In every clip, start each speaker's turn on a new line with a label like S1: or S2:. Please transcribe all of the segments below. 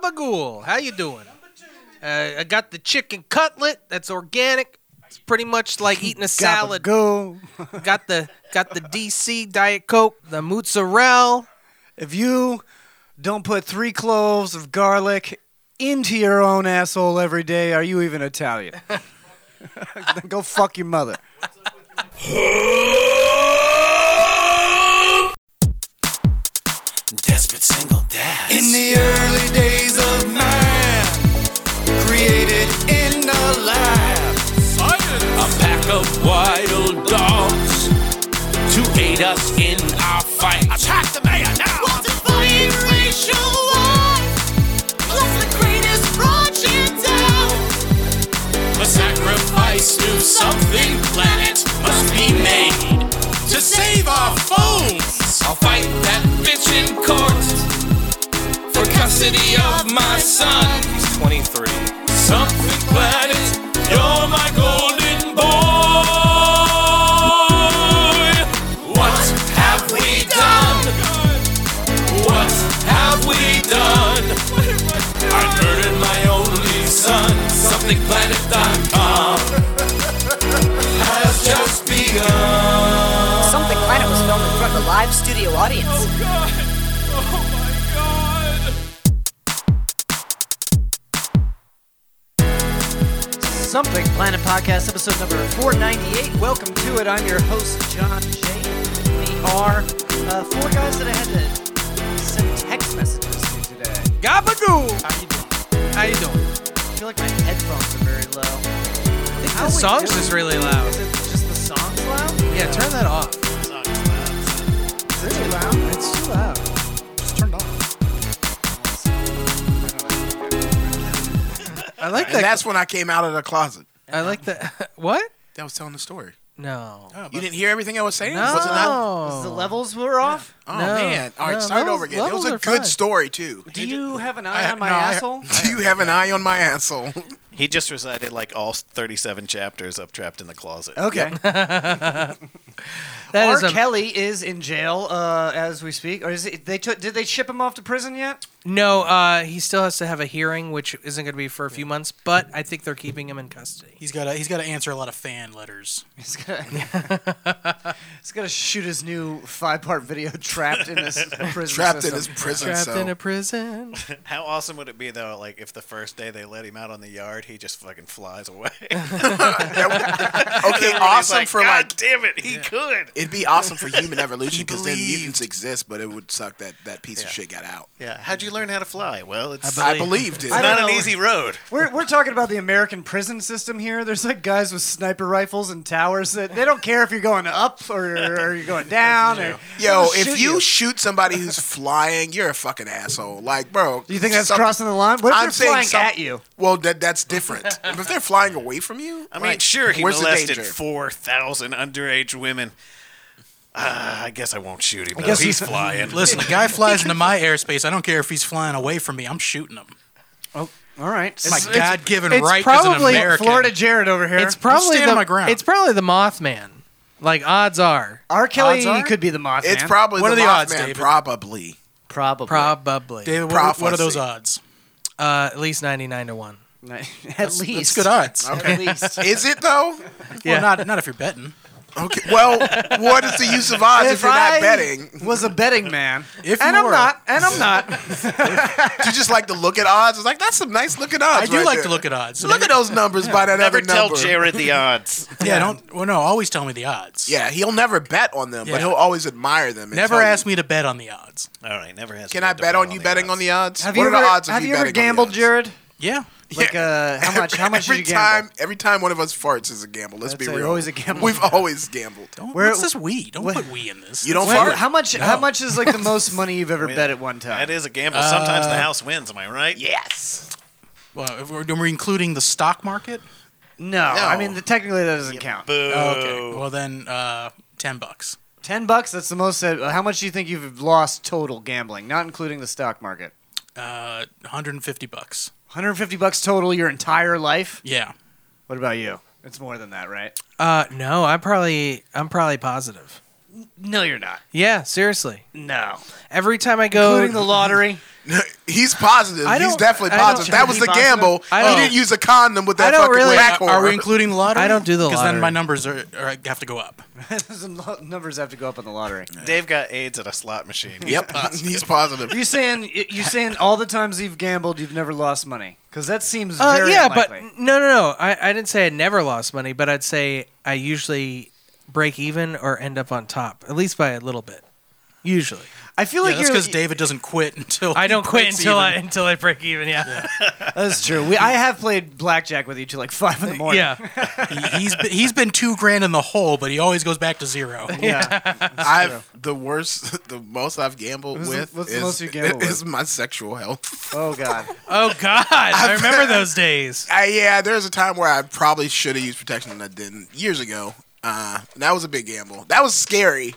S1: Gabagool, how you doing? Uh, I got the chicken cutlet. That's organic. It's pretty much like eating a salad.
S2: Go.
S1: Got the got the DC Diet Coke, the mozzarella.
S2: If you don't put three cloves of garlic into your own asshole every day, are you even Italian? Then go fuck your mother.
S3: Desperate single dad.
S4: In the early days of man, created in the lab,
S3: A pack of wild dogs to aid us in our fight. Attack the mayor now!
S5: Was it fighting racial wars? Was the greatest project out?
S3: A sacrifice to something planet must be made to save our phones. I'll fight that bitch in court for custody of my son. He's 23. Something planet, you're my golden boy. What have we done? What have we done? I murdered my only son. SomethingPlanet.com has just begun.
S6: Something Planet was filmed in front of a live studio audience.
S3: God! Oh my God!
S2: Something Planet Podcast, episode number 498. Welcome to it. I'm your host, John Jay. We are uh, four guys that I had to send text messages to today.
S1: Gabagool,
S2: How you doing?
S1: how you doing?
S2: I feel like my headphones are very low. I think
S1: The songs is really loud.
S2: Is it just the songs loud?
S1: Yeah, turn that off.
S2: Is it too loud? It's too loud. Just turned off.
S1: I like
S4: and
S1: that.
S4: that's when I came out of the closet.
S1: I like that. what?
S4: That was telling the story.
S1: No.
S4: You didn't hear everything I was saying.
S1: No.
S4: Was it not?
S2: The levels were off.
S4: Oh
S1: No.
S4: man! All right,
S1: No,
S4: start
S1: levels-
S4: over again. It was a
S1: levels
S4: good
S1: are fine.
S4: story too.
S2: Do you have an eye
S4: I-
S2: on my
S4: no, I-
S2: asshole?
S4: do you have an eye on my asshole?
S7: He just recited like all 37 chapters of Trapped in the Closet.
S2: Okay.
S1: That
S2: R.
S1: is a-
S2: Kelly is in jail uh, as we speak. Or is it, they took? Did they ship him off to prison yet?
S1: No, uh, he still has to have a hearing, which isn't going to be for a few months. But I think they're keeping him in custody.
S8: He's got to he's got to answer a lot of fan letters.
S2: He's gonna, he's gonna shoot his new five-part video trapped in this prison.
S4: Trapped in
S2: system.
S4: his prison
S1: Trapped
S4: cell.
S1: in a prison.
S7: How awesome would it be though, like if the first day they let him out on the yard, he just fucking flies away.
S4: okay, awesome
S7: like,
S4: for
S7: God
S4: like
S7: damn it, he could.
S4: It'd be awesome for human evolution because then
S8: believed.
S4: mutants exist, but it would suck that that piece of shit got out.
S7: Yeah. How'd you learn how to fly? Well, it's
S4: I believed it.
S2: I don't
S7: not an
S2: know.
S7: easy road.
S2: We're, we're talking about the American prison system here. There's like guys with sniper rifles and towers that they don't care if you're going up or, or you're going down. Or,
S4: Yo,
S2: They'll shoot
S4: if you shoot somebody who's flying, you're a fucking asshole. Like, bro,
S2: Do you think that's
S4: some-
S2: crossing the line? What if
S4: I'm
S2: they're
S4: saying
S2: flying
S4: some-
S2: at you?
S4: Well, that that's different. if they're flying away from you,
S7: I mean,
S4: like,
S7: sure, he
S4: where's the
S7: molested
S4: danger?
S7: 4,000 underage women. Ah, I guess I won't shoot him. I
S2: guess
S7: he's
S2: he's-
S7: flying.
S8: Listen, the guy flies into my airspace. I don't care if he's flying away from me. I'm shooting him.
S2: All right.
S8: It's my God-given
S1: it's
S8: right as an
S1: probably
S8: American.
S2: Florida Jared over here.
S1: It's probably
S8: stand
S1: the
S8: on my ground.
S1: it's probably the Mothman. Like odds are,
S2: R. Kelly
S8: Odds are?
S2: could be the Mothman.
S4: It's probably
S8: What
S4: the
S8: are the odds,
S4: Mothman,
S8: David?
S4: probably.
S2: probably.
S1: probably
S8: David, what, what are those odds?
S4: Prophecy.
S1: uh, at least ninety nine to one.
S2: at
S8: It's
S2: least.
S8: good odds.
S2: At least.
S4: Is it though?
S8: Well, not not if you're betting.
S4: Okay. Well, what is the use of odds if, you're not
S2: I
S4: betting?
S2: was a betting man,
S8: If
S2: and
S8: you
S2: I'm
S8: were.
S2: not, and I'm not.
S4: Do you just like to look at odds? It's like that's some nice looking odds.
S8: I do
S4: right
S8: like
S4: there.
S8: to look at odds.
S4: Look at those numbers by that
S7: Never
S4: other
S7: tell
S4: number.
S7: Jared the odds.
S8: yeah, don't. Well, no, always tell me the odds.
S4: Yeah, he'll never bet on them,
S8: Yeah.
S4: but he'll always admire them. and
S8: Never
S4: tell you,
S8: ask me to bet on the odds.
S7: All right, never has
S4: Can I bet on you betting on the odds?
S2: Have
S4: what
S2: you
S4: are
S2: ever,
S4: the odds of
S2: have you ever
S4: betting on the
S2: gambled,
S4: odds?
S2: Jared?
S8: Yeah.
S2: Like, uh, how much? How much did
S4: every
S2: you gamble?
S4: time, every time one of us farts is a gamble. Let's
S2: That's
S4: be
S2: a-
S4: real.
S2: always a gamble.
S4: We've always gambled.
S8: Don't,
S2: Where-
S8: what's this we? Don't
S2: where-
S8: put we in this.
S4: You don't
S2: When-
S4: fart.
S2: oh, how much? How
S8: No.
S2: much is like the most money you've ever bet at one time?
S7: That is a gamble. Sometimes the house wins, am I right? Yes.
S8: Well, if we're, we're including the stock market. Oh,
S2: No, I
S4: No.
S2: mean the, technically that doesn't count.
S7: Boo.
S8: Okay. Well, then uh, ten bucks.
S2: Ten bucks. That's the most. Uh, how much do you think you've lost total gambling, not including the stock market?
S8: Uh, 150 bucks.
S2: 150 bucks total your entire life.
S8: Yeah.
S2: What about you? It's more than that, right?
S1: Uh, no, I probably I'm probably positive.
S2: No, you're not.
S1: Yeah, seriously.
S2: No,
S1: Every time I go,
S2: including the lottery.
S4: He's positive.
S1: I
S4: He's
S1: don't-
S4: definitely
S1: I don't-
S4: positive. That was
S2: Is
S4: the
S2: he positive?
S4: gamble.
S1: I
S4: He
S1: don't-
S4: didn't use a condom with
S1: I
S4: that
S1: don't
S4: fucking
S1: really-
S4: whack
S8: Are we
S4: whore.
S8: including the lottery?
S1: I don't do the
S8: Because then
S1: lottery.
S8: my numbers are, are have to go up.
S2: Some lo- numbers have to go up in the lottery.
S7: Dave got AIDS at a slot machine.
S4: Yep, he's positive.
S2: Are you saying you saying all the times you've gambled, you've never lost money? Because that seems
S1: Uh,
S2: very
S1: yeah,
S2: unlikely.
S1: but no, no, no. I, I didn't say I never lost money, but I'd say I usually break even or end up on top, at least by a little bit. Usually,
S2: I feel like
S8: Yeah, that's
S2: you're.
S8: because David doesn't quit until
S1: I don't
S8: he
S1: quit
S8: breaks
S1: until I
S8: even.
S1: until I break even. Yeah,
S2: That's true. We, I have played blackjack with you till like five in the morning.
S1: yeah.
S8: He- he's been, he's been two grand in the hole, but he always goes back to zero.
S4: I've the worst, the most I've gambled
S2: What's the-
S4: with.
S2: what's the
S4: is,
S2: most you gambled
S4: is my sexual health.
S2: Oh god.
S1: Oh God, I remember those days.
S4: I, Uh, yeah, there was a time where I probably should have used protection and I didn't years ago. Uh, that was a big gamble. That was scary.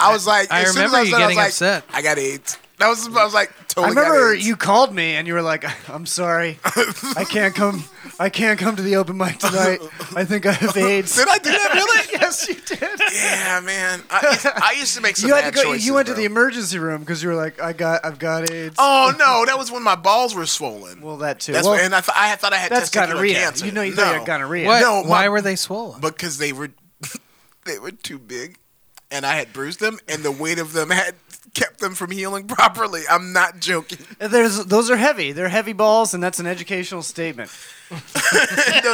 S4: I was like,
S1: I
S4: as soon as
S1: remember
S4: I
S1: you
S4: was done, I was
S1: getting
S4: like,
S1: upset.
S4: I got AIDS. That was, I was like,
S2: I
S4: totally. got
S2: remember
S4: AIDS.
S2: you called me and you were like, "I'm sorry, I can't come. I can't come to the open mic tonight. I think I have AIDS."
S4: Did I do that really?
S2: yes, you did.
S4: yeah, man. I, I used to make some
S2: You had
S4: bad
S2: to go.
S4: choices,
S2: you went to
S4: bro.
S2: the emergency room because you were like, "I got. I've got AIDS."
S4: Oh no, that was when my balls were swollen.
S2: well, that too.
S4: That's
S2: well,
S4: what, and I, th- I thought I had
S2: that's
S4: testicular
S2: gonorrhea.
S4: cancer.
S2: You know, you
S4: no,
S2: thought you had gonorrhea.
S1: What?
S4: No,
S1: Why
S4: my-
S1: were they swollen?
S4: because they were they were too big, and I had bruised them, and the weight of them had kept them from healing properly. I'm not joking.
S2: There's those are heavy. They're heavy balls, and that's an educational statement.
S4: no,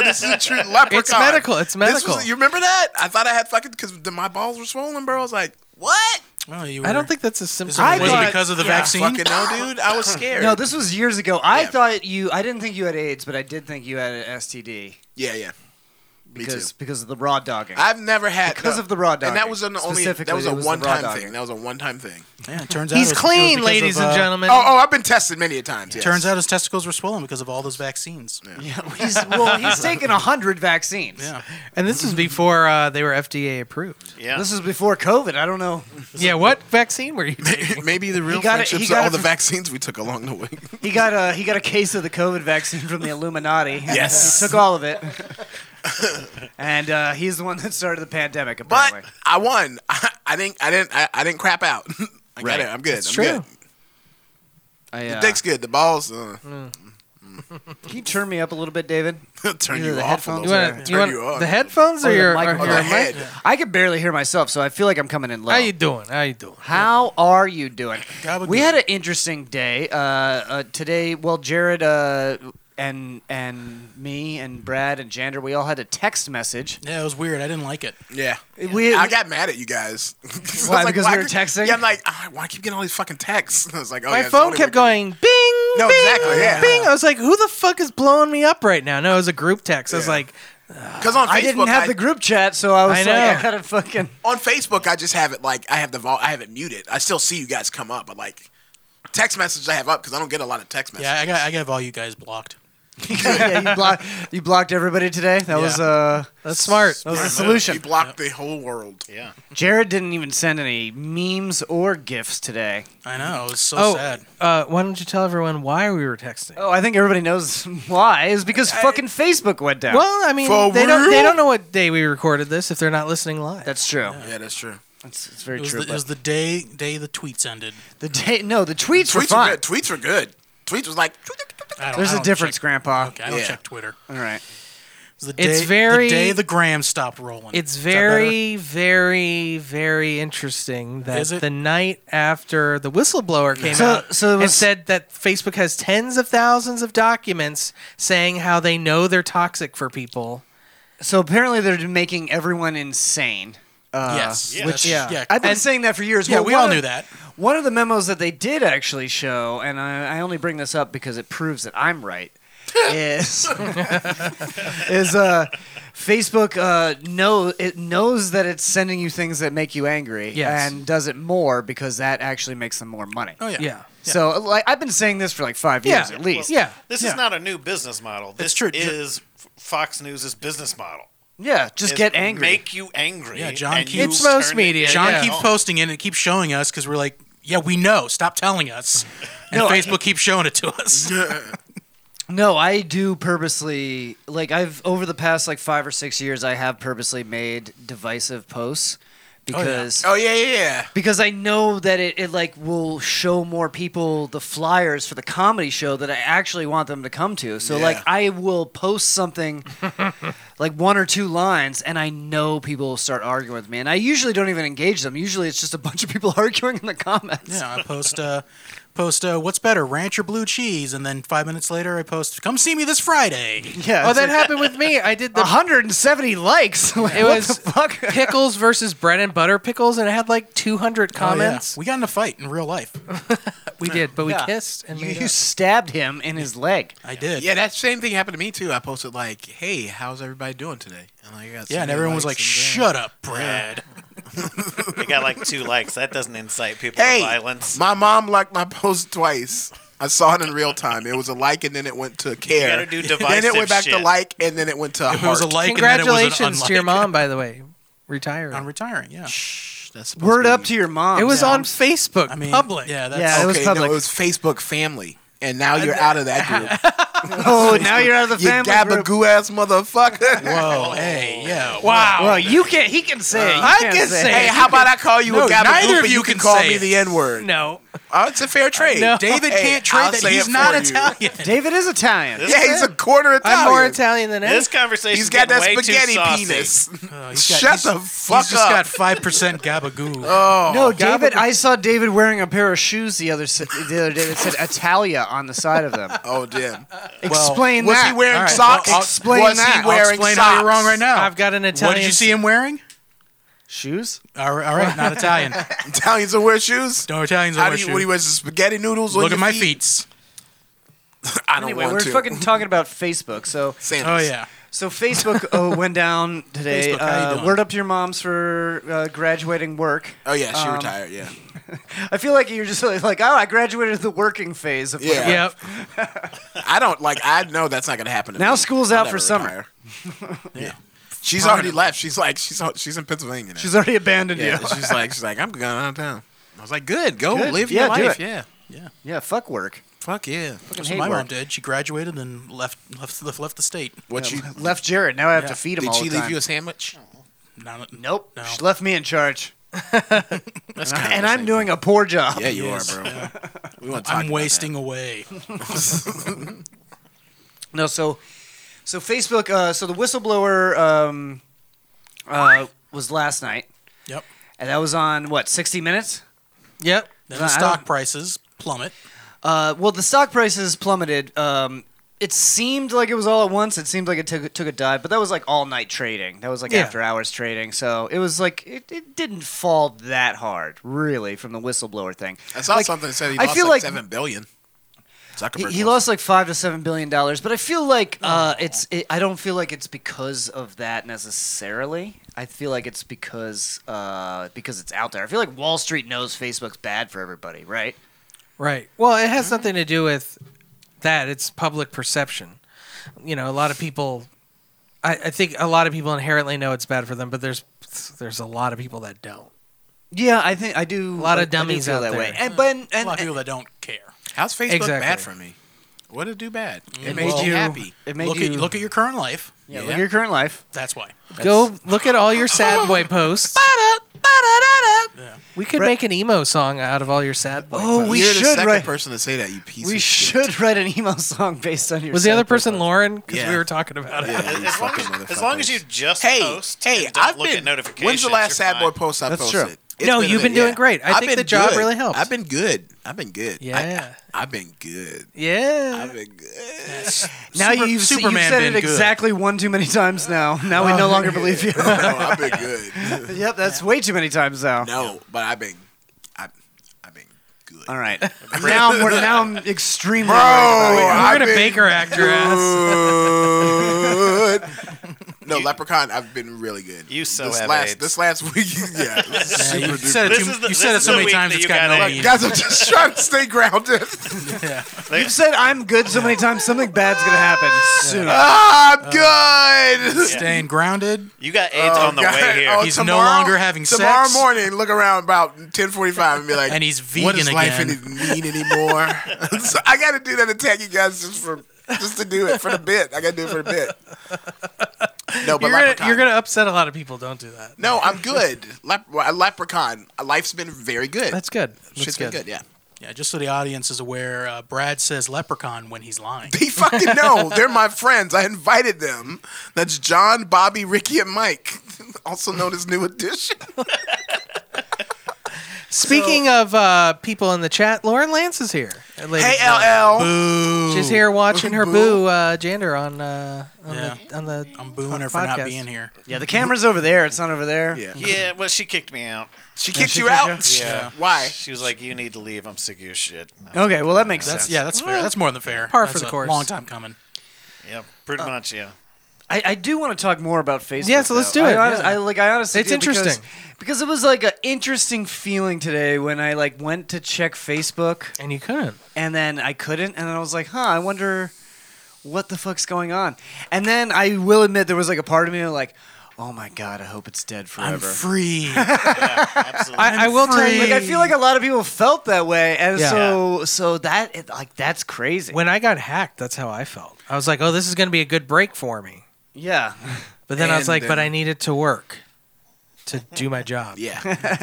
S4: this is a true leprechaun.
S1: It's medical. It's
S4: This was-
S1: medical.
S4: you remember that? I thought I had fucking because my balls were swollen, bro. I was like, what?
S8: Well, you
S1: I
S8: were-
S1: don't think that's a
S8: Was
S1: symptom.
S8: it
S2: I
S1: of
S2: thought-
S1: AIDS.
S8: because of the
S2: yeah.
S8: vaccine?
S4: Fucking no, dude. I was scared.
S2: No, this was years ago. I
S4: Yeah.
S2: thought you. I didn't think you had AIDS, but I did think you had an STD
S4: yeah, yeah. Me too.
S2: because because of the raw dogging.
S4: I've never had
S2: Because
S4: no.
S2: of the raw
S4: and that
S2: dogging.
S4: was an only
S2: Specifically,
S4: that was a
S2: it was the raw
S4: one time
S2: dogging.
S4: thing. That was a one time thing.
S8: Yeah, it turns out it
S1: He's
S8: was- it was
S1: clean,
S8: because of,
S1: ladies and
S8: uh,
S1: gentlemen.
S4: Oh, oh, I've been tested many a times. Yes.
S8: Turns out his testicles were swollen because of all those vaccines.
S2: yeah, he's, well, he's taken hundred vaccines.
S8: Yeah.
S1: And this was before uh, they were FDA approved.
S7: Yeah.
S2: This was before COVID. I don't know.
S1: Yeah, what vaccine were you taking?
S4: maybe the real
S2: got it- he
S4: friendships
S2: got
S4: are
S2: it
S4: all the
S2: from-
S4: vaccines we took along the way.
S2: He got a he got a case of the COVID vaccine from the Illuminati.
S4: Yes.
S2: he took all of it, and uh, he's the one that started the pandemic.
S4: But
S2: Apparently,
S4: I won. I, I didn't. I didn't. I, I didn't crap out. I got it. I'm good. I'm
S1: true.
S4: good.
S2: I,
S4: The
S2: uh,
S4: dick's good. The balls uh,
S2: can you turn me up a little bit, David?
S4: turn
S2: Either
S4: you
S2: Mm. the
S4: off a
S2: headphones
S4: little
S1: You
S2: or-
S4: bit.
S1: want you
S4: Turn
S1: want
S4: you on. Oh,
S1: the headphones or
S2: Or the
S1: your, or
S2: microphone.
S4: Or the
S1: your mic?
S4: head.
S2: I can barely hear myself, so I feel like I'm coming in low.
S1: oh, How you doing? How you doing?
S2: How are you doing?
S8: Gobble
S2: We
S8: goo.
S2: had an interesting day uh, uh, today. Well, Jared uh, and and me and Brad and Jander, we all had a text message.
S8: Yeah, it was weird. I didn't like it.
S4: Yeah.
S2: We-
S4: I got mad at you guys. I was
S2: Why, because we were
S4: I-
S2: texting?
S4: Yeah, I'm like, ah, why I keep getting all these fucking texts? I was like, oh,
S1: My
S4: yeah, it's
S1: phone
S4: only
S1: kept
S4: we're-
S1: going bing,
S4: No,
S1: bing,
S4: exactly, yeah.
S1: bing. I was like, who the fuck is blowing me up right now? No, it was a group text. I was
S4: Yeah.
S1: like,
S4: Because on Facebook,
S2: I didn't have
S4: I-
S2: the group chat, so I was
S1: I
S2: like, I
S1: know.
S2: had a fucking.
S4: on Facebook, I just have it like I have the vol- I have it muted. I still see you guys come up, but like text messages I have up because I don't get a lot of text messages.
S8: Yeah, I got I got all you guys blocked.
S2: yeah, you, block, you blocked everybody today. That was
S8: Yeah.
S2: uh,
S1: that's smart.
S2: that was the
S4: You
S2: solution.
S4: blocked the whole world.
S7: yeah.
S2: Jared didn't even send any memes or gifs today.
S8: I know. It was so
S1: Oh,
S8: sad.
S1: uh, why don't you tell everyone why we were texting?
S2: Oh, I think everybody knows why. Is because fucking Facebook went down.
S1: Well, I mean,
S4: For
S1: they don't, they
S4: real?
S1: don't know what day we recorded this if they're not listening live.
S2: that's true.
S4: Yeah, that's true.
S2: That's, that's very
S8: It was,
S2: true.
S8: the, it was
S2: but
S8: the day day the tweets ended.
S2: the day, no, the tweets were
S4: Tweets were
S2: fine.
S4: good. Tweets were good. Tweets was like,
S8: I don't,
S2: There's
S8: I
S2: a
S8: don't
S2: difference,
S8: check-
S2: Grandpa.
S8: Okay, I don't
S4: Yeah.
S8: check Twitter.
S2: All right.
S8: It was the
S1: It's
S8: day-
S1: very-
S8: the day the gram stopped rolling.
S1: It's
S8: Is that better?
S1: very, very, very interesting that
S8: Is it?
S1: the night after the whistleblower came
S2: So-
S1: out
S2: so it
S1: and
S2: was-
S1: said that Facebook has tens of thousands of documents saying how they know they're toxic for people.
S2: So apparently they're making everyone insane. Uh,
S8: yes.
S7: yeah,
S8: Which
S1: that's-
S8: yeah.
S1: yeah.
S2: I've been
S1: And-
S2: saying that for years.
S8: yeah,
S2: Well,
S8: we
S2: one
S8: all
S2: of-
S8: knew that.
S2: One of the memos that they did actually show, and I, I only bring this up because it proves that I'm right, is is uh, Facebook uh, know it knows that it's sending you things that make you angry,
S1: Yes.
S2: and does it more because that actually makes them more money.
S8: Oh yeah.
S1: Yeah.
S2: So like I've been saying this for like five years
S1: Yeah.
S2: at least.
S1: Yeah.
S7: This
S1: Yeah.
S7: is not a new business model. This
S8: true. Ju-
S7: is F- Fox News' business model.
S2: yeah. Just
S7: Is
S2: get angry.
S7: Make you angry.
S8: Yeah, John
S7: and
S8: Q-
S7: you
S1: It's most
S7: turn
S1: media,
S7: It
S8: John
S1: Yeah.
S8: keeps posting it and it keeps showing us because we're like, yeah, we know. Stop telling us. And
S2: No, I-
S8: Facebook keeps showing it to us.
S2: No, I do purposely like I've over the past like 5 or 6 years I have purposely made divisive posts because
S4: Oh yeah, yeah, yeah.
S2: because I know that it, it like will show more people the flyers for the comedy show that I actually want them to come to. So like
S4: Yeah.
S2: I will post something like one or two lines and I know people will start arguing with me and I usually don't even engage them. Usually it's just a bunch of people arguing in the comments.
S8: Yeah, I post uh, post uh, what's better, ranch or blue cheese, and then five minutes later I post, come see me this Friday.
S2: Yeah.
S1: Oh, that happened with me. I did the
S2: 170 likes. Like,
S1: It
S2: what
S1: was-
S2: the fuck?
S1: pickles versus bread and butter pickles, and it had like 200 comments.
S8: Oh, yeah. We got in a fight in real life.
S1: we, did, but we
S2: Yeah.
S1: kissed and
S2: You,
S1: made
S2: you
S1: up.
S2: stabbed him in his leg.
S8: I did.
S4: Yeah, that same thing happened to me too. I posted like, "Hey, how's everybody doing today?" And like, I got so
S8: Yeah, and
S4: many
S8: everyone was like,
S4: likes
S8: "Shut up, Brad."
S7: It got like two likes. That doesn't incite people
S4: and- "Hey,
S7: to violence.
S4: my mom liked my post twice. I saw it in real time. It was a like, and then it went to care.
S7: gotta do
S4: then it went
S7: divisive
S4: back to
S7: shit.
S4: like, and then it went to
S8: If it was a
S4: heart.
S8: like, and then it was an
S1: Congratulations to your
S8: unlike.
S1: mom, by the way. Retiring.
S8: on retiring. Yeah,
S4: That's supposed
S2: Word
S4: to
S2: up
S4: be-
S2: to your mom.
S1: it was
S2: Yeah.
S1: on Facebook,
S8: I mean,
S1: public.
S8: Yeah, that's
S2: Yeah, it was
S4: Okay,
S2: public.
S4: no, it was Facebook family, and now you're out of that group.
S2: oh, now you're out of the
S4: you
S2: family. group.
S4: gabagoo ass motherfucker.
S8: whoa, hey, yeah,
S1: Wow.
S2: Well, you can. He can say. it. You
S1: I
S2: can't
S1: can say
S4: Hey,
S1: it.
S4: how about I call you
S8: No,
S4: a gabagoo,
S8: neither of
S4: but
S8: you
S4: you
S8: can
S4: can call
S8: say
S4: me
S8: it.
S4: the N word?
S1: No.
S4: Oh, it's a fair trade.
S1: No.
S8: David
S4: Hey,
S8: can't trade
S4: I'll
S8: that
S4: say
S8: he's
S4: it
S8: not
S4: for you.
S8: Italian.
S2: David is Italian.
S7: This-
S4: Yeah, he's a quarter Italian.
S1: I'm more Italian than
S7: This
S1: this.
S7: conversation
S4: He's got that spaghetti penis.
S7: penis.
S8: Oh, he's got-
S4: Shut
S8: he's-
S4: the fuck
S8: He's just got
S4: up.
S8: five percent gabagoo.
S4: Oh,
S2: no, David. I saw David wearing a pair of shoes the other s- the other day that said Italia on the side of them.
S4: Oh damn.
S2: Explain
S4: Was
S2: that.
S4: he wearing
S8: All right,
S4: socks?
S8: well, I'll-
S2: Explain
S4: was
S2: that.
S4: he
S2: I'll
S8: I'll
S4: wearing
S8: explain
S4: socks?
S8: how you're wrong right now.
S1: I've got an Italian.
S8: what did you see him wearing?
S2: shoes?
S8: All right, all right, not Italian.
S4: Italians don't wear shoes.
S8: No Italians
S4: How
S8: don't
S4: do
S8: wear
S4: you, what do you
S8: shoes.
S4: wear? Spaghetti noodles? on
S8: Look
S4: your
S8: at my feet.
S4: I don't
S2: Anyway,
S4: want
S2: we're
S4: to.
S2: fucking talking about Facebook. So,
S8: Oh
S4: Sandals.
S8: yeah.
S2: so Facebook uh, went down today.
S8: Facebook, how you
S2: Uh,
S8: doing?
S2: Word up to your moms for uh, graduating work.
S4: Oh yeah, she
S8: Um,
S4: retired. Yeah.
S2: I feel like you're just like, like, oh, I graduated the working phase of
S4: Yeah.
S1: Yep.
S4: I don't like. I know that's not gonna happen. To
S2: Now
S4: me.
S2: school's
S4: I'll
S2: out for
S4: never
S2: summer.
S4: retire. yeah. She's already left. She's like she's al- she's in Pennsylvania now.
S2: She's already abandoned
S4: yeah.
S2: you.
S4: she's like she's like I'm going out of town. I was like, good, go
S2: Good.
S4: live
S2: Yeah,
S4: your
S2: do
S4: life.
S2: it.
S4: Yeah.
S2: Yeah, fuck work.
S4: Fuck yeah.
S8: That's
S2: hate
S8: what my
S2: work.
S8: mom did. She graduated and left left left, left the state.
S4: What you
S2: Left Jared. Now I have to feed him
S4: did
S2: all
S4: she
S2: the
S4: leave
S2: time.
S4: you a sandwich?
S8: Not,
S2: Nope.
S8: No.
S2: She left me in charge.
S4: That's kind
S2: And I'm doing a poor job.
S4: Yeah, you
S8: Yes.
S4: are, bro. We want to talk
S8: I'm
S4: about
S8: wasting away.
S2: No, so so Facebook uh, so the whistleblower um, uh, was last night
S8: Yep.
S2: and that was on what, 60 minutes?
S1: Yep.
S8: Then
S2: I
S8: the stock
S2: don't-
S8: prices plummet.
S2: Uh, well, the stock prices plummeted. Um, it seemed like it was all at once. It seemed like it took took a dive, but that was like all night trading. That was like
S1: Yeah.
S2: after hours trading. So it was like it, it didn't fall that hard, really, from the whistleblower thing.
S4: that. I saw
S2: Like,
S4: something that said he
S2: I
S4: lost
S2: feel
S4: like,
S2: like-
S4: seven billion.
S2: He,
S4: Zuckerberg.
S2: he lost like five to seven billion dollars, but I feel like uh, it's. It, I don't feel like it's because of that necessarily. I feel like it's because uh, because it's out there. I feel like Wall Street knows Facebook's bad for everybody, right?
S1: Right. Well, it has nothing to do with that. It's public perception. You know, a lot of people. I, I think a lot of people inherently know it's bad for them, but there's there's a lot of people that don't.
S2: Yeah, I think I do. A
S1: lot of dummies out
S2: that
S1: there.
S2: way. And but and,
S8: a lot of people that don't care.
S4: How's Facebook
S1: Exactly.
S4: bad for me? What did it do bad? It
S8: made you-
S4: happy.
S2: it made
S8: look
S2: you
S8: at look at your current life.
S2: Yeah, look at your current life.
S8: That's why.
S1: Go look at all your sad boy posts. We could make an emo song out of all your sad boy.
S2: Oh,
S1: posts.
S2: we
S4: You're the
S2: should
S4: second
S2: write.
S4: person to say that. You piece.
S2: We
S4: of shit.
S2: should write an emo song based on your.
S1: was the other
S2: sample.
S1: person Lauren? Because
S4: Yeah.
S1: we were talking about it.
S4: Yeah, you
S7: As long
S4: fucking
S7: as, as long as you
S4: motherfuckers.
S7: just
S4: Hey,
S7: post
S4: hey,
S7: and don't
S4: I've
S7: look
S4: been.
S7: at notifications.
S4: When's the last
S7: you're
S4: sad boy
S7: fine.
S4: post I
S2: That's
S4: posted?
S2: true.
S1: No,
S4: a
S1: you've been
S4: minute,
S1: doing great. I
S4: I've
S1: think
S4: been
S1: the job
S4: good.
S1: really helped.
S4: I've been good. I've been good.
S1: Yeah.
S4: I, have been good.
S1: Yeah.
S4: I've been good.
S2: Now
S8: Super-
S2: you've, Superman
S8: Superman
S2: you've said
S8: been
S2: it
S8: good.
S2: exactly one too many times now. Now we no longer believe you.
S4: No, I've been good.
S2: yep, that's way too many times now.
S4: No, but I've been, I, I've been good.
S2: All right. now, I'm, wor- now I'm extremely. worried
S4: Bro,
S2: about
S1: We're
S4: I've
S1: gonna
S4: been
S1: Baker act your ass.
S4: good. no, Leprechaun, I've been really good.
S7: You so
S4: this
S7: have
S4: last
S7: AIDS.
S4: this last week, yeah. this is
S8: Yeah,
S4: super
S8: you
S4: duper.
S8: said it,
S7: This
S8: too-
S7: is the-
S8: you
S7: this
S8: said it
S7: is
S8: so
S7: the
S8: many
S7: week
S8: times
S7: that
S8: it's
S7: you
S8: gotten
S7: gotta,
S8: no
S7: like,
S8: meaning.
S4: Guys, I'm just trying to stay grounded.
S2: you. You've said I'm good so many times. Something bad's gonna happen soon.
S4: ah,
S7: Uh,
S4: I'm good.
S8: Staying grounded.
S7: You got AIDS
S4: Oh,
S7: on the
S4: God.
S7: way here.
S4: Oh,
S8: He's no longer having
S4: tomorrow
S8: sex.
S4: morning, look around about 10:45 and be like,
S8: And he's
S4: "What
S8: vegan
S4: does life
S8: again."
S4: any- mean anymore?" so I got to do that attack you guys just for just to do it for the bit. I got to do it for the bit. No, but
S1: you're, gonna,
S4: Leprechaun.
S1: you're gonna upset a lot of people. Don't do that.
S4: No, I'm good. Lep- well, Leprechaun. Life's been very good.
S1: That's good. That's
S4: Shit's been good. Yeah.
S8: Yeah, just so the audience is aware, uh, Brad says leprechaun when he's lying.
S4: They fucking know. They're my friends. I invited them. That's John, Bobby, Ricky, and Mike, also known as New Edition.
S1: Speaking of uh, people in the chat, Lauren Lance is here. ladies
S4: Hey,
S1: and gentlemen.
S4: LL.
S1: She's here watching her
S4: Boo.
S1: boo uh, Jander on uh, on,
S8: Yeah.
S1: the, on the
S8: I'm booing
S1: on the
S8: her for not
S1: podcast.
S8: being here.
S2: Yeah, the camera's over there. It's not over there.
S4: Yeah.
S7: Yeah, well, she kicked me out.
S4: She kicked
S8: she
S4: you
S8: kicked
S4: out?
S8: you? Yeah.
S4: Why?
S7: She was like, "You need to leave. I'm sick of your shit."
S2: Okay, well that makes
S8: That's
S2: sense.
S8: yeah, that's fair. That's more than fair.
S1: Par for
S8: That's
S1: the
S8: a
S1: course.
S8: Long time coming.
S7: Yeah, pretty much. Yeah.
S2: I, I do want to talk more about Facebook.
S1: Yeah, so let's
S2: though.
S1: do it,
S2: I, honest-
S1: yeah.
S2: I like. I honestly,
S1: It's
S2: do because-
S1: interesting.
S2: because, it was like an interesting feeling today when I like went to check Facebook
S1: and you couldn't.
S2: and then I couldn't, and then I was like, huh, I wonder what the fuck's going on. And then I will admit there was like a part of me like, oh my god, I hope it's dead forever.
S8: I'm free.
S1: I, I will tell you.
S2: like I feel like a lot of people felt that way, and
S1: Yeah.
S2: so so that it, like that's crazy.
S1: when I got hacked, that's how I felt. I was like, "Oh, this is going to be a good break for me,"
S2: yeah,
S1: but then I was
S4: And
S1: like, "But
S4: then-
S1: I needed to work to do my job.
S4: Yeah.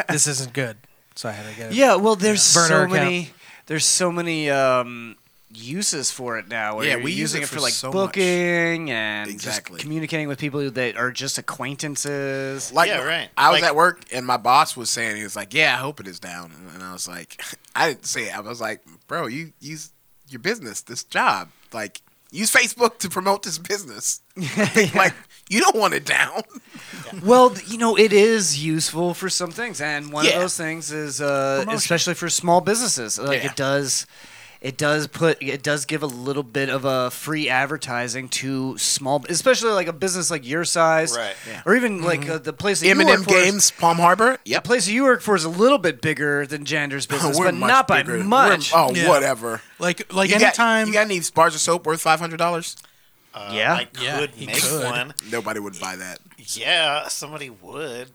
S1: This isn't good." So I had to get it.
S2: yeah. Well, there's
S1: Burn
S2: so
S1: our account.
S2: many. There's so many. um Uses for it now. Where
S4: Yeah,
S2: you're
S4: we use
S2: using
S4: it
S2: it for,
S4: for
S2: like
S4: so much.
S2: booking and
S4: Exactly.
S2: just communicating with people that are just acquaintances.
S4: Like,
S7: Yeah, right.
S4: I was
S7: Like-
S4: at work and my boss was saying, he was like, yeah, I hope it is down. And I was like, I didn't say it. I was like, bro, you use your business, this job. Like, use Facebook to promote this business. Like, you don't want it down.
S2: Well, th- you know, it is useful for some things, and one
S4: Yeah.
S2: of those things is uh, especially for small businesses. Like
S4: Yeah.
S2: it does, it does put, it does give a little bit of a free advertising to small, especially like a business like your size,
S7: Right, yeah.
S2: Or even like uh, the place that you work
S4: M&M
S2: for
S4: Games, Palm Harbor.
S2: The place that you work for is a little bit bigger than Jander's business, Oh, but
S4: much
S2: not by
S4: bigger. We're-
S2: much.
S4: oh,
S8: Yeah.
S4: whatever.
S8: like like
S4: you
S8: anytime
S4: got, you got any bars of soap worth five hundred dollars? uh,
S2: yeah,
S7: I
S8: Yeah,
S7: could
S8: he
S7: make
S8: could.
S7: one.
S4: Nobody would buy that.
S7: Yeah, somebody would.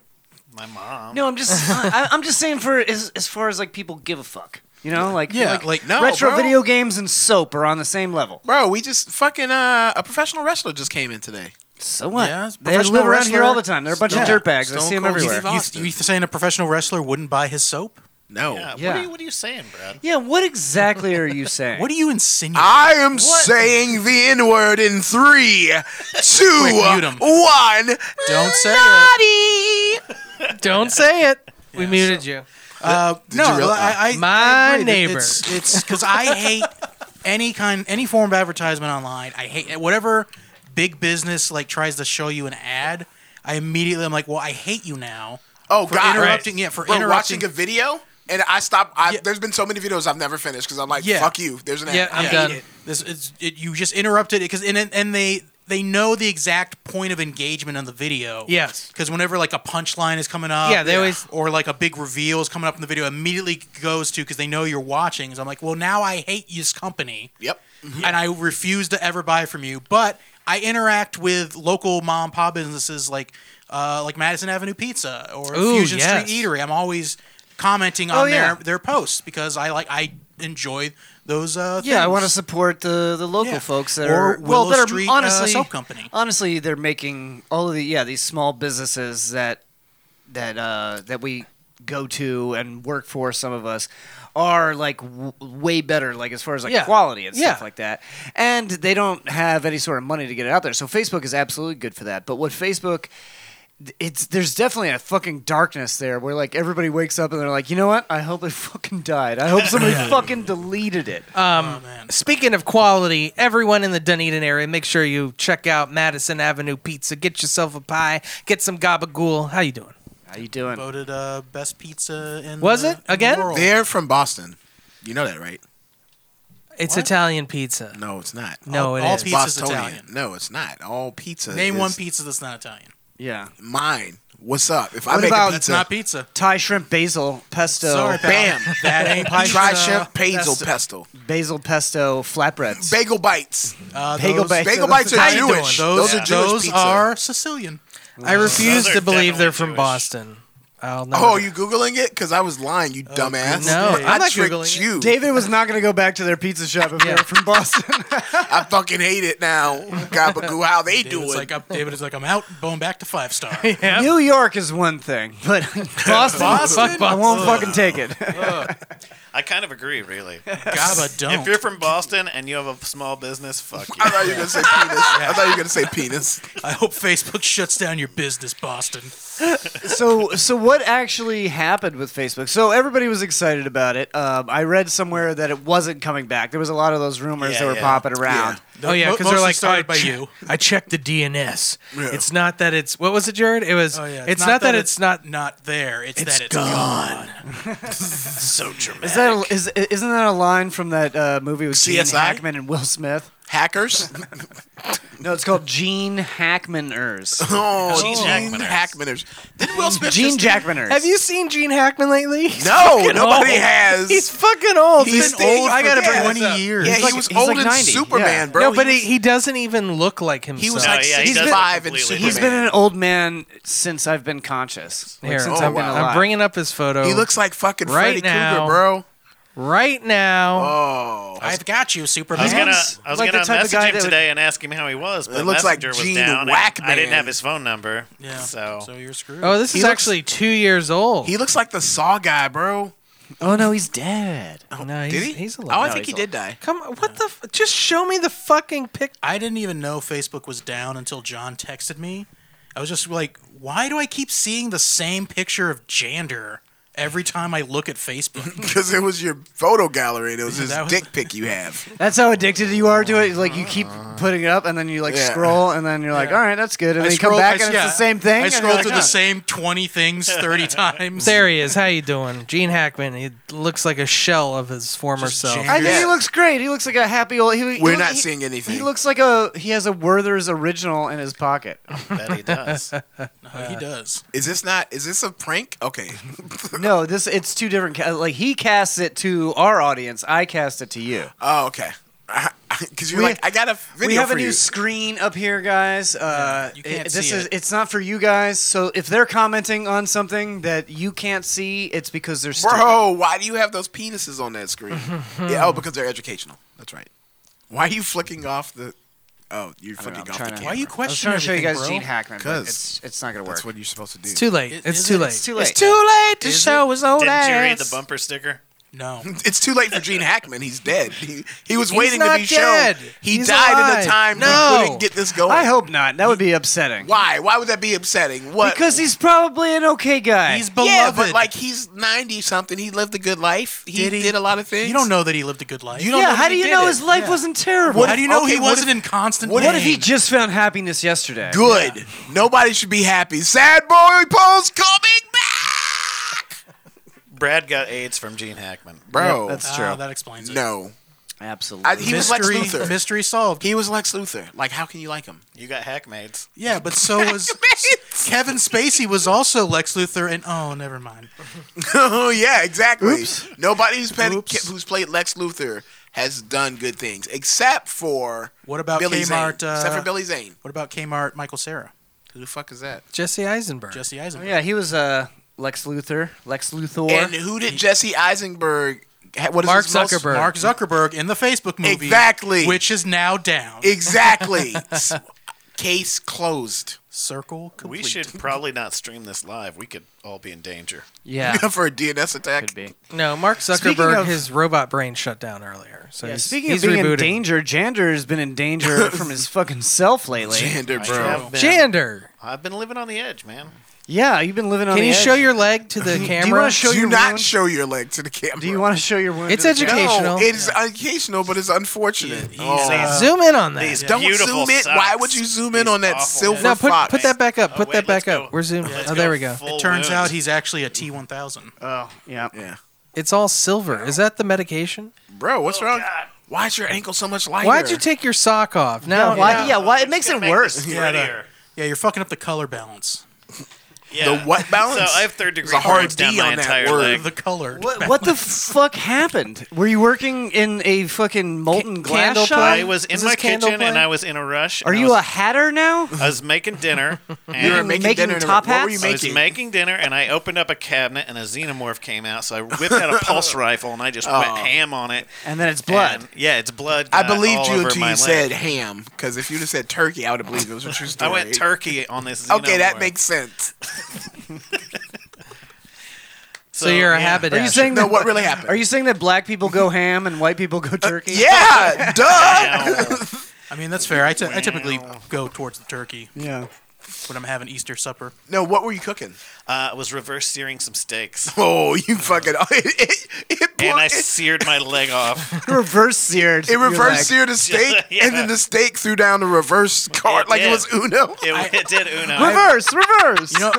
S7: My mom.
S2: No, I'm just I, I'm just saying for as as far as like people give a fuck. You know, like
S8: Yeah,
S2: like,
S8: like,
S4: no,
S2: retro
S4: bro.
S2: video games and soap are on the same level.
S4: Bro, we just fucking uh, a professional wrestler just came in today.
S2: So what?
S8: Yeah, it's
S2: they live
S8: professional
S2: around here
S8: wrestler.
S2: all the time. They're a bunch of
S8: Yeah.
S2: dirtbags. I
S4: Stone
S2: see them
S4: Cold Steve
S2: everywhere.
S4: Austin.
S8: you, you saying a professional wrestler wouldn't buy his soap?
S4: No.
S7: Yeah. What,
S2: Yeah.
S7: are you, what are you saying, Brad?
S2: Yeah, what exactly are you saying?
S8: What are you insinuating?
S4: I am saying the N word in three, two,
S8: Quick, mute 'em.
S4: one.
S8: Don't say
S1: Don't say it. we muted you.
S8: it. Uh, no,
S4: you really-
S8: I, I,
S1: My
S8: I agree that
S1: neighbor.
S8: It's because I hate any kind, any form of advertisement online. I hate whatever big business like tries to show you an ad. I immediately I'm like, well, I hate you now.
S4: Oh
S8: for
S4: God!
S8: interrupting. Yeah, for
S4: Bro,
S8: interrupting.
S4: watching a video and I stop. I,
S8: Yeah.
S4: There's been so many videos I've never finished because I'm like,
S8: Yeah.
S4: fuck you. There's an ad.
S1: Yeah, I'm
S8: I hate
S1: done.
S8: it. This it's, it, you just interrupted it because and and they they know the exact point of engagement on the video.
S1: Yes.
S8: Because whenever like a punchline is coming up,
S1: Yeah, they always-
S8: or like a big reveal is coming up in the video, immediately goes to because they know you're watching. So I'm like, well, now I hate this company,
S4: Yep.
S8: Mm-hmm. and I refuse to ever buy from you. But I interact with local mom and pop businesses like uh, like Madison Avenue Pizza or
S1: Ooh,
S8: Fusion
S1: yes.
S8: Street Eatery. I'm always commenting on
S2: Oh, yeah.
S8: their their posts because I like I enjoy those uh
S2: yeah, I
S8: things.
S2: want to support the, the local
S8: Yeah.
S2: folks that
S8: Or
S2: are well,
S8: Willow
S2: that are
S8: Street, uh,
S2: honestly
S8: soap company.
S2: Honestly, they're making all of the yeah these small businesses that that uh, that we go to and work for. Some of us are like w- way better, like as far as like
S1: Yeah.
S2: quality and stuff
S1: Yeah.
S2: like that. And they don't have any sort of money to get it out there, so Facebook is absolutely good for that. But what Facebook it's there's definitely a fucking darkness there where like everybody wakes up and they're like, you know what? I hope it fucking died. I hope somebody fucking deleted it.
S8: Oh, man.
S1: Um, Speaking of quality, everyone in the Dunedin area, make sure you check out Madison Avenue Pizza. Get yourself a pie. Get some gabagool. How you doing?
S2: How you doing?
S8: voted uh, best pizza in
S1: Was
S8: the,
S1: it? Again?
S8: In the world.
S4: They're from Boston. You know that, right?
S1: It's Italian pizza.
S4: No, it's not.
S1: No,
S8: All-
S1: it
S8: all
S1: is.
S8: pizza's
S4: Bostonian.
S8: Italian.
S4: No, it's not. All pizza.
S8: Name
S4: is
S8: one pizza that's not Italian.
S2: Yeah.
S4: Mine. What's up? If I
S2: What
S4: make
S2: about-
S4: a
S8: That's
S4: pizza,
S8: not pizza.
S2: Thai shrimp basil pesto
S8: Sorry, pal.
S4: bam.
S8: That ain't pizza.
S4: Try shrimp basil pesto.
S2: basil pesto flatbreads.
S4: Bagel bites.
S8: Uh,
S2: Bagel
S8: those,
S2: bites.
S4: Bagel
S2: that's
S4: bites
S2: the-
S4: are
S1: How you doing?
S4: Jewish.
S8: Those,
S4: Those are Jewish
S8: those
S4: pizza.
S8: are Sicilian.
S1: I refuse
S7: Those are
S1: to believe they're
S7: definitely
S1: from
S7: Jewish.
S1: Boston. I'll never.
S4: Oh, are you googling it? Because I was lying, you dumbass.
S1: No, Oh, I'm
S4: I
S1: not
S4: tricked
S1: Googling it.
S4: you.
S2: David was not going to go back to their pizza shop if they were from Boston.
S4: I fucking hate it now. Gabagoo, how they do
S8: David's
S4: it?
S8: like, I'm, David is like, I'm out, going back to five star.
S2: New York is one thing, but
S1: Fuck
S2: Boston, I
S1: Boston.
S2: won't fucking take it.
S7: I kind of agree, really.
S8: Gaba don't.
S7: If you're from Boston and you have a small business, fuck you.
S4: I thought you were gonna say penis. I thought you were gonna say penis.
S8: I hope Facebook shuts down your business, Boston.
S2: so so what actually happened with Facebook? So everybody was excited about it. Um, I read somewhere that it wasn't coming back. There was a lot of those rumors
S7: Yeah,
S2: that were
S7: yeah.
S2: popping around.
S1: Oh yeah,
S8: Mo-
S1: because they're
S8: mostly
S1: like
S8: started
S1: I
S8: by
S1: che-
S8: you.
S1: I checked the DNS.
S4: Yeah.
S1: It's not that it's what was it, Jared? It was.
S8: Oh yeah,
S1: it's, not, that, it's not.
S8: not there. It's,
S1: It's
S8: that it's
S1: gone.
S4: So dramatic.
S2: Is that a, is isn't that a line from that uh, movie with Gene
S4: CSI?
S2: Hackman and Will Smith?
S4: hackers?
S2: No, it's called Gene Hackmaners.
S4: Oh,
S7: Gene
S4: Gene
S7: Hackmaners.
S4: Hackmaners. Didn't Will Smith?
S2: Gene
S4: just-
S2: Jackmaners.
S1: Have you seen Gene Hackman lately?
S4: No, nobody
S1: old.
S4: has.
S1: He's fucking old.
S4: He's
S1: He's
S4: been old
S1: I
S4: for
S1: gotta bring
S4: years.
S1: one up.
S4: yeah,
S2: He's
S4: he
S2: like-
S4: was
S2: he's
S4: old
S2: like
S4: in
S2: 90,
S4: Superman,
S2: yeah.
S4: bro.
S1: no, but he, he doesn't even look like himself.
S4: he was
S7: No,
S4: like
S7: yeah, he does
S4: 65 in
S7: completely
S4: Superman.
S2: He's been an old man since I've been conscious. Like,
S1: Here,
S2: since
S1: I'm,
S2: I've been
S4: oh, wow.
S1: I'm
S2: alive.
S1: bringing up his photo.
S4: He looks like fucking
S1: Right
S4: Freddy Krueger,
S1: now.
S4: bro.
S1: right now.
S4: Oh,
S8: I've got you, Superman.
S7: I was gonna,
S2: Man's
S7: I was
S2: like the
S7: gonna
S2: type of
S7: message
S2: guy that
S7: him
S2: would-
S7: today and ask him how he was, but
S4: It looks like
S7: Messenger was
S4: Gene
S7: down. and I didn't
S4: Wackman.
S7: have his phone number.
S8: yeah.
S7: So,
S8: you're screwed.
S1: Oh, this
S4: He
S1: is
S4: looks-
S1: actually two years old.
S4: he looks like the Saw guy, bro.
S2: Oh no, he's dead.
S1: no, he's,
S4: Did he?
S1: He's
S4: Oh, I
S1: alive.
S4: think he did die.
S1: Come, on, what the? F- just show me the fucking pic.
S8: I didn't even know Facebook was down until John texted me. I was just like, why do I keep seeing the same picture of Jander every time I look at Facebook?
S4: Because it was your photo gallery. and It was his
S8: That was-
S4: dick pic you have.
S2: That's how addicted you are to it. Like you keep putting it up, and then you like
S4: Uh-huh. Yeah.
S2: scroll, and then you're like, "All right, that's good." And
S8: I
S2: then you come
S8: scroll-
S2: back,
S8: I-
S2: and
S8: yeah,
S2: it's the same thing.
S8: I
S2: and you're
S8: scroll
S2: like,
S8: through
S2: "Oh."
S8: the same 20 things 30 times.
S1: There he is. How you doing, Gene Hackman? He looks like a shell of his former
S8: Just
S1: self.
S8: Gene.
S2: I think he
S4: Yeah.
S2: looks great. He looks like a happy old. He, he
S4: We're
S2: look-
S4: not
S2: he-
S4: seeing anything.
S2: He looks like a. He has a Werther's original in his pocket.
S7: that he does.
S8: Oh, he does.
S4: Is this not? Is this a prank? Okay.
S2: no, this it's two different. ca- Like he casts it to our audience. I cast it to you.
S4: Oh, okay. Because you're
S2: We-
S4: like, I got a video
S2: we have
S4: for
S2: a new
S4: you.
S2: screen up here, guys. Uh,
S8: you can't
S2: it- this
S8: see
S2: is
S8: it.
S2: it's not for you guys. So if they're commenting on something that you can't see, it's because they're stupid.
S4: Bro, why do you have those penises on that screen? yeah, oh, because they're educational. That's right. Why are you flicking off the? Oh,
S2: I
S4: you're
S2: don't know,
S4: flicking
S2: I'm
S4: off the
S2: trying to-
S4: camera.
S8: Why are you
S2: I was
S8: questioning
S2: trying to show you guys Gene
S8: everything,
S2: Hackman, but
S4: 'Cause
S2: it's it's not gonna work.
S4: That's what you're supposed to do.
S1: It's too late.
S8: It-
S1: It's
S8: is
S1: too
S8: it?
S1: late.
S2: It's too late.
S1: It's too late to
S8: Is
S1: show his old
S7: Didn't
S1: ass.
S7: you read the bumper sticker?
S8: bro. No.
S4: It's too late for Gene Hackman. He's dead. He, he was waiting to
S1: not
S4: be
S1: dead.
S4: shown. He
S1: He's
S4: died
S1: alive.
S4: in a time
S1: No.
S4: we couldn't get this going.
S2: I hope not. That would be upsetting.
S4: Oh. Why? Why would that be upsetting? What?
S2: Because he's probably an okay guy.
S8: He's beloved.
S4: yeah, but like he's ninety something. He lived a good life. He
S8: Did
S4: did,
S8: he?
S4: a lot of things.
S8: you don't know that he lived a good life.
S4: You don't know
S2: yeah.
S4: that
S2: How do
S4: he
S2: you
S4: did
S2: know
S4: it.
S2: his life wasn't terrible?
S8: How do you know
S4: okay,
S8: he
S4: what
S8: wasn't in constant
S4: what
S2: What if
S8: pain?
S2: he just found happiness yesterday?
S4: Good. Nobody should be happy. Sad boy Paul's coming back,
S7: Brad got AIDS from Gene Hackman.
S4: bro.
S2: that's-
S8: Ah,
S2: true.
S8: that explains it.
S4: no.
S2: Absolutely.
S4: I, he was
S8: mystery,
S4: Lex Luthor.
S8: mystery solved.
S4: He was Lex Luthor. Like, how can you like him?
S7: You got hack maids.
S8: Yeah, but so was Kevin Spacey was also Lex Luthor, and oh, never mind.
S4: oh yeah, exactly. Nobody who's, played,
S8: Oops.
S4: who's played Lex Luthor has done good things, except for
S8: What about
S4: Billy
S8: Kmart,
S4: Zane.
S8: uh,
S4: except for Billy Zane.
S8: What about Kmart Michael Sarah,
S4: Who the fuck is that?
S1: Jesse Eisenberg.
S8: Jesse Eisenberg?
S2: yeah, he was uh, Lex Luthor. Lex Luthor.
S4: and who did Jesse Eisenberg? ha- What is
S1: Mark
S4: his most-
S1: Zuckerberg.
S8: Mark Zuckerberg in the Facebook movie,
S4: Exactly.
S8: which is now down.
S4: Exactly. S- Case closed
S8: Circle complete.
S7: We should probably not stream this live. We could all be in danger.
S2: yeah.
S4: for a DNS attack.
S2: Could be.
S1: No, Mark
S2: Speaking
S1: Zuckerberg.
S2: of-
S1: his robot brain shut down earlier. So
S2: Yeah,
S1: he's,
S2: speaking
S1: he's
S2: of being
S1: rebooting.
S2: in danger, Jander has been in danger from his fucking self lately.
S4: Gender,
S7: I
S4: bro.
S7: have been-
S1: Jander,
S7: I've been living on the edge, man.
S2: Yeah, you've been living on.
S1: can
S2: the
S1: you
S2: edge.
S1: show your leg to the
S2: you
S1: camera?
S2: wanna show
S4: Do
S2: your
S4: not
S2: wound?
S4: show your leg to the camera.
S2: Do you want to show your wound?
S1: It's
S2: to the camera?
S1: educational.
S4: No, it is educational, but it's unfortunate. Oh.
S1: Uh, Zoom in on that.
S7: These
S4: Don't
S7: beautiful
S4: zoom in.
S7: socks.
S4: Why would you zoom in
S7: These
S4: on that
S7: awful-
S4: silver
S1: no, put
S4: fox?
S1: put that back up.
S7: Oh,
S1: Put
S7: wait,
S1: that
S7: let's
S1: back up.
S7: go-
S1: We're zoomed.
S7: let's
S1: Oh, there we go.
S7: full
S8: Turns
S7: wound.
S8: out he's actually a T1000.
S2: Oh, yeah.
S4: Yeah.
S1: It's all silver. Is that the medication?
S4: Bro,
S7: Oh,
S4: what's wrong? Why is your ankle so much lighter?
S1: Why'd you take your sock off? Now,
S2: why?
S1: now-
S2: Yeah, why? It makes it worse.
S7: Yeah,
S8: Yeah, you're fucking up the color balance.
S7: Yeah.
S4: The what balance?
S7: So I have third degree
S4: There's a hard
S7: burns down
S4: D
S7: my
S4: on that
S7: entire
S4: word.
S7: leg.
S8: The colored.
S2: What, what the fuck happened? Were you working in a fucking molten glass
S1: candle
S2: shop?
S1: play?
S7: I was in
S1: Is
S7: my
S1: this candle
S7: kitchen and
S1: play?
S7: I was in a rush.
S2: Are
S7: and I
S2: you a
S7: was-
S2: hatter now?
S7: I was making dinner. And
S4: You were
S2: making
S4: making dinner. and-
S2: top
S4: What were you
S2: hats?
S7: I was
S4: making?
S7: making dinner and I opened up a cabinet and a xenomorph came out. So I whipped out a pulse rifle and I just
S4: Oh.
S7: went ham on it.
S2: And then it's blood.
S7: And, yeah, it's blood.
S4: I
S7: got
S4: believed
S7: all
S4: you
S7: over
S4: until you
S7: my leg.
S4: said ham, because if you'd have said turkey, I would have believed it was a true
S7: I
S4: story.
S7: went turkey on this.
S4: Okay, that
S7: xenomorph.
S4: makes sense.
S1: So you're a habit.
S2: Are you saying
S4: No,
S2: that?
S4: what really happened?
S2: Are you saying that black people go ham and white people go turkey?
S4: Yeah, duh.
S8: I mean, that's fair. I ty- I typically go towards the turkey
S2: Yeah.
S8: when I'm having Easter supper.
S4: No, what were you cooking?
S7: Uh, I was reverse searing some steaks.
S4: Oh, you fucking! It, it, it,
S7: And I
S4: it-
S7: seared my leg off.
S2: Reverse seared.
S4: it
S2: You're
S4: reverse
S2: like,
S4: seared the steak,
S7: Yeah.
S4: and then the steak threw down the reverse card like
S7: did.
S4: it was Uno.
S7: It, it did Uno.
S2: Reverse, reverse.
S8: You know,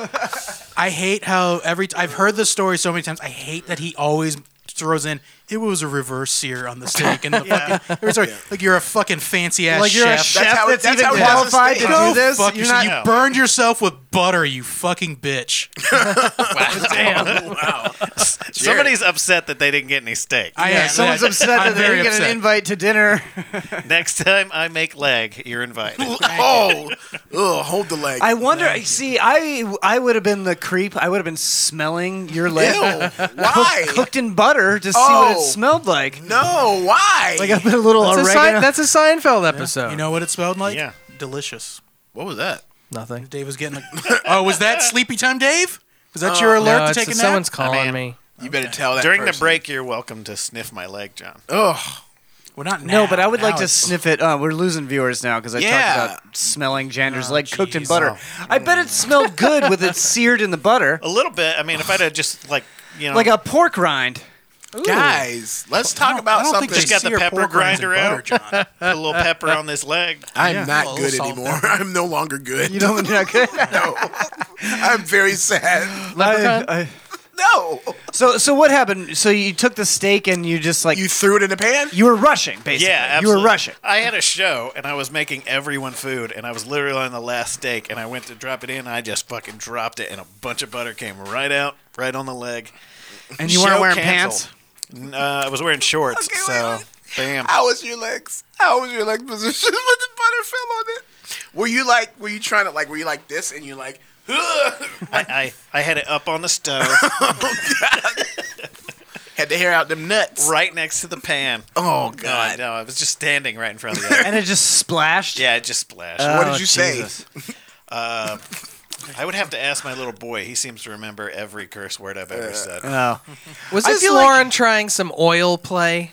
S8: I hate how every t- I've heard this story so many times. I hate that he always throws in it was a reverse sear on the steak and the fucking every story, like you're a fucking fancy ass
S2: like you're
S8: chef.
S2: a chef
S4: how it-
S2: that's,
S4: that's
S2: even
S4: how it does a
S2: qualified to
S4: steak.
S2: do
S4: Go
S2: this.
S8: Fuck
S2: You're
S8: yourself.
S2: not.
S8: you burned yourself with butter, you fucking bitch.
S7: Damn. Somebody's upset that they didn't get any steak.
S8: I
S2: Yeah,
S8: am.
S2: someone's upset
S8: I'm
S2: that they
S8: very
S2: didn't get
S8: upset.
S2: an invite to dinner.
S7: Next time I make leg, you're invited.
S4: oh, ugh, hold the leg.
S2: I wonder. See, I I would have been the creep. I would have been smelling your leg
S4: Ew, why?
S2: cooked in butter to see what it
S4: Oh.
S2: smelled like.
S4: No, why?
S2: Like I put a little
S1: That's a,
S2: oregano.
S1: Sein- that's a Seinfeld episode.
S8: You know what it smelled like?
S7: Yeah.
S8: delicious.
S4: what was that?
S1: nothing.
S8: Dave was getting. A- oh, was that sleepy time, Dave? Was
S2: Uh,
S8: that your
S1: no,
S8: alert to
S1: it's
S8: take a nap?
S1: someone's calling
S7: mean-
S1: me.
S4: You better tell that.
S7: During the
S4: person.
S7: break, you're welcome to sniff my leg, John.
S4: Ugh.
S8: Well, not now.
S2: no, but I would
S8: Now
S2: like to
S8: it's-
S2: sniff it. Uh, we're losing viewers now because I
S4: Yeah.
S2: talked about smelling Jander's leg cooked in
S8: jeez.
S2: butter. I bet it smelled good with it seared in the butter,
S7: A little bit. I mean, if I'd have just like you know,
S2: like a pork rind.
S4: guys, let's talk
S8: don't-
S4: about
S8: I don't
S4: something.
S8: think they
S7: Just got the
S8: sear
S7: pepper
S8: pork rinds in
S7: grinder out.
S8: butter, John.
S7: put a little pepper on this leg.
S4: I'm
S8: Oh,
S4: not
S8: we'll
S4: good
S8: solve
S4: anymore. I'm no longer good.
S2: You don't know. okay.
S4: No, I'm very sad.
S1: Leprechaun?
S2: I- I-
S4: No,
S2: so so what happened? So you took the steak and you just like
S4: you
S2: you,
S4: threw it in the pan.
S2: were rushing basically.
S7: Yeah,
S2: you were
S7: absolutely.
S2: rushing.
S7: I had a show and I was making everyone food and I was literally on the last steak and I went to drop it in. I just fucking dropped it and a bunch of butter came right out, right on the leg.
S2: And you
S7: Show
S2: weren't wearing
S7: canceled. N- Uh, I was wearing shorts,
S4: Okay, wait,
S7: so
S4: wait.
S7: bam.
S4: How was your legs? How was your leg position when the butter fell on it? Were you like, were you trying to like, were you like this and you like, "Ugh,"
S7: I, I I had it up on the stove,
S4: had to hair out them nuts?
S7: right next to the pan.
S4: Oh
S7: No, I
S4: god.
S7: know. I was just standing right in front of the oven.
S2: pants, and it just splashed.
S7: yeah, it just splashed.
S4: What
S2: Oh,
S4: did you say?
S2: Jesus.
S7: I would have to ask my little boy. He seems to remember every curse word I've ever said.
S2: Oh.
S1: Was
S2: I
S1: this
S2: feel like-
S1: Lauren trying some oil play?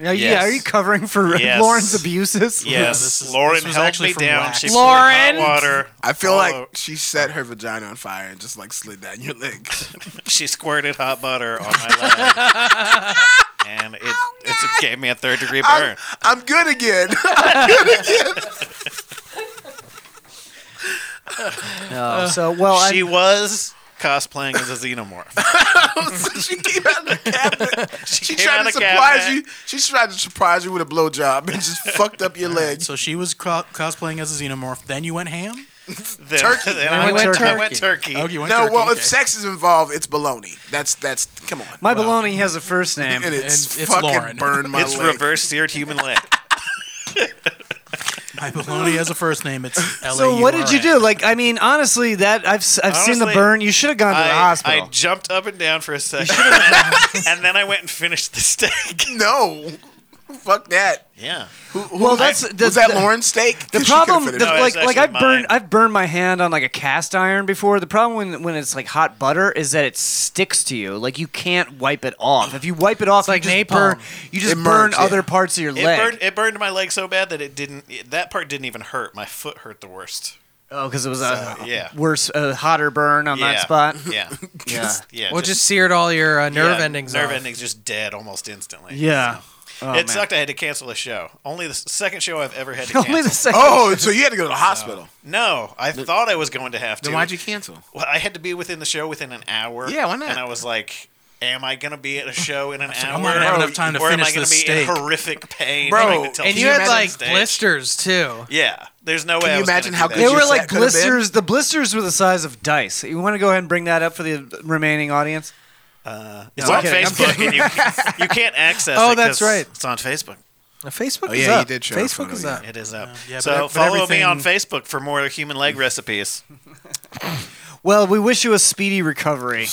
S2: Are you,
S7: Yes.
S2: are you covering for
S7: Yes.
S2: Lauren's abuses?
S7: Yes,
S8: this is-
S7: Lauren
S8: this was
S7: held
S8: actually
S7: me
S8: from
S7: down.
S8: Wax.
S7: She poured hot
S1: Lauren!
S7: water.
S4: I feel
S7: all
S4: like
S7: over-
S4: she set her vagina on fire and just like slid down your leg.
S7: she squirted hot butter on my leg, and it, it's- it gave me a third degree burn.
S4: I'm, I'm good again.
S1: Oh.
S2: No.
S1: Uh,
S2: So well,
S7: she
S2: I,
S7: was cosplaying as a xenomorph.
S4: she came out of the cabinet. She,
S7: came
S4: tried
S7: out
S4: to
S7: of the
S4: surprise
S7: cabinet.
S4: you. She tried to surprise you with a blowjob and just fucked up your leg.
S8: So she was co- cosplaying as a xenomorph. Then you went ham.
S7: Then,
S4: Turkey.
S7: then I,
S1: we
S7: went,
S1: went
S7: I went turkey.
S8: Oh, you went
S4: No,
S8: turkey,
S4: well,
S8: okay.
S4: if sex is involved, it's baloney. That's that's. Come on.
S2: my baloney has a first name.
S4: and it's,
S8: and it's
S4: fucking
S8: Lauren.
S4: burned my
S7: It's
S4: leg.
S7: reverse seared human leg.
S8: my baloney has a first name. It's L.
S2: so what did you do? Like, I mean, honestly, that I've s- I've seen the
S7: Honestly,
S2: burn. You should have gone to the
S7: I, I
S2: hospital.
S7: jumped up and down for a second, and, and then I went and finished the steak.
S4: No, fuck that.
S7: Yeah.
S2: well, that's the,
S4: was that
S2: the-
S4: Lauren's steak?
S2: The
S4: 'Cause she could've
S2: problem, the,
S4: finished it.
S7: No,
S2: like,
S7: it's
S2: like
S7: actually
S2: I've burned,
S7: mine.
S2: I've burned my hand on like a cast iron before. The problem when, when it's like hot butter is that it sticks to you. Like you can't wipe it off. If you wipe it off, you
S1: like
S2: just
S1: napalm.
S2: burn, you just
S4: It
S2: burn
S4: burns, yeah.
S2: other parts of your
S7: It
S2: leg.
S7: burned, it burned my leg so bad that it didn't. It, that part didn't even hurt. My foot hurt the worst.
S2: Oh, because it was a
S7: So, yeah.
S2: worse, a hotter burn on
S7: yeah.
S2: that spot.
S7: Yeah.
S2: Yeah,
S7: Yeah.
S1: Well, just seared all your uh, nerve
S7: yeah,
S1: endings.
S7: Nerve
S1: off.
S7: endings just dead almost instantly.
S2: yeah. Oh,
S7: it
S2: man.
S7: sucked. I had to cancel a show. Only the s- second show I've ever had to cancel.
S2: Only the second.
S4: Oh, so you had to go to the hospital.
S7: no, I thought I was going to have to.
S4: cancel?
S7: Well, I had to be within the show within an hour.
S4: Yeah, why not?
S7: And I was like, Am I gonna be at a show in an hour?
S8: I'm not gonna have enough time to
S7: or am I
S8: finish
S7: gonna
S8: this
S7: be in
S8: steak.
S7: horrific pain?
S1: Bro,
S7: trying to tell
S1: and you
S7: people
S1: had
S7: I'm on
S1: like
S7: stage?
S1: blisters too.
S7: Yeah, there's no way.
S4: you
S7: I was gonna
S4: imagine
S7: do
S4: how
S7: that.
S4: good
S2: They
S4: your
S2: were
S4: set
S2: like
S4: could've been?
S2: blisters. The blisters were the size of dice. You want to go ahead and bring that up for the remaining audience?
S7: It's
S2: No,
S7: on
S2: I'm kidding, I'm
S7: Facebook, and you, you can't access.
S1: Oh,
S7: it 'cause
S1: that's right.
S7: It's on Facebook.
S1: Now, Facebook
S4: Oh,
S1: is
S4: yeah, you
S1: up.
S4: did show a
S1: Facebook
S4: photo,
S1: is
S4: yeah.
S1: up.
S7: It is up.
S8: yeah,
S7: so
S8: but- but
S7: follow me
S8: everything-
S7: on Facebook for more human leg recipes.
S2: Well, we wish you a speedy recovery.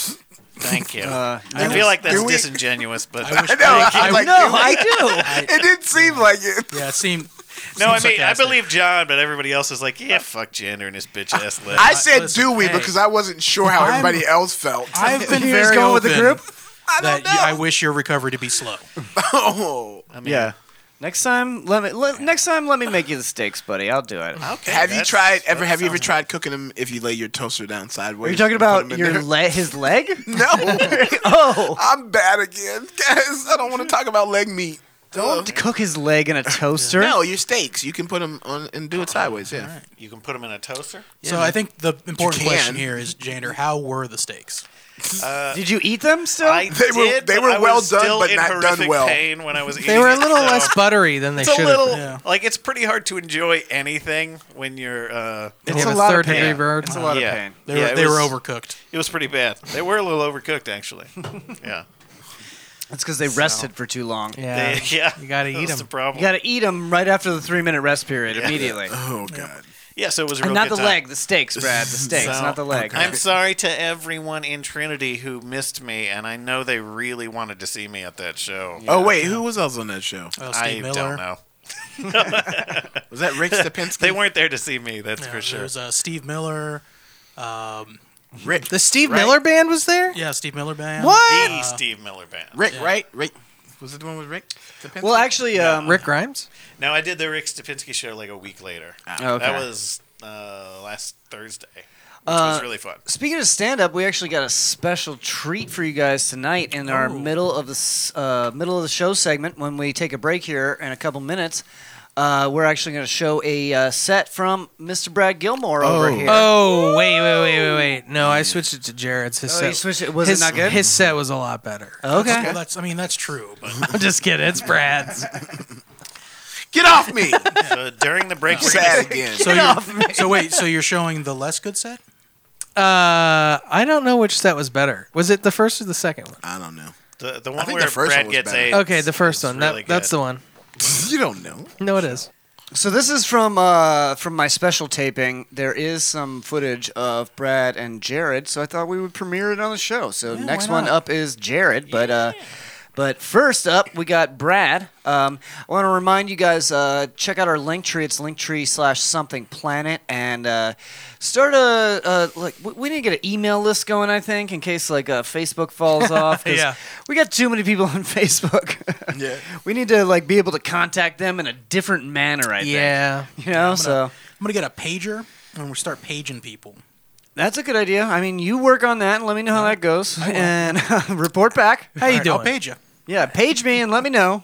S7: Thank you.
S2: Uh,
S7: I feel like that's
S4: Do we-
S7: disingenuous, but
S4: I know. I,
S8: I-
S4: was like,
S2: no, I
S4: it didn't seem like it.
S8: Yeah, it seemed.
S7: no, I mean
S8: seems
S7: I
S8: sarcastic.
S7: believe John, but everybody else is like, yeah, fuck Jander and his bitch ass leg.
S4: I said,
S8: listen,
S4: "Do we?"
S8: hey.
S4: because I wasn't sure how
S8: I'm-
S4: everybody else felt.
S8: I've been
S2: He was
S8: very
S2: going with
S8: open
S2: the group?
S8: I that you- I wish your recovery to be slow.
S4: oh,
S7: I
S2: do.
S7: mean,
S2: Yeah. Next time, let me. Let, next time, let me make you the steaks, buddy. I'll do it.
S7: Okay,
S4: have you
S7: that's-
S4: tried ever?
S7: that
S4: Have you ever
S7: sounds-
S4: tried cooking them if you lay your toaster down
S2: Are
S4: sideways?
S2: you talking
S4: and put
S2: about
S4: 'em in
S2: your
S4: there?
S2: le- his leg?
S4: no,
S2: Oh,
S4: I'm bad again, guys. I don't want to talk about leg meat.
S2: don't cook his leg in a toaster.
S4: No, your steaks. You can put them on and do it sideways. Yeah.
S7: You can put them in a toaster.
S8: so I think the important
S4: You can.
S8: question here is, Jander, how were the steaks?
S2: Did you eat them still?
S7: I
S4: They were-
S7: did,
S4: they
S7: but
S4: were
S7: I
S4: well
S7: was
S4: done,
S7: still
S4: but
S7: in
S4: not done
S7: horrific
S4: well.
S7: Pain when I was eating
S1: They were a
S7: it,
S1: little
S7: so-
S1: less buttery than they
S7: It's a
S1: should
S7: little
S1: have.
S8: Yeah.
S7: like it's pretty hard to enjoy anything when you're. Uh,
S1: It's a,
S2: a lot
S1: third
S2: of pain.
S1: degree
S7: Yeah.
S1: burn.
S2: It's a lot
S7: yeah.
S2: of pain.
S8: They,
S7: Yeah,
S8: were,
S7: it
S8: they were
S7: was-
S8: overcooked.
S7: It was pretty bad. They were a little overcooked, actually. Yeah.
S2: It's because they rested for too long.
S1: Yeah.
S7: They- yeah.
S1: You gotta
S7: that
S1: eat
S7: was
S1: 'em.
S7: The problem.
S2: You got to eat them right after the three-minute rest period immediately,
S4: Oh God.
S7: yeah. So it was a real
S2: and not
S7: good
S2: the
S7: time.
S2: leg, the steaks, Brad. The steaks,
S7: So-
S2: not the leg.
S7: I'm sorry to everyone in Trinity who missed me, and I know they really wanted to see me at that show.
S4: Oh wait, who was else on that show?
S8: Oh, Steve
S7: I
S8: Miller.
S7: don't know.
S4: Was that Rick Stepinski?
S7: They weren't there to see me. That's
S8: Yeah,
S7: for
S8: There
S7: sure.
S8: was uh, Steve Miller.
S4: Rick.
S1: The Steve Miller Band was there.
S8: Yeah, Steve Miller band.
S1: What?
S7: The Steve Miller band.
S4: Rick, right? Rick. Was it the one with Rick? Stepinski?
S2: Well, actually, um,
S1: Rick Grimes.
S7: No, I did the Rick Stepinski show like a week later.
S4: Ah.
S8: Oh,
S2: okay.
S7: That was uh, last Thursday, which
S4: Uh,
S7: was really fun.
S2: Speaking of stand up, we actually got a special treat for you guys tonight in our middle of the s- uh, middle of the show segment. When we take a break here in a couple minutes, uh, we're actually going to show a uh, set from Mr. Brad Gilmore over here.
S1: Oh wait, wait, wait, wait, wait. No, I switched it to Jared's. His
S2: Oh,
S1: set
S2: you switched it- was it
S1: his,
S2: not good? Oh.
S1: His set was a lot better.
S2: okay.
S8: Well, that's. I mean, that's true. But
S1: I'm just kidding. It's Brad's. Uh,
S4: get off me!
S7: So during the break, we're
S4: Sad
S7: gonna,
S4: again.
S8: so, you're, so wait. So you're showing the less good set?
S1: Uh, I don't know which set was better. Was it the first or the second one?
S4: I don't know.
S7: the, the one
S4: think
S7: where
S4: the first
S7: Brad
S4: one was
S7: gets
S4: better.
S7: AIDS.
S1: Okay, the first
S7: is
S1: one. That-
S7: really
S1: that's
S7: good.
S1: the one.
S4: You don't know.
S1: No, it is.
S2: So this is from uh, from my special taping. There is some footage of Brad and Jared, so I thought we would premiere it on the show. So next one up is Jared, but uh, but first up we got Brad. Um, I want to remind you guys uh, check out our link tree. It's linktree slash something planet and uh, start a, a like we, we need to get an email list going. I think in case like uh, Facebook falls off. 'cause
S1: Yeah.
S2: we got too many people on Facebook.
S4: Yeah.
S2: we need to like be able to contact them in a different manner. I think.
S1: Yeah.
S2: You know, so
S8: I'm gonna get a pager and we start paging people.
S2: that's a good idea. I mean, you work on that and let me know how that goes and report back.
S1: How you
S8: All right, I'll
S1: doing?
S8: page you.
S2: Yeah, page me and let me know.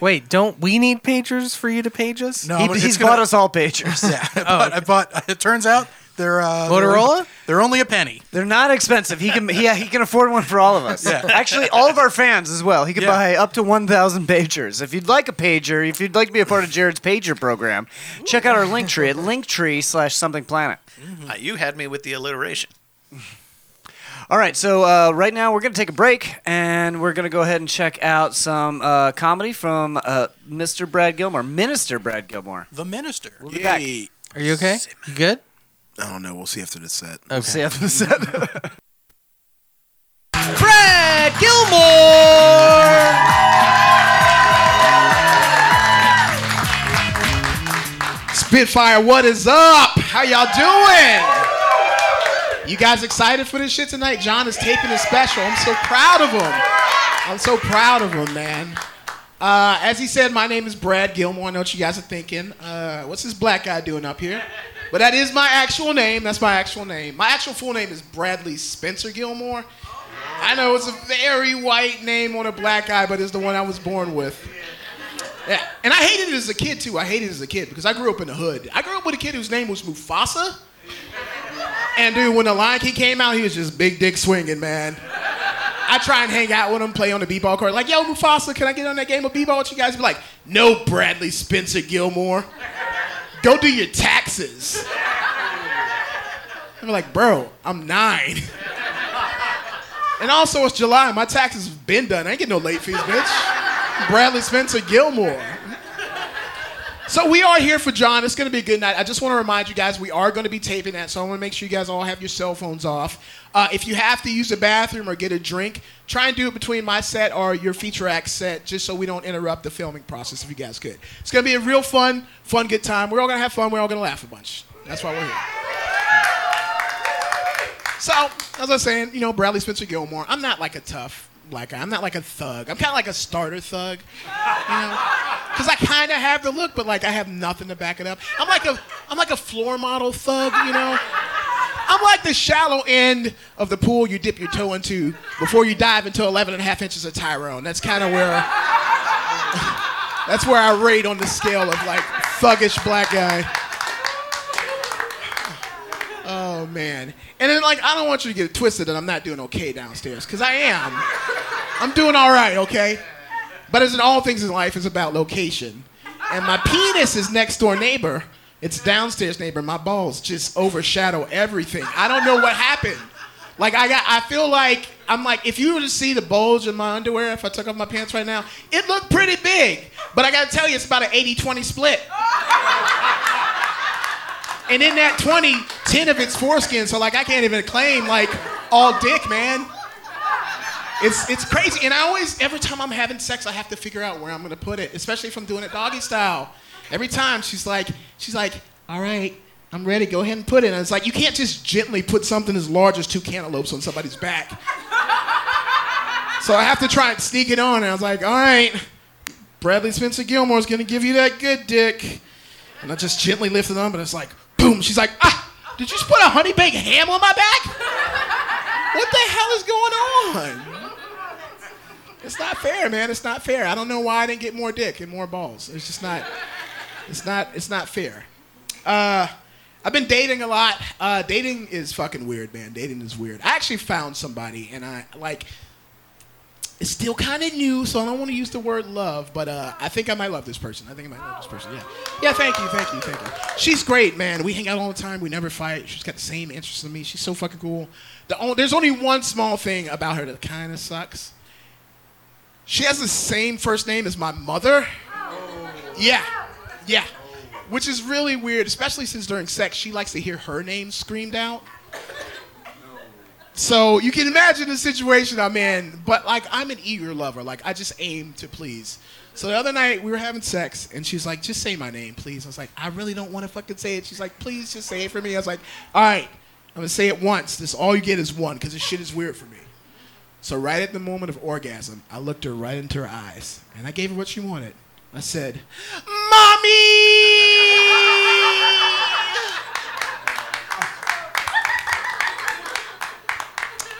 S1: Wait, don't we need pagers for you to page us?
S8: No,
S2: he,
S8: I'm gonna-
S2: has
S8: it's gonna-
S2: bought us all pagers.
S8: Yeah, I bought, I bought. It turns out they're uh,
S1: Oh, Motorola?
S8: They're, they're only a penny.
S2: They're not expensive. He can yeah, he can afford one for all of us.
S8: Yeah.
S2: Actually, all of our fans as well. He can
S8: Yeah.
S2: buy up to 1,000 pagers. If you'd like a pager, if you'd like to be a part of Jared's pager program, check out our link tree at linktree slash something planet.
S7: Uh, you had me with the alliteration.
S2: All right, so uh, right now we're going to take a break, and we're going to go ahead and check out some uh, comedy from uh, Mr. Brad Gilmore, Minister Brad Gilmore.
S8: The minister.
S4: Yay.
S1: Are you okay? You good?
S4: I don't know. We'll see after this set.
S1: Okay.
S2: See after the set. Brad Gilmore.
S9: Spitfire, what is up? How y'all doing? You guys excited for this shit tonight? John is taping his special. I'm so proud of him. I'm so proud of him, man. Uh, as he said, my name is Brad Gilmore. I know what you guys are thinking. Uh, what's this black guy doing up here? But that is my actual name. That's my actual name. My actual full name is Bradley Spencer Gilmore. I know it's a very white name on a black guy, but it's the one I was born with. Yeah, and I hated it as a kid too. I hated it as a kid because I grew up in the hood. I grew up with a kid whose name was Mufasa. And dude, when the Lion King came out, he was just big dick swinging, man. I try and hang out with them, play on the b-ball court. Like, yo, Mufasa, can I get on that game of b-ball? With you guys be like, no, Bradley Spencer Gilmore, go do your taxes. I'm like, bro, I'm nine. And also, it's July. My taxes have been done. I ain't getting no late fees, bitch. Bradley Spencer Gilmore. So we are here for John. It's going to be a good night. I just want to remind you guys we are going to be taping that, so I want to make sure you guys all have your cell phones off. Uh, if you have to use the bathroom or get a drink, try and do it between my set or your feature act set, just so we don't interrupt the filming process. If you guys could, it's going to be a real fun, fun good time. We're all going to have fun. We're all going to laugh a bunch. That's why we're here. So, as I was saying, you know, Bradley Spencer Gilmore, I'm not like a tough black guy. I'm not like a thug. I'm kind of like a starter thug. You know? Because I kind of have the look, but like I have nothing to back it up. I'm like a, I'm like a floor model thug, you know? I'm like the shallow end of the pool you dip your toe into before you dive into 11 and a half inches of Tyrone. That's kind of where, that's where I rate on the scale of like thuggish black guy. Oh man. And then like I don't want you to get it twisted that I'm not doing okay downstairs, because I am. I'm doing alright, okay? But as in all things in life, it's about location. And my penis is next door neighbor. It's downstairs neighbor. My balls just overshadow everything. I don't know what happened. Like I got I feel like I'm like if you were to see the bulge in my underwear if I took off my pants right now, it looked pretty big. But I gotta tell you, it's about an 80-20 split. And in that 20, 10 of it's foreskin, so like I can't even claim like all dick, man. It's it's crazy. And I always every time I'm having sex, I have to figure out where I'm gonna put it, especially if I'm doing it doggy style. Every time she's like, she's like, all right, I'm ready, go ahead and put it. And it's like you can't just gently put something as large as two cantaloupes on somebody's back. So I have to try and sneak it on, and I was like, all right, Bradley Spencer Gilmore's gonna give you that good dick. And I just gently lifted on, but it's like, boom. She's like, ah, did you just put a honey baked ham on my back? What the hell is going on? It's not fair, man. It's not fair. I don't know why I didn't get more dick and more balls. It's just not. It's not. It's not fair. Uh, I've been dating a lot. Uh, dating is fucking weird, man. Dating is weird. I actually found somebody, and I like. It's still kind of new, so I don't want to use the word love, but uh, I think I might love this person. I think I might love this person. Yeah. Yeah. Thank you. Thank you. Thank you. She's great, man. We hang out all the time. We never fight. She's got the same interests in me. She's so fucking cool. The on- there's only one small thing about her that kind of sucks. She has the same first name as my mother. Yeah. Yeah. Which is really weird, especially since during sex she likes to hear her name screamed out. So you can imagine the situation I'm in, but like I'm an eager lover. Like I just aim to please. So the other night we were having sex and she's like, just say my name, please. I was like, I really don't want to fucking say it. She's like, please just say it for me. I was like, all right, I'm gonna say it once. This all you get is one, because this shit is weird for me. So right at the moment of orgasm, I looked her right into her eyes and I gave her what she wanted. I said, Mommy!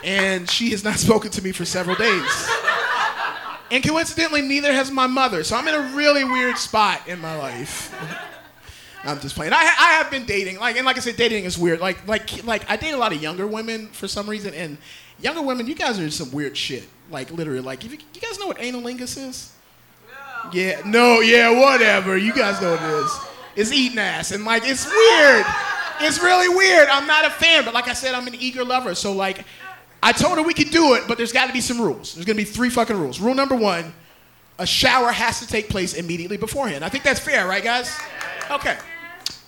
S9: and she has not spoken to me for several days. And coincidentally, neither has my mother. So I'm in a really weird spot in my life. I'm just playing. I, I have been dating, like, and like I said, dating is weird. Like, like, like, I date a lot of younger women for some reason, and younger women, you guys are some weird shit. Like, literally, like, if you, you guys know what analingus is? Yeah, no, yeah, whatever. You guys know what it is. It's eating ass, and like, it's weird. It's really weird. I'm not a fan, but like I said, I'm an eager lover. So like, I told her we could do it, but there's got to be some rules. There's gonna be three fucking rules. Rule number one: a shower has to take place immediately beforehand. I think that's fair, right, guys? Okay.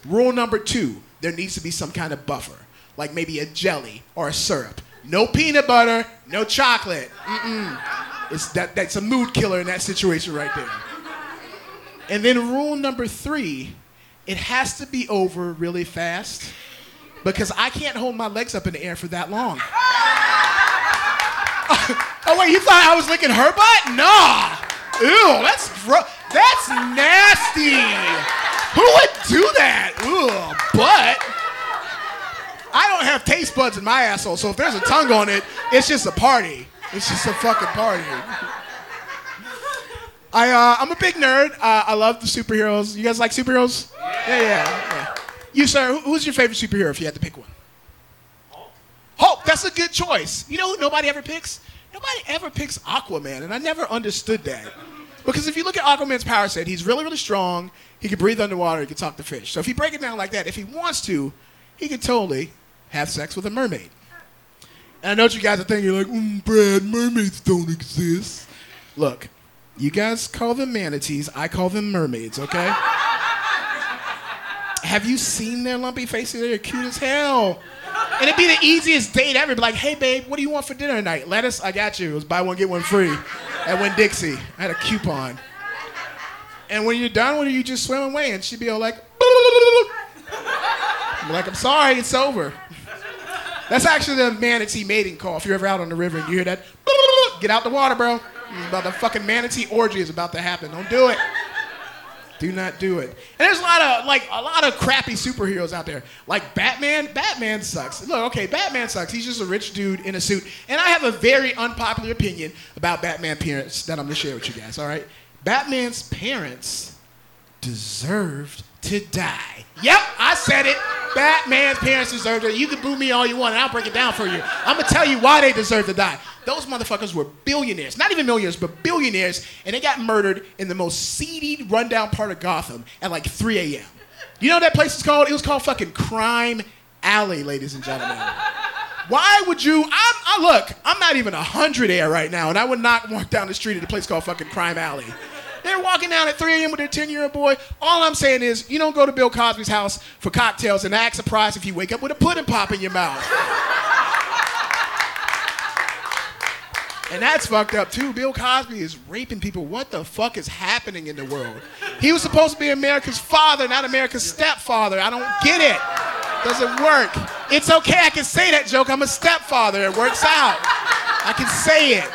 S9: Rule number two: there needs to be some kind of buffer, like maybe a jelly or a syrup. No peanut butter, no chocolate. Mm-mm. It's that, that's a mood killer in that situation right there. And then rule number three, it has to be over really fast because I can't hold my legs up in the air for that long. oh wait, you thought I was licking her butt? Nah. Ew, that's gro- that's nasty. Who would do that? Ew, butt. I don't have taste buds in my asshole, so if there's a tongue on it, it's just a party. It's just a fucking party. I, uh, I'm a big nerd. Uh, I love the superheroes. You guys like superheroes? Yeah, yeah. yeah. You, sir, who- who's your favorite superhero if you had to pick one? Hulk. Hulk, that's a good choice. You know who nobody ever picks? Nobody ever picks Aquaman, and I never understood that. Because if you look at Aquaman's power set, he's really, really strong. He can breathe underwater. He can talk to fish. So if you break it down like that, if he wants to, he could totally have sex with a mermaid. And I know what you guys are thinking. You're like, mm, Brad, mermaids don't exist. Look, you guys call them manatees. I call them mermaids, okay? Have you seen their lumpy faces? They're cute as hell. And it'd be the easiest date ever. Be like, hey, babe, what do you want for dinner tonight? Lettuce? I got you. It was buy one, get one free at Winn Dixie. I had a coupon. And when you're done with her, you just swim away. And she'd be all like, I'm like, I'm sorry, it's over. That's actually the manatee mating call. If you're ever out on the river and you hear that, get out the water, bro. It's about the fucking manatee orgy is about to happen. Don't do it. Do not do it. And there's a lot of like a lot of crappy superheroes out there. Like Batman, Batman sucks. Look, okay, Batman sucks. He's just a rich dude in a suit. And I have a very unpopular opinion about Batman parents that I'm gonna share with you guys, all right? Batman's parents deserved to die. Yep, I said it. Batman's parents deserved it. You can boo me all you want, and I'll break it down for you. I'm gonna tell you why they deserve to die. Those motherfuckers were billionaires, not even millionaires, but billionaires, and they got murdered in the most seedy, rundown part of Gotham at like 3 a.m. You know what that place is called? It was called fucking Crime Alley, ladies and gentlemen. Why would you? I'm, I look. I'm not even a hundred air right now, and I would not walk down the street at a place called fucking Crime Alley. They're walking down at 3 a.m. with their 10-year-old boy. All I'm saying is, you don't go to Bill Cosby's house for cocktails and act surprised if you wake up with a pudding pop in your mouth. And that's fucked up too. Bill Cosby is raping people. What the fuck is happening in the world? He was supposed to be America's father, not America's stepfather. I don't get it. Doesn't work. It's okay. I can say that joke. I'm a stepfather. It works out. I can say it.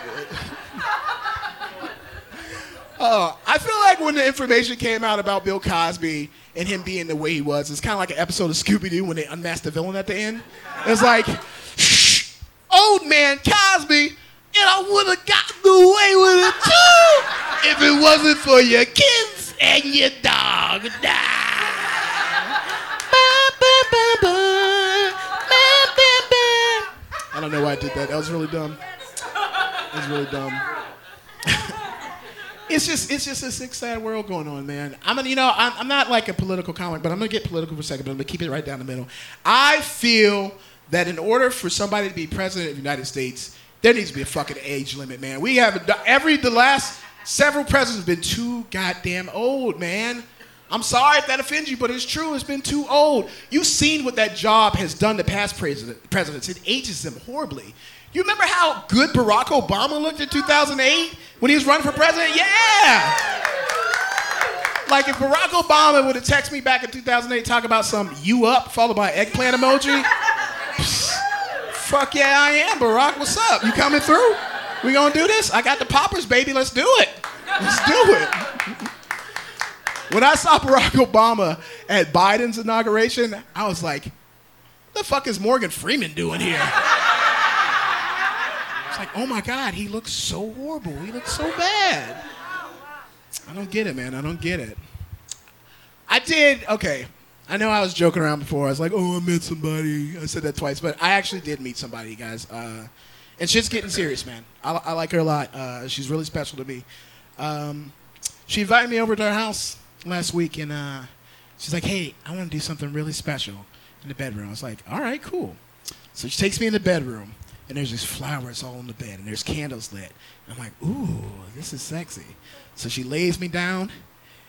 S9: Oh, I feel like when the information came out about Bill Cosby and him being the way he was, it's kind of like an episode of Scooby Doo when they unmasked the villain at the end. It's like, shh, old man Cosby, and I would have gotten away with it too if it wasn't for your kids and your dog. I don't know why I did that. That was really dumb. That was really dumb it's just it's just a sick sad world going on, man. I'm gonna you know I'm, I'm not like a political comic, but I'm gonna get political for a second, but I'm gonna keep it right down the middle. I feel that in order for somebody to be president of the United States, there needs to be a fucking age limit, man. We have do- every the last several presidents have been too goddamn old, man. I'm sorry if that offends you, but it's true. It's been too old. You've seen what that job has done to past president, presidents. It ages them horribly. You remember how good Barack Obama looked in 2008 when he was running for president? Yeah. Like if Barack Obama would have texted me back in 2008 talking about some you up followed by eggplant emoji, psh, fuck yeah I am Barack. What's up? You coming through? We gonna do this? I got the poppers, baby. Let's do it. Let's do it. When I saw Barack Obama at Biden's inauguration, I was like, "What the fuck is Morgan Freeman doing here?" It's like, "Oh my God, he looks so horrible. He looks so bad." I don't get it, man. I don't get it. I did. Okay. I know I was joking around before. I was like, oh, I met somebody. I said that twice, but I actually did meet somebody, guys. Uh, and shit's getting serious, man. I, I like her a lot. Uh, she's really special to me. Um, she invited me over to her house last week, and uh, she's like, hey, I want to do something really special in the bedroom. I was like, all right, cool. So she takes me in the bedroom, and there's these flowers all on the bed, and there's candles lit. I'm like, ooh, this is sexy. So she lays me down,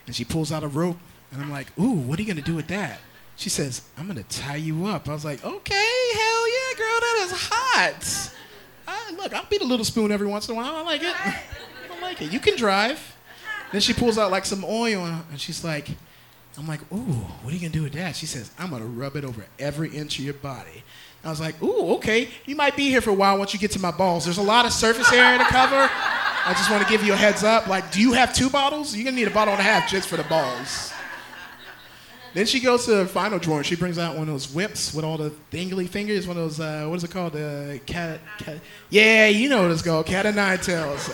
S9: and she pulls out a rope, and I'm like, ooh, what are you gonna do with that? She says, I'm gonna tie you up. I was like, okay, hell yeah, girl, that is hot. I, look, I'll beat a little spoon every once in a while. I like it. I like it. You can drive. Then she pulls out like some oil, and she's like, I'm like, ooh, what are you gonna do with that? She says, I'm gonna rub it over every inch of your body. I was like, ooh, okay, you might be here for a while once you get to my balls. There's a lot of surface area to cover. I just wanna give you a heads up. Like, do you have two bottles? You're gonna need a bottle and a half just for the balls. Then she goes to the final drawer and she brings out one of those whips with all the dangly fingers, one of those, uh, what is it called? Uh, cat, cat, yeah, you know what it's called, cat of nine tails.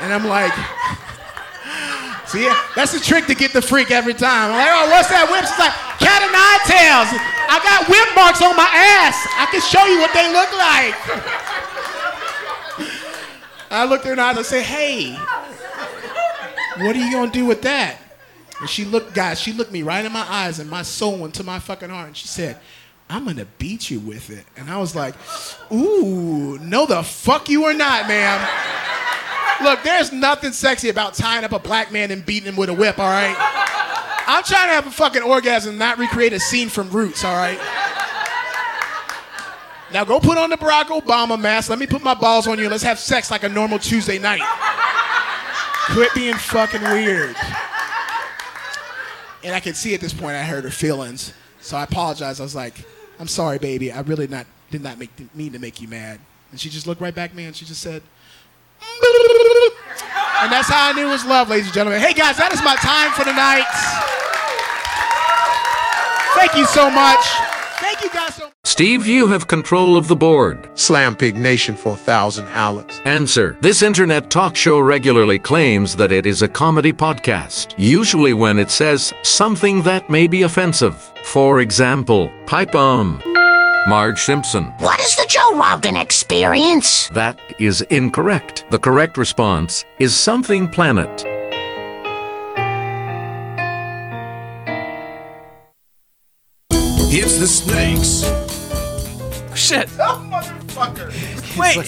S9: And I'm like, so yeah, that's the trick to get the freak every time. I'm like, oh, what's that whip? She's like, cat of nine tails. I got whip marks on my ass. I can show you what they look like. I looked her in the eyes and I said, hey, what are you going to do with that? And she looked, guys, she looked me right in my eyes and my soul went to my fucking heart. And she said, I'm going to beat you with it. And I was like, ooh, no the fuck you are not, ma'am. Look, there's nothing sexy about tying up a black man and beating him with a whip, all right? I'm trying to have a fucking orgasm and not recreate a scene from Roots, all right? Now go put on the Barack Obama mask. Let me put my balls on you. Let's have sex like a normal Tuesday night. Quit being fucking weird. And I could see at this point I hurt her feelings. So I apologized. I was like, I'm sorry, baby. I really not did not make, didn't mean to make you mad. And she just looked right back at me and she just said, and that's how I knew it was love, ladies and gentlemen. Hey guys, that is my time for tonight. Thank you so much. Thank you guys so much.
S10: Steve, you have control of the board.
S11: Slam Pig Nation for a thousand hours.
S10: Answer. This internet talk show regularly claims that it is a comedy podcast, usually when it says something that may be offensive. For example, pipe bomb. Marge Simpson.
S12: What is the Joe Rogan experience?
S10: That is incorrect. The correct response is something planet.
S3: It's the snakes.
S1: Shit.
S3: Oh, motherfucker.
S2: Wait.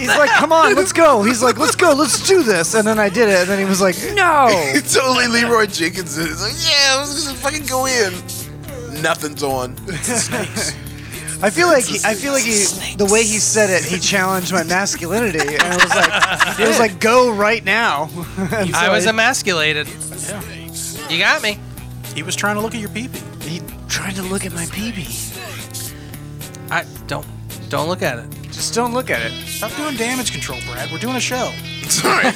S2: He's like, come on, let's go. He's like, let's go, let's do this. And then I did it. And then he was like, no.
S4: it's only Leroy Jenkins. It's like, yeah, let's just fucking go in. Nothing's on.
S2: I feel like he, I feel like he, the way he said it, he challenged my masculinity, and it was like, it was like, go right now. And
S1: I
S2: so
S1: was
S2: I-
S1: emasculated. You got me.
S8: He was trying to look at your peepee.
S2: He tried to look at my peepee.
S1: I don't don't look at it.
S2: Just don't look at it.
S8: Stop doing damage control, Brad. We're doing a show.
S4: Sorry.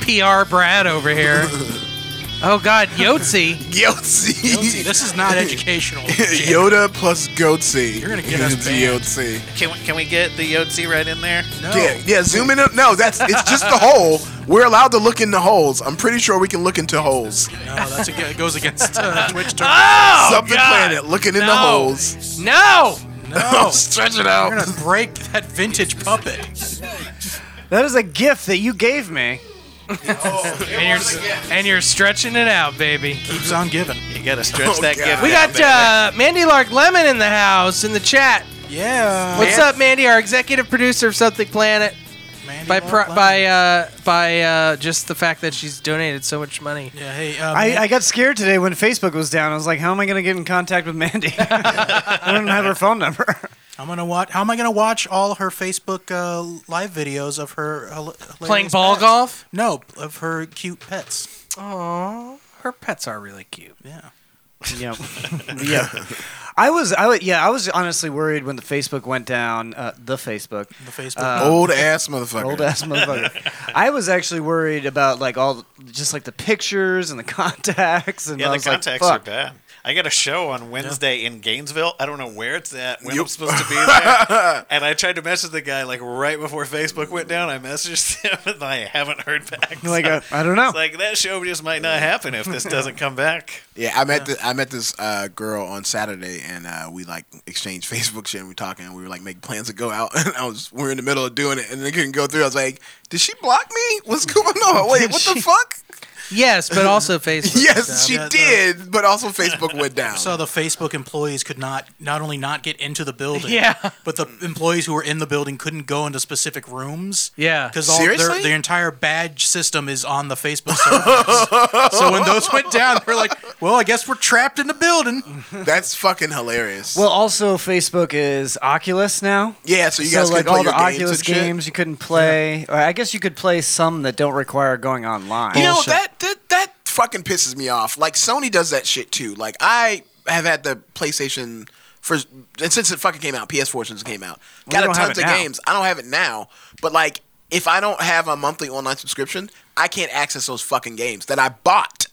S1: PR Brad over here. Oh God, Yotzi.
S4: Yotzi.
S8: This is not educational.
S4: Yoda plus Goatsy. You're
S8: gonna get us
S4: It's
S8: banned.
S4: Yotzi.
S7: Can we, can we get the Yotzi right in there?
S8: No.
S4: Yeah, yeah, zoom in. up- No, that's it's just the hole. We're allowed to look into holes. I'm pretty sure we can look into holes.
S8: No, that's a, it goes against uh, Twitch.
S1: Oh
S4: Something
S1: God.
S4: planet looking in the
S1: No.
S4: holes.
S1: No.
S8: No,
S4: Stretch it
S8: you're
S4: out.
S8: gonna break that vintage puppet.
S2: That is a gift that you gave me.
S1: And you're s- and you're stretching it out, baby.
S8: Keeps on giving.
S7: You gotta stretch
S4: Oh,
S7: that
S4: God.
S7: gift.
S1: We
S7: out,
S1: got uh, Mandy Lark Lemon in the house in the chat.
S8: Yeah.
S1: What's up, Mandy? Our executive producer of Something Planet.
S8: Mandy
S1: By
S8: Mark
S1: pro-
S8: Lemon.
S1: by uh, by uh, just the fact that she's donated so much money.
S8: Yeah. Hey. Uh,
S2: I,
S8: Man-
S2: I got scared today when Facebook was down. I was like, how am I going to get in contact with Mandy? I don't have her phone number.
S8: I'm gonna watch. How am I gonna watch all her Facebook uh, live videos of her hila-
S1: Playing
S8: hilarious
S1: ball
S8: pets?
S1: golf.
S8: No, of her cute pets.
S1: Aww, her pets are really cute.
S8: Yeah.
S2: yeah, yeah. I was, I was, yeah, I was honestly worried when the Facebook went down. Uh, the Facebook,
S8: The Facebook.
S4: Old ass motherfucker.
S2: old ass motherfucker. I was actually worried about like all, just like the pictures and the contacts, and
S7: Yeah,
S2: I
S7: the
S2: was like,
S7: contacts are
S2: fuck.
S7: bad. I got a show on Wednesday in Gainesville. I don't know where it's at, when I'm
S4: Yup.
S7: supposed to be there. and I tried to message the guy like right before Facebook went down. I messaged him and I haven't heard back.
S2: You're like,
S7: So
S2: uh, I don't know.
S7: it's like that show just might not happen if this doesn't come back.
S4: Yeah, I met the, I met this uh, girl on Saturday, and uh, we like exchanged Facebook shit, and we were talking, and we were like making plans to go out, and I was we were in the middle of doing it, and they couldn't go through. I was like, "Did she block me? What's going on? Wait, what the fuck?"
S1: Yes, but also Facebook.
S4: Yes, she
S8: Yeah, the-
S4: did, but also Facebook went down.
S8: So the Facebook employees could not not only not get into the building,
S1: Yeah.
S8: but the employees who were in the building couldn't go into specific rooms.
S1: Yeah.
S8: because all their,
S4: Seriously?
S8: their entire badge system is on the Facebook servers. so when those went down, they're like, "Well, I guess we're trapped in the building."
S4: That's fucking hilarious.
S2: Well, also Facebook is Oculus now.
S4: yeah, so you
S2: so
S4: guys
S2: like
S4: can play
S2: all the
S4: your games
S2: Oculus
S4: and shit?
S2: games you couldn't play. Or I guess you could play some that don't require going online.
S4: You know that, that that fucking pisses me off. Like Sony does that shit too. Like I have had the PlayStation for and since it fucking came out, PS4 since it came
S2: Well,
S4: out,
S2: you
S4: got a
S2: don't have
S4: tons
S2: it
S4: of
S2: now.
S4: games. I don't have it now, but like if I don't have a monthly online subscription, I can't access those fucking games that I bought.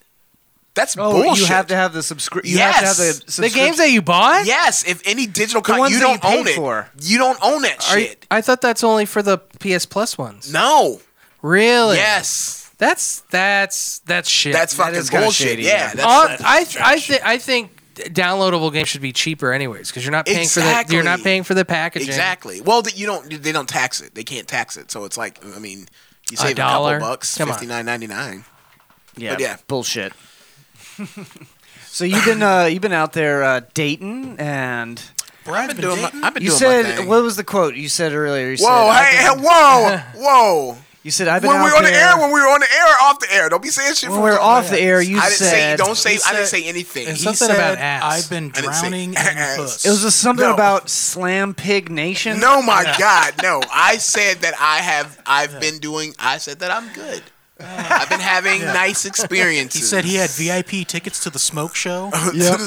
S4: That's
S2: oh,
S4: bullshit.
S2: you have to have the subscription. You have to have
S4: Yes.
S2: the,
S1: the
S2: subscription.
S1: games that you bought.
S4: Yes, if any digital content,
S2: ones
S4: you
S2: that you
S4: don't own
S2: paid
S4: it.
S2: for.
S4: You don't own that
S1: Are you-
S4: shit.
S1: I thought that's only for the PS Plus ones.
S4: No.
S1: Really?
S4: Yes.
S1: That's that's that's shit.
S4: That's
S1: That
S4: fucking
S1: is-
S2: kinda
S4: bullshit.
S2: shady,
S4: yeah.
S2: yeah.
S4: That's,
S1: All-
S4: that's
S1: I I think I think d- downloadable games should be cheaper anyways because you're not paying for the you're not
S4: Exactly.
S1: paying for the packaging.
S4: Exactly. Well, th- you don't. They don't tax it. They can't tax it. So it's like, I mean, you
S1: A
S4: save a,
S1: dollar?
S4: couple bucks,
S1: Come on.
S4: fifty nine ninety nine.
S2: Yeah,
S4: But yeah.
S2: bullshit. So you've been uh, you've been out there uh, dating and.
S4: I've been doing. My, I've been
S2: you
S4: doing
S2: said
S4: my thing.
S2: what was the quote you said earlier? You
S4: Whoa!
S2: said,
S4: Hey!
S2: "I've
S4: hey,
S2: been-
S4: Whoa! Whoa!
S2: You said I've been
S4: when we
S2: out
S4: were on the
S2: there-
S4: air, when we were on the air, off the air. Don't be saying shit.
S2: When
S4: from
S2: we were
S4: the-
S2: off the air, you
S4: I didn't say.
S2: said-
S4: Don't say.
S2: He
S4: I didn't
S2: said-
S4: say anything.
S8: It's
S4: He
S8: something
S4: said-
S8: about ass. I've been
S4: I didn't say
S8: drowning in
S4: ass.
S8: puss.
S2: It was just something
S4: No.
S2: about Slam Pig Nation.
S4: No, my God, no! I said that I have. I've been doing. I said that I'm good.
S2: Uh,
S4: I've been having
S8: Yeah.
S4: nice experiences.
S8: He said he had VIP tickets to the smoke show.
S4: to the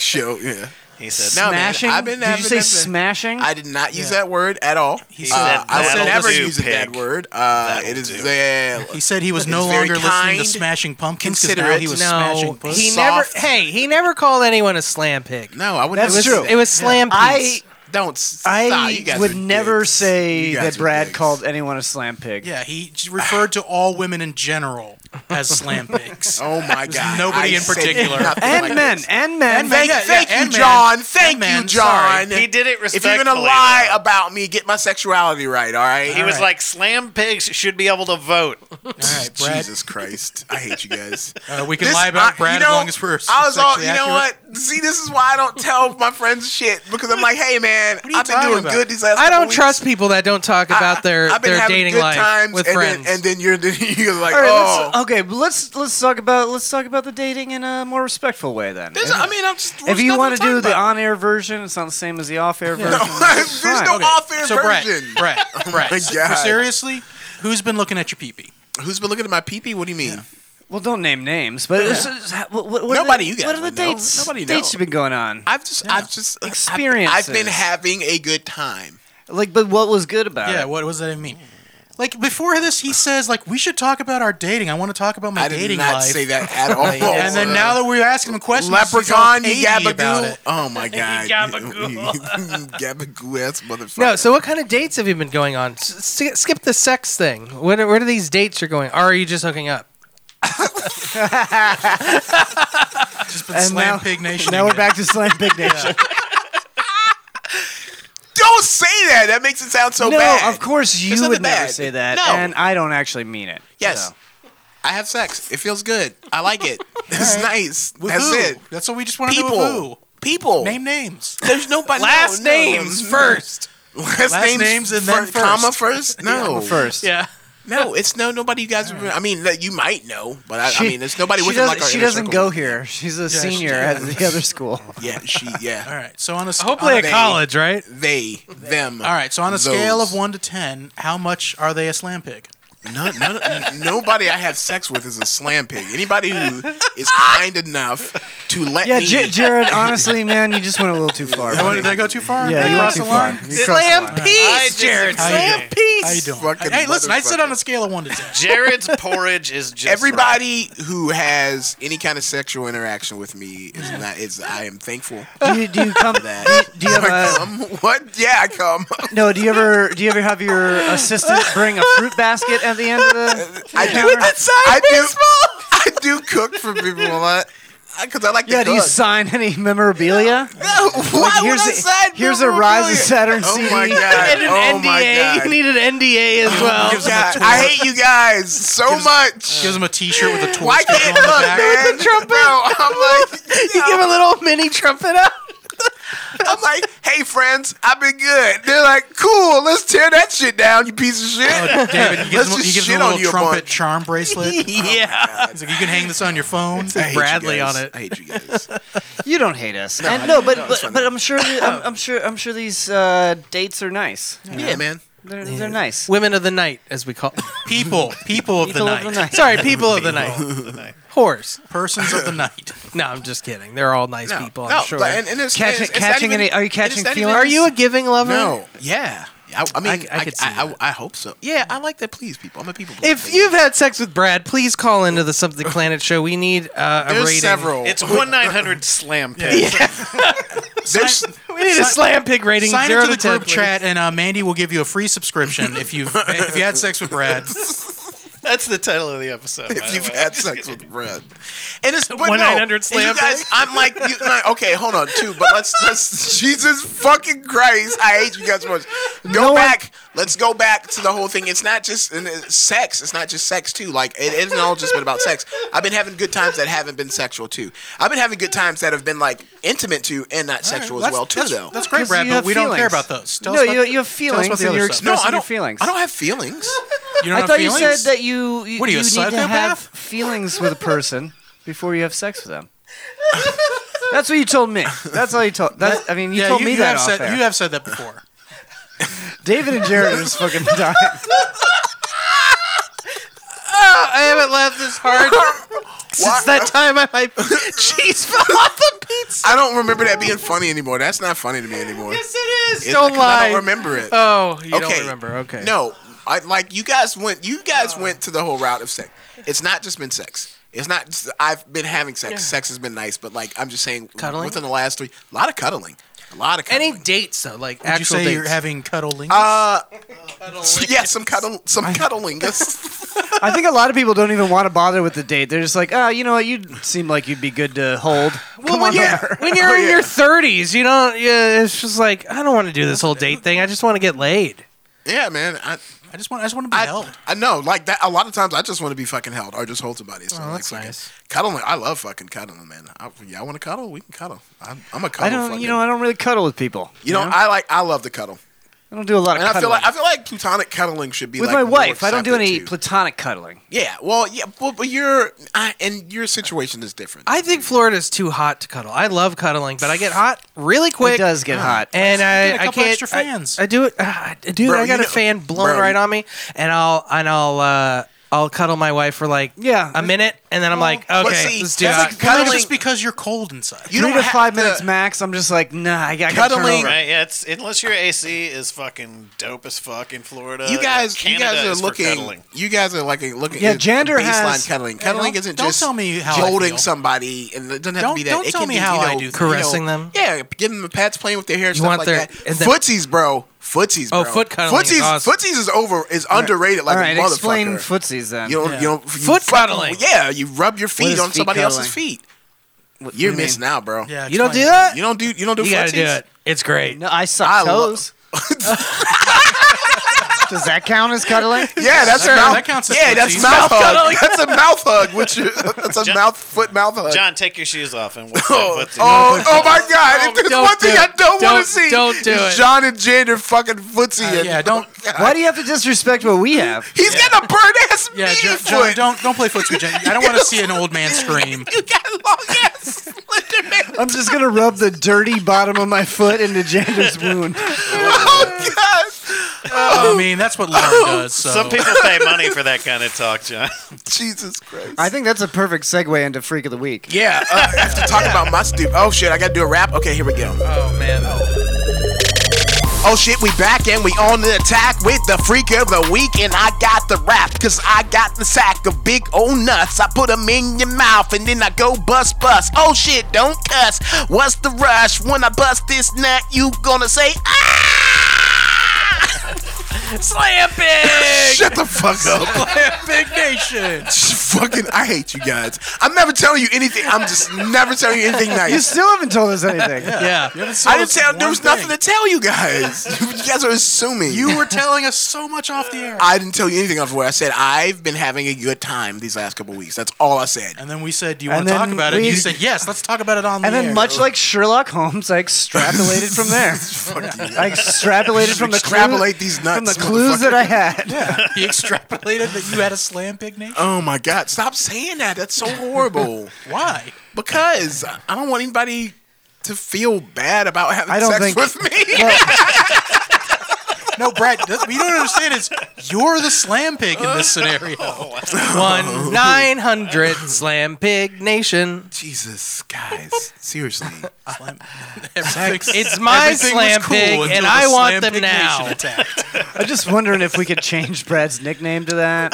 S4: show. Yeah.
S7: He
S8: said
S4: no,
S8: smashing?
S4: Man, I've been
S8: Did you
S4: having
S8: say
S4: that-
S2: smashing?
S4: I did not use
S8: Yeah.
S4: that word at all.
S8: He
S4: Uh,
S8: said
S4: I
S8: that'll
S4: would never
S8: do,
S4: use that
S8: pig.
S4: word. Uh, it is very.
S8: He said he was
S4: it's
S8: no
S4: very
S8: longer
S4: kind,
S8: listening to Smashing Pumpkins because now
S4: considerate.
S8: he was
S4: No,
S8: smashing puss.
S1: He never. Hey, he never called anyone a slam pig.
S4: No, I
S1: wouldn't.
S2: That's
S1: it was,
S2: true.
S1: It was slam.
S2: I
S1: piece.
S4: don't. Ah,
S1: stop. You
S2: I
S1: guys
S2: would
S1: are
S2: never say
S8: You guys
S2: that
S8: are
S2: Brad called anyone a slam pig.
S8: Yeah, he j- referred to all women in general as slam pigs.
S4: oh my
S8: There's
S4: God.
S8: Nobody
S4: I
S8: in
S4: said
S8: particular.
S4: nothing
S2: And men, and men,
S4: And thank,
S8: yeah, yeah,
S4: thank
S8: and
S4: you,
S8: men.
S4: John. Thank
S8: And men,
S4: you,
S8: sorry.
S4: John.
S7: He did it
S4: If you're gonna
S7: respectfully,
S4: lie about me, get my sexuality right. All right.
S7: He was like, "Slam pigs should be able to vote."
S8: Brad.
S4: Jesus Christ, I hate you guys.
S8: Uh, we can lie about Brad as long as we're
S4: I was all, you
S8: sexually
S4: know
S8: accurate.
S4: what? See, this is why I don't tell my friends shit because I'm like, hey man,
S8: you
S4: I've been
S8: talking
S4: doing
S8: about?
S4: good these last.
S1: I
S4: couple
S1: don't
S4: weeks.
S1: trust people that don't talk about their
S4: I've been
S1: their
S4: having
S1: dating
S4: good
S1: life
S4: times,
S1: with
S4: and
S1: friends.
S4: then, and then you're, you're like,
S2: All right,
S4: oh.
S2: let's, uh, okay, but let's let's talk about let's talk about the dating in a more respectful way then.
S4: There's-
S2: If-
S4: I mean, I'm just.
S2: if
S4: there's
S2: you
S4: nothing
S2: want to
S4: talk
S2: do the
S4: about.
S2: on-air version, it's not the same as the off-air version.
S4: there's no
S8: Okay,
S4: off-air
S8: so
S4: version.
S8: Brad, Brad, Brad.
S4: my
S8: so-
S4: God.
S8: Seriously, who's been looking at your peepee?
S4: Who's been looking at my peepee? What do you mean?
S2: Well, don't name names, but it's- it's- what, what, what
S4: Nobody
S2: Are the,
S4: you guys
S2: what are the
S4: would know.
S2: dates?
S4: Nobody
S2: dates
S4: knows.
S2: you've been going on?
S4: I've just, I've just I've- I've, been
S2: Experiences.
S4: having a good time.
S2: Like, but what was good about
S8: Yeah,
S2: it?
S8: what does that even mean? Like before this, he says like we should talk about our dating. I want to talk about my
S4: I did
S8: dating
S4: not
S8: life.
S4: say that at all.
S8: and then now that we're asking him questions,
S4: Leprechaun,
S8: he's
S4: you
S8: all 80 about
S4: gabagool.
S8: it.
S4: Oh my god.
S8: Gabagool.
S4: gabagool ass motherfucker.
S1: no. So what kind of dates have you been going on? S- s- skip the sex thing. What are, what are these dates you're going? Or are you just hooking up?
S8: Just been slam
S2: now-
S8: pig nation.
S2: Now we're back to Slam Big Nation.
S4: Don't say that. That makes it sound so
S2: no,
S4: bad.
S2: of course you
S4: nothing
S2: would never
S4: bad.
S2: say that,
S4: No.
S2: and I don't actually mean it.
S4: Yes.
S2: so.
S4: I have sex. It feels good. I like it. It's nice.
S8: With
S4: That's
S8: who?
S4: it.
S8: That's what we just want to
S4: People.
S8: know.
S4: People.
S8: Name names.
S4: There's nobody.
S1: Last
S4: no, no,
S1: names
S4: no, no.
S1: first.
S4: Last,
S8: Last
S4: names,
S8: names and then
S4: fir-
S8: first.
S4: Comma first. No.
S2: First,
S1: Yeah.
S4: No, it's no nobody. You guys. I mean, that you might know, but I, I mean, there's nobody
S2: she
S4: with him like
S2: doesn't-
S4: our
S2: She
S4: inner
S2: doesn't
S4: circle.
S2: go here. She's a
S8: she
S2: senior at the other school.
S4: Yeah, she. Yeah,
S8: All right. So on a sc-
S1: Hopefully
S8: on
S1: at
S8: a-
S1: college, right?
S4: they, them.
S8: All right. So on a
S4: those.
S8: scale of one to ten, how much are they a slam pig?
S4: None, none, n- nobody I have sex with is a slam pig. Anybody who is kind enough to let
S2: Yeah,
S4: me.
S2: J- Jared. Honestly, man, you just went a little too far.
S8: I
S2: buddy.
S8: went- Did I go too far?
S2: yeah,
S8: Did I
S2: you went
S8: cross
S2: too
S8: the
S2: far.
S8: line?
S2: You crossed the
S1: Slam
S2: line.
S1: peace, Jared.
S8: How you
S1: Slam
S8: doing?
S1: peace.
S8: How you doing?
S4: Fucking
S8: Hey, listen. I said
S4: motherfucker.
S8: on a scale of one to ten.
S7: Jared's porridge is just
S4: Everybody who has any kind of sexual interaction with me is not. Is I am thankful for
S2: Do you, do you come?
S4: that.
S2: Do you have
S4: I
S2: a,
S4: come? What? Yeah, I come.
S2: no? Do you ever? Do you ever have your assistant bring a fruit basket at the end of the?
S4: I do.
S2: encounter?
S4: I do. I do cook for people a lot because I like
S2: Yeah.
S4: to
S2: Do you
S4: cook.
S2: sign any memorabilia?
S4: No, why
S2: Like,
S4: would
S2: here's
S4: I
S2: a,
S4: sign
S2: here's a Rise of Saturn
S4: memorabilia? Oh
S2: CD.
S4: my god!
S1: And an
S4: oh
S1: NDA.
S4: my god! Oh
S1: You need an NDA as well.
S4: God, I hate you guys so much.
S8: Gives him a T-shirt with a torch
S4: Why
S8: sticker
S4: can't
S8: on the
S4: look,
S8: back.
S4: man? Bro, I'm like,
S1: you give a little mini trumpet up.
S4: I'm like, hey friends, I've been good. They're like, cool, let's tear that shit down, you piece of shit.
S8: Oh, David, he gives
S4: Let's
S8: him, he
S4: just
S8: gives
S4: shit
S8: him a
S4: on
S8: little
S4: you a
S8: trumpet
S4: bunch.
S8: charm bracelet. He's
S1: yeah.
S8: like, you can hang this on your phone.
S4: I hate you
S1: Bradley
S4: guys.
S1: on it.
S4: I hate you guys.
S2: You don't hate us.
S4: No,
S2: and,
S4: I
S2: no
S4: don't.
S2: but,
S4: No, it's
S2: but
S4: fine.
S2: but I'm sure the- I'm, I'm sure I'm sure these uh, dates are nice.
S4: yeah, man.
S2: They're, they're nice.
S1: Women of the night, as we call.
S8: People, people
S2: People
S8: of the
S2: of
S8: night,
S2: the night.
S1: Sorry, people of the night.
S7: right.
S1: Whores.
S8: persons of the night.
S1: No, I'm just kidding. They're all nice
S4: No,
S1: people.
S4: no,
S1: I'm sure.
S4: but- and, and it's,
S2: Catching-
S4: it's, it's
S2: catching
S4: not even,
S2: any- are you
S4: it's
S2: catching
S4: not even-
S2: feelings?
S1: Are you a giving lover?
S4: No. Yeah. I, I mean,
S1: I c- I could see
S4: I,
S1: that.
S4: I hope so. Yeah, I like to please people. I'm a people.
S1: If
S4: pleaser.
S1: you've had sex with Brad, please call into the Something Planet show. We need uh, a
S4: there's
S1: rating.
S4: several.
S7: It's one nine hundred slam pig.
S4: there's
S1: We need a slam pig rating.
S8: Sign
S1: zero
S8: into the
S1: to 10,
S8: group
S1: please.
S8: chat, and uh, Mandy will give you a free subscription if you if you had sex with Brad.
S7: That's the title of the episode. by
S4: If
S7: the
S4: you've
S7: way.
S4: had sex with Red, and it's but no,
S7: 1-900
S4: and You
S7: slam
S4: guys,
S7: dunk.
S4: I'm like, you, no, okay, hold on, too. But let's, let's, Jesus fucking Christ, I hate you guys so much. Go back. Let's go back to the whole thing. It's not just and it's sex. It's not just sex too. Like it isn't all just been about sex. I've been having good times that haven't been sexual too. I've been having good times that have been like intimate too and not sexual as
S8: that's-
S4: well too.
S8: that's-
S4: though
S8: that's great, Brad, but we don't care about those. Tell us
S2: no,
S8: about-
S2: you, you have
S8: tell us
S2: feelings
S8: about the
S2: and
S8: other
S2: you're
S8: stuff.
S4: No,
S2: expressing
S4: I
S2: your
S4: don't.
S2: feelings.
S4: I don't have feelings.
S8: You don't
S2: I
S8: have
S2: thought you
S8: feelings?
S2: said that you you,
S8: What are you, a
S2: you need to have
S8: psychopath?
S2: feelings with a person before you have sex with them. That's what you told me. That's all you told. That's, I mean, you
S8: yeah,
S2: told
S8: you,
S2: me
S8: you
S2: that
S8: have
S2: off
S8: said,
S2: air.
S8: You have said that before.
S2: David and Jared are just fucking dying.
S8: Oh,
S1: I haven't laughed this hard since that time I my cheese fell off the pizza.
S4: I don't remember that being funny anymore. That's not funny to me anymore. Yes,
S1: it is.
S4: It-
S1: don't
S4: 'cause
S1: lie.
S4: I don't remember it.
S1: Oh, you don't remember. Okay.
S4: No, I like you guys went. You guys went to the whole route of sex. It's not just been sex. It's not. Just, I've been having sex.
S1: Yeah.
S4: Sex has been nice, but like I'm just saying,
S1: Cuddling?
S4: within the last three, a lot of cuddling, a lot of cuddling.
S1: Any dates though, like
S8: Would you
S1: actual
S8: say
S1: dates.
S8: you're having cuddling?
S4: Uh, yeah, some cuddling, some cuddling.
S2: I think a lot of people don't even want to bother with the date. They're just like, oh, you know what? You seem like you'd be good to hold.
S1: well, when you're, when you're in your 30s, you don't. Yeah, it's just like I don't want to do this whole date thing. I just want to get laid.
S4: Yeah, man. I,
S8: I just want. I just want to be held.
S4: I know, like that. A lot of times, I just want to be fucking held or just hold somebody. So
S8: Oh,
S4: like,
S8: that's
S4: fucking
S8: nice.
S4: Cuddling. I love fucking cuddling, man. I, y'all want to cuddle? We can cuddle. I'm, I'm a cuddle.
S2: I don't.
S4: fucking-
S2: You know, I don't really cuddle with people.
S4: You know, I like I love to cuddle.
S2: I don't do a lot of
S4: and I feel
S2: cuddling.
S4: like I feel like platonic cuddling should be
S2: with
S4: like
S2: my
S4: more
S2: wife. I don't do
S4: accepted,
S2: any
S4: too.
S2: platonic cuddling.
S4: Yeah, well, yeah, but, but your I, and your situation is different.
S1: I think Florida's too hot to cuddle. I love cuddling, but I get hot really quick. It
S2: does get hot.
S1: and
S8: You
S1: I,
S8: get a
S1: I
S8: couple
S1: can't.
S8: extra
S1: I-
S8: fans.
S1: I, do it, ah, dude.
S8: Bro,
S1: I got
S8: you
S1: a
S8: know-
S1: fan blown
S8: bro,
S1: right
S8: you-
S1: on me, and I'll and I'll uh, I'll cuddle my wife for like yeah a minute, and then I'm like,
S8: Well,
S1: okay,
S8: see,
S1: let's do
S8: that's
S1: it.
S8: like cuddling- That's just because you're cold inside.
S2: Three to five minutes max. I'm just like, nah. I got Turn over.
S7: right? Yeah, it's unless your AC is fucking dope as fuck in Florida.
S4: you guys,
S7: Uh, Canada
S4: you
S7: is
S4: guys
S7: for
S4: are looking.
S7: cuddling.
S4: You guys are like looking.
S7: Yeah,
S4: at
S7: Jander
S4: baseline
S7: has-
S4: cuddling.
S7: Yeah,
S4: Cuddling
S7: don't-
S4: isn't
S7: don't
S4: just
S7: tell me how I
S4: jolting
S7: feel.
S4: somebody, and it doesn't have
S7: Don't-
S4: to be that.
S7: don't
S4: it
S7: tell
S4: can
S7: me
S4: be,
S7: how
S4: you know,
S7: I do
S4: you
S7: things. Caressing
S4: know,
S7: them?
S4: Yeah, giving them pats, playing with their hair, stuff
S1: want
S4: like
S1: their-
S4: that.
S1: and the-
S4: Footsies, bro. Footsies, bro.
S1: Oh, foot cuddling is
S4: Footsies,
S1: awesome.
S4: footsies is over. Is underrated like
S2: All right,
S4: a motherfucker.
S2: explain footsies then.
S4: You don't,
S2: Yeah.
S4: you don't you
S2: Foot
S4: fucking-
S2: cuddling.
S4: Yeah, you rub your
S2: What
S4: feet
S2: is
S4: on
S2: feet
S4: somebody else's
S2: cuddling?
S4: feet. You're
S1: Mm-hmm.
S2: do you
S4: missing out, bro.
S1: You don't do that.
S4: You don't do. You don't do.
S1: You gotta
S4: footsies?
S1: do it. It's great.
S2: No, I suck toes. Does that count as cuddling?
S4: Yeah, that's
S2: Sure.
S4: mouth.
S2: That counts as
S4: yeah, that's
S2: footsies.
S4: mouth
S2: Mouth
S4: hug.
S2: cuddling.
S4: That's a mouth hug. Which you- that's a
S7: John-
S4: mouth foot mouth hug.
S7: John, take your shoes off and what's
S4: Oh, oh, oh my God! If there's one thing I don't want to see,
S7: Don't do
S4: is
S7: it.
S4: John and Jander fucking footsie.
S8: Uh,
S4: and-
S2: Why do you have to disrespect what we have?
S4: He's got a burnt ass
S8: Yeah, John, John, don't don't play footsie, John. I don't want to see an old man scream.
S2: I'm just gonna rub the dirty bottom of my foot into Jander's wound.
S8: I mean, that's what Lauren does. So.
S7: Some people pay money for that kind of talk, John.
S4: Jesus Christ.
S2: I think that's a perfect segue into freak of the week.
S4: Yeah, uh, I have to talk about my stupid. Oh shit! I gotta do a rap. Okay, here we go.
S1: Oh man.
S4: Oh shit, we back and we on the attack with the freak of the week. And I got the rap, cause I got the sack of big old nuts. I put them in your mouth and then I go bust bust. Oh shit, don't cuss. What's the rush? When I bust this nut, you gonna say, ah!
S6: Slam big!
S4: Shut the fuck up.
S8: big nation.
S4: Fucking, I hate you guys. I'm never telling you anything. I'm just never telling you anything nice.
S2: You still haven't told us anything.
S4: I didn't tell. There was nothing to tell you guys. you guys are assuming.
S8: You were telling us so much off the air.
S4: I didn't tell you anything off where I said I've been having a good time these last couple weeks. That's all I said.
S8: And then we said, "Do you
S4: And
S8: want to talk
S4: then
S8: about it?"
S4: we-
S8: you said, "Yes, let's talk about it on
S2: And
S8: the
S2: then,
S8: air."
S2: much like Sherlock Holmes, I extrapolated from there. I extrapolated from the clue-
S4: Extrapolate these nuts,
S2: from the clues that I had.
S8: yeah, he extrapolated that you had a slam pig nation.
S4: Oh my God! Stop saying that. That's so horrible.
S8: Why?
S4: Because I don't want anybody to feel bad about having
S8: I don't
S4: sex
S8: think-
S4: with me.
S8: No, Brad, that's- what you don't understand is you're the slam pig in this scenario.
S4: Oh,
S1: One nine hundred slam pig nation.
S4: Jesus, guys, seriously.
S1: It's my slam pig, and I want them now.
S2: I'm just wondering if we could change Brad's nickname to that.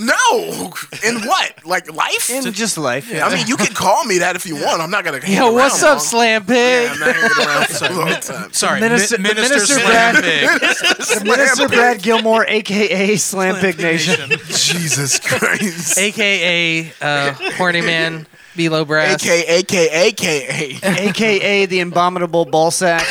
S4: no. In what? Like life?
S2: In just life.
S4: I mean, you can call me that if you want. I'm not gonna. hang
S1: Yo, what's
S4: around
S1: up, slam pig?
S4: long. I'm not gonna get around for a long time.
S8: Sorry,
S1: Minis-
S8: mi-
S1: the
S8: Minister
S1: Minister
S8: Slam
S1: Brad-
S8: Pig.
S2: Minister Brad Gilmore, aka Slam Pig Nation.
S4: Jesus Christ.
S1: AKA uh, Horny Man, Below Brass.
S4: AKA, AKA, AKA.
S2: AKA the Abominable Ballsack.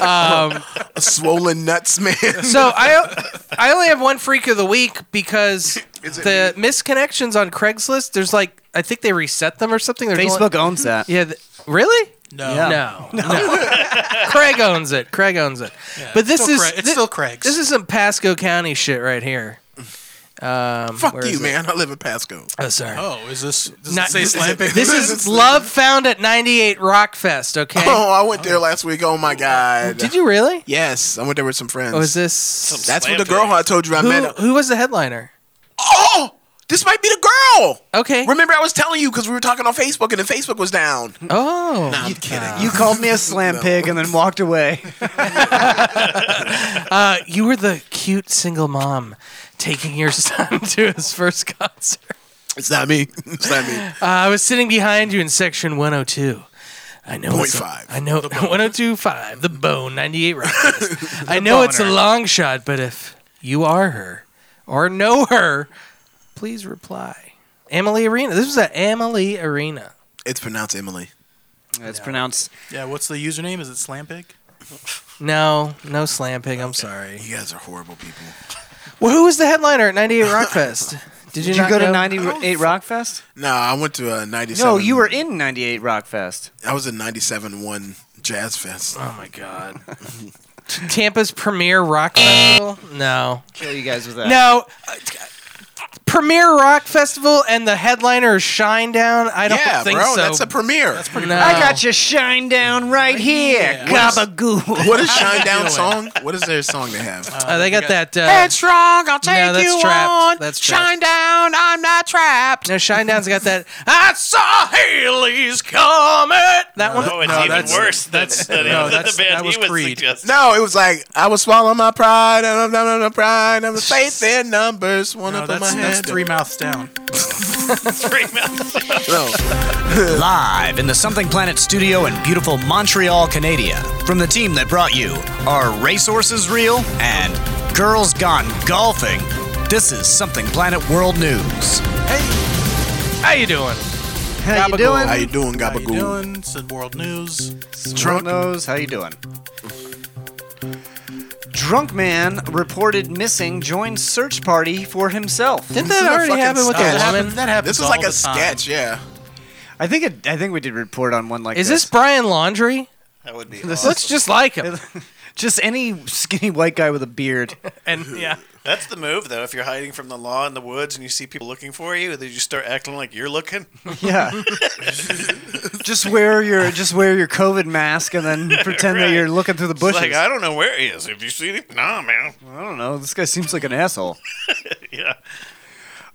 S1: um,
S4: swollen nuts, man.
S1: so I I only have one freak of the week because the misconnections on Craigslist. There's like I think they reset them or something. There's
S2: Facebook
S1: only-
S2: owns that.
S1: Yeah. th- really?
S8: Oh. No.
S2: Yeah.
S1: No. Craig owns it. Craig owns it. but this
S8: still
S1: is
S8: Cra- it's
S1: thi-
S8: still Craig's.
S1: This is some Pasco County shit right here. Um,
S4: Fuck
S1: where
S4: you,
S1: is it?
S4: man. I live in Pasco.
S1: Oh, sorry.
S8: Oh, is this does
S1: Not-
S8: it say slam pig?
S1: this is love found at 98 Rockfest. Okay.
S4: Oh, I went there last week. Oh my god.
S1: Did you really?
S4: Yes, I went there with some friends.
S1: Oh, is this?
S4: That's where the girl I told you I
S1: who,
S4: met. up-
S1: who was the headliner?
S4: Oh, this might be the girl.
S1: Okay.
S4: Remember, I was telling you because we were talking on Facebook and then Facebook was down.
S1: Oh,
S4: Nah, I'm kidding.
S2: You called me a slam pig and then walked away.
S1: Uh, you were the cute single mom taking your son to his first concert.
S4: It's not me. It's not me.
S1: Uh, I was sitting behind you in section 102. I know. it's a-
S4: Point
S1: I know. 1025, the bone, 98 Rockets. I know it's a
S4: boner.
S1: long shot, but if you are her or know her, please reply. Emily Arena. This was at Emily Arena.
S4: It's pronounced Emily.
S2: It's pronounced.
S8: Yeah, what's the username? Is it slam pig?
S1: No, no slam pig. I'm sorry.
S4: You guys are horrible people.
S1: Well, who was the headliner at 98 Rockfest? Did you,
S2: Did you
S1: not
S2: go to
S1: know?
S2: 98 Rockfest?
S4: No, I went to a '97.
S2: No, you were in 98 Rockfest.
S4: I was in '97 one jazz fest.
S1: Oh my god. Tampa's premier rock festival? No.
S2: Kill you guys with that.
S1: No. uh, t- Premier rock festival and the headliner is Shine Down. I don't
S4: yeah,
S1: think
S4: bro,
S1: so.
S4: that's a premiere. That's
S1: no.
S2: I got your shine down right here, gabagool.
S4: What is Shinedown song? What is their song they have?
S1: Uh, they got that. Uh,
S4: Headstrong, I'll take
S1: no, that's
S4: you
S1: trapped.
S4: on.
S1: That's trapped.
S4: Shine down, I'm not trapped.
S1: No, Shine Down's got that. I saw Haley's comet. That one.
S7: Oh, it's even worse than, than,
S1: no,
S7: than
S1: that's-
S7: the band
S1: that was
S7: he was
S1: Creed.
S7: suggesting.
S4: No, it was like I was swallowing my pride, and I'm not on pride. I'm faith in numbers. One
S8: No,
S4: up on my
S8: that's,
S4: hand.
S8: that's three mouths down.
S7: Three months.
S4: No.
S2: Live in the Something Planet studio in beautiful Montreal, Canada, from the team that brought you
S13: Are racehorses real? And girls gone golfing? This is Something Planet World News.
S1: How you doing?
S2: How you
S1: Gabagool.
S2: doing?
S4: How you doing,
S8: How you
S4: Gabagool?
S8: doing? Said world news.
S2: Drunk nose. How you doing? Drunk man reported missing joined search party for himself.
S1: Didn't that already happen with
S2: uh,
S8: That
S1: the
S8: happens.
S1: woman?
S8: That happens.
S4: This was
S8: all
S4: like
S8: the
S4: a
S8: time.
S4: sketch, yeah.
S2: I think it, I think we did report on one like
S1: Is this Brian Laundry?
S7: That would be
S2: This
S1: Looks just like him.
S2: just any skinny white guy with a beard.
S1: And yeah.
S7: That's the move, though. If you're hiding from the law in the woods and you see people looking for you, they just start acting like you're looking.
S2: Yeah. just wear your just wear your COVID mask and then pretend that
S7: Right.
S2: you're looking through the
S7: It's
S2: bushes.
S7: like, I don't know where he is. Have you seen him? Nah, man.
S2: I don't know. This guy seems like an asshole.
S7: Yeah.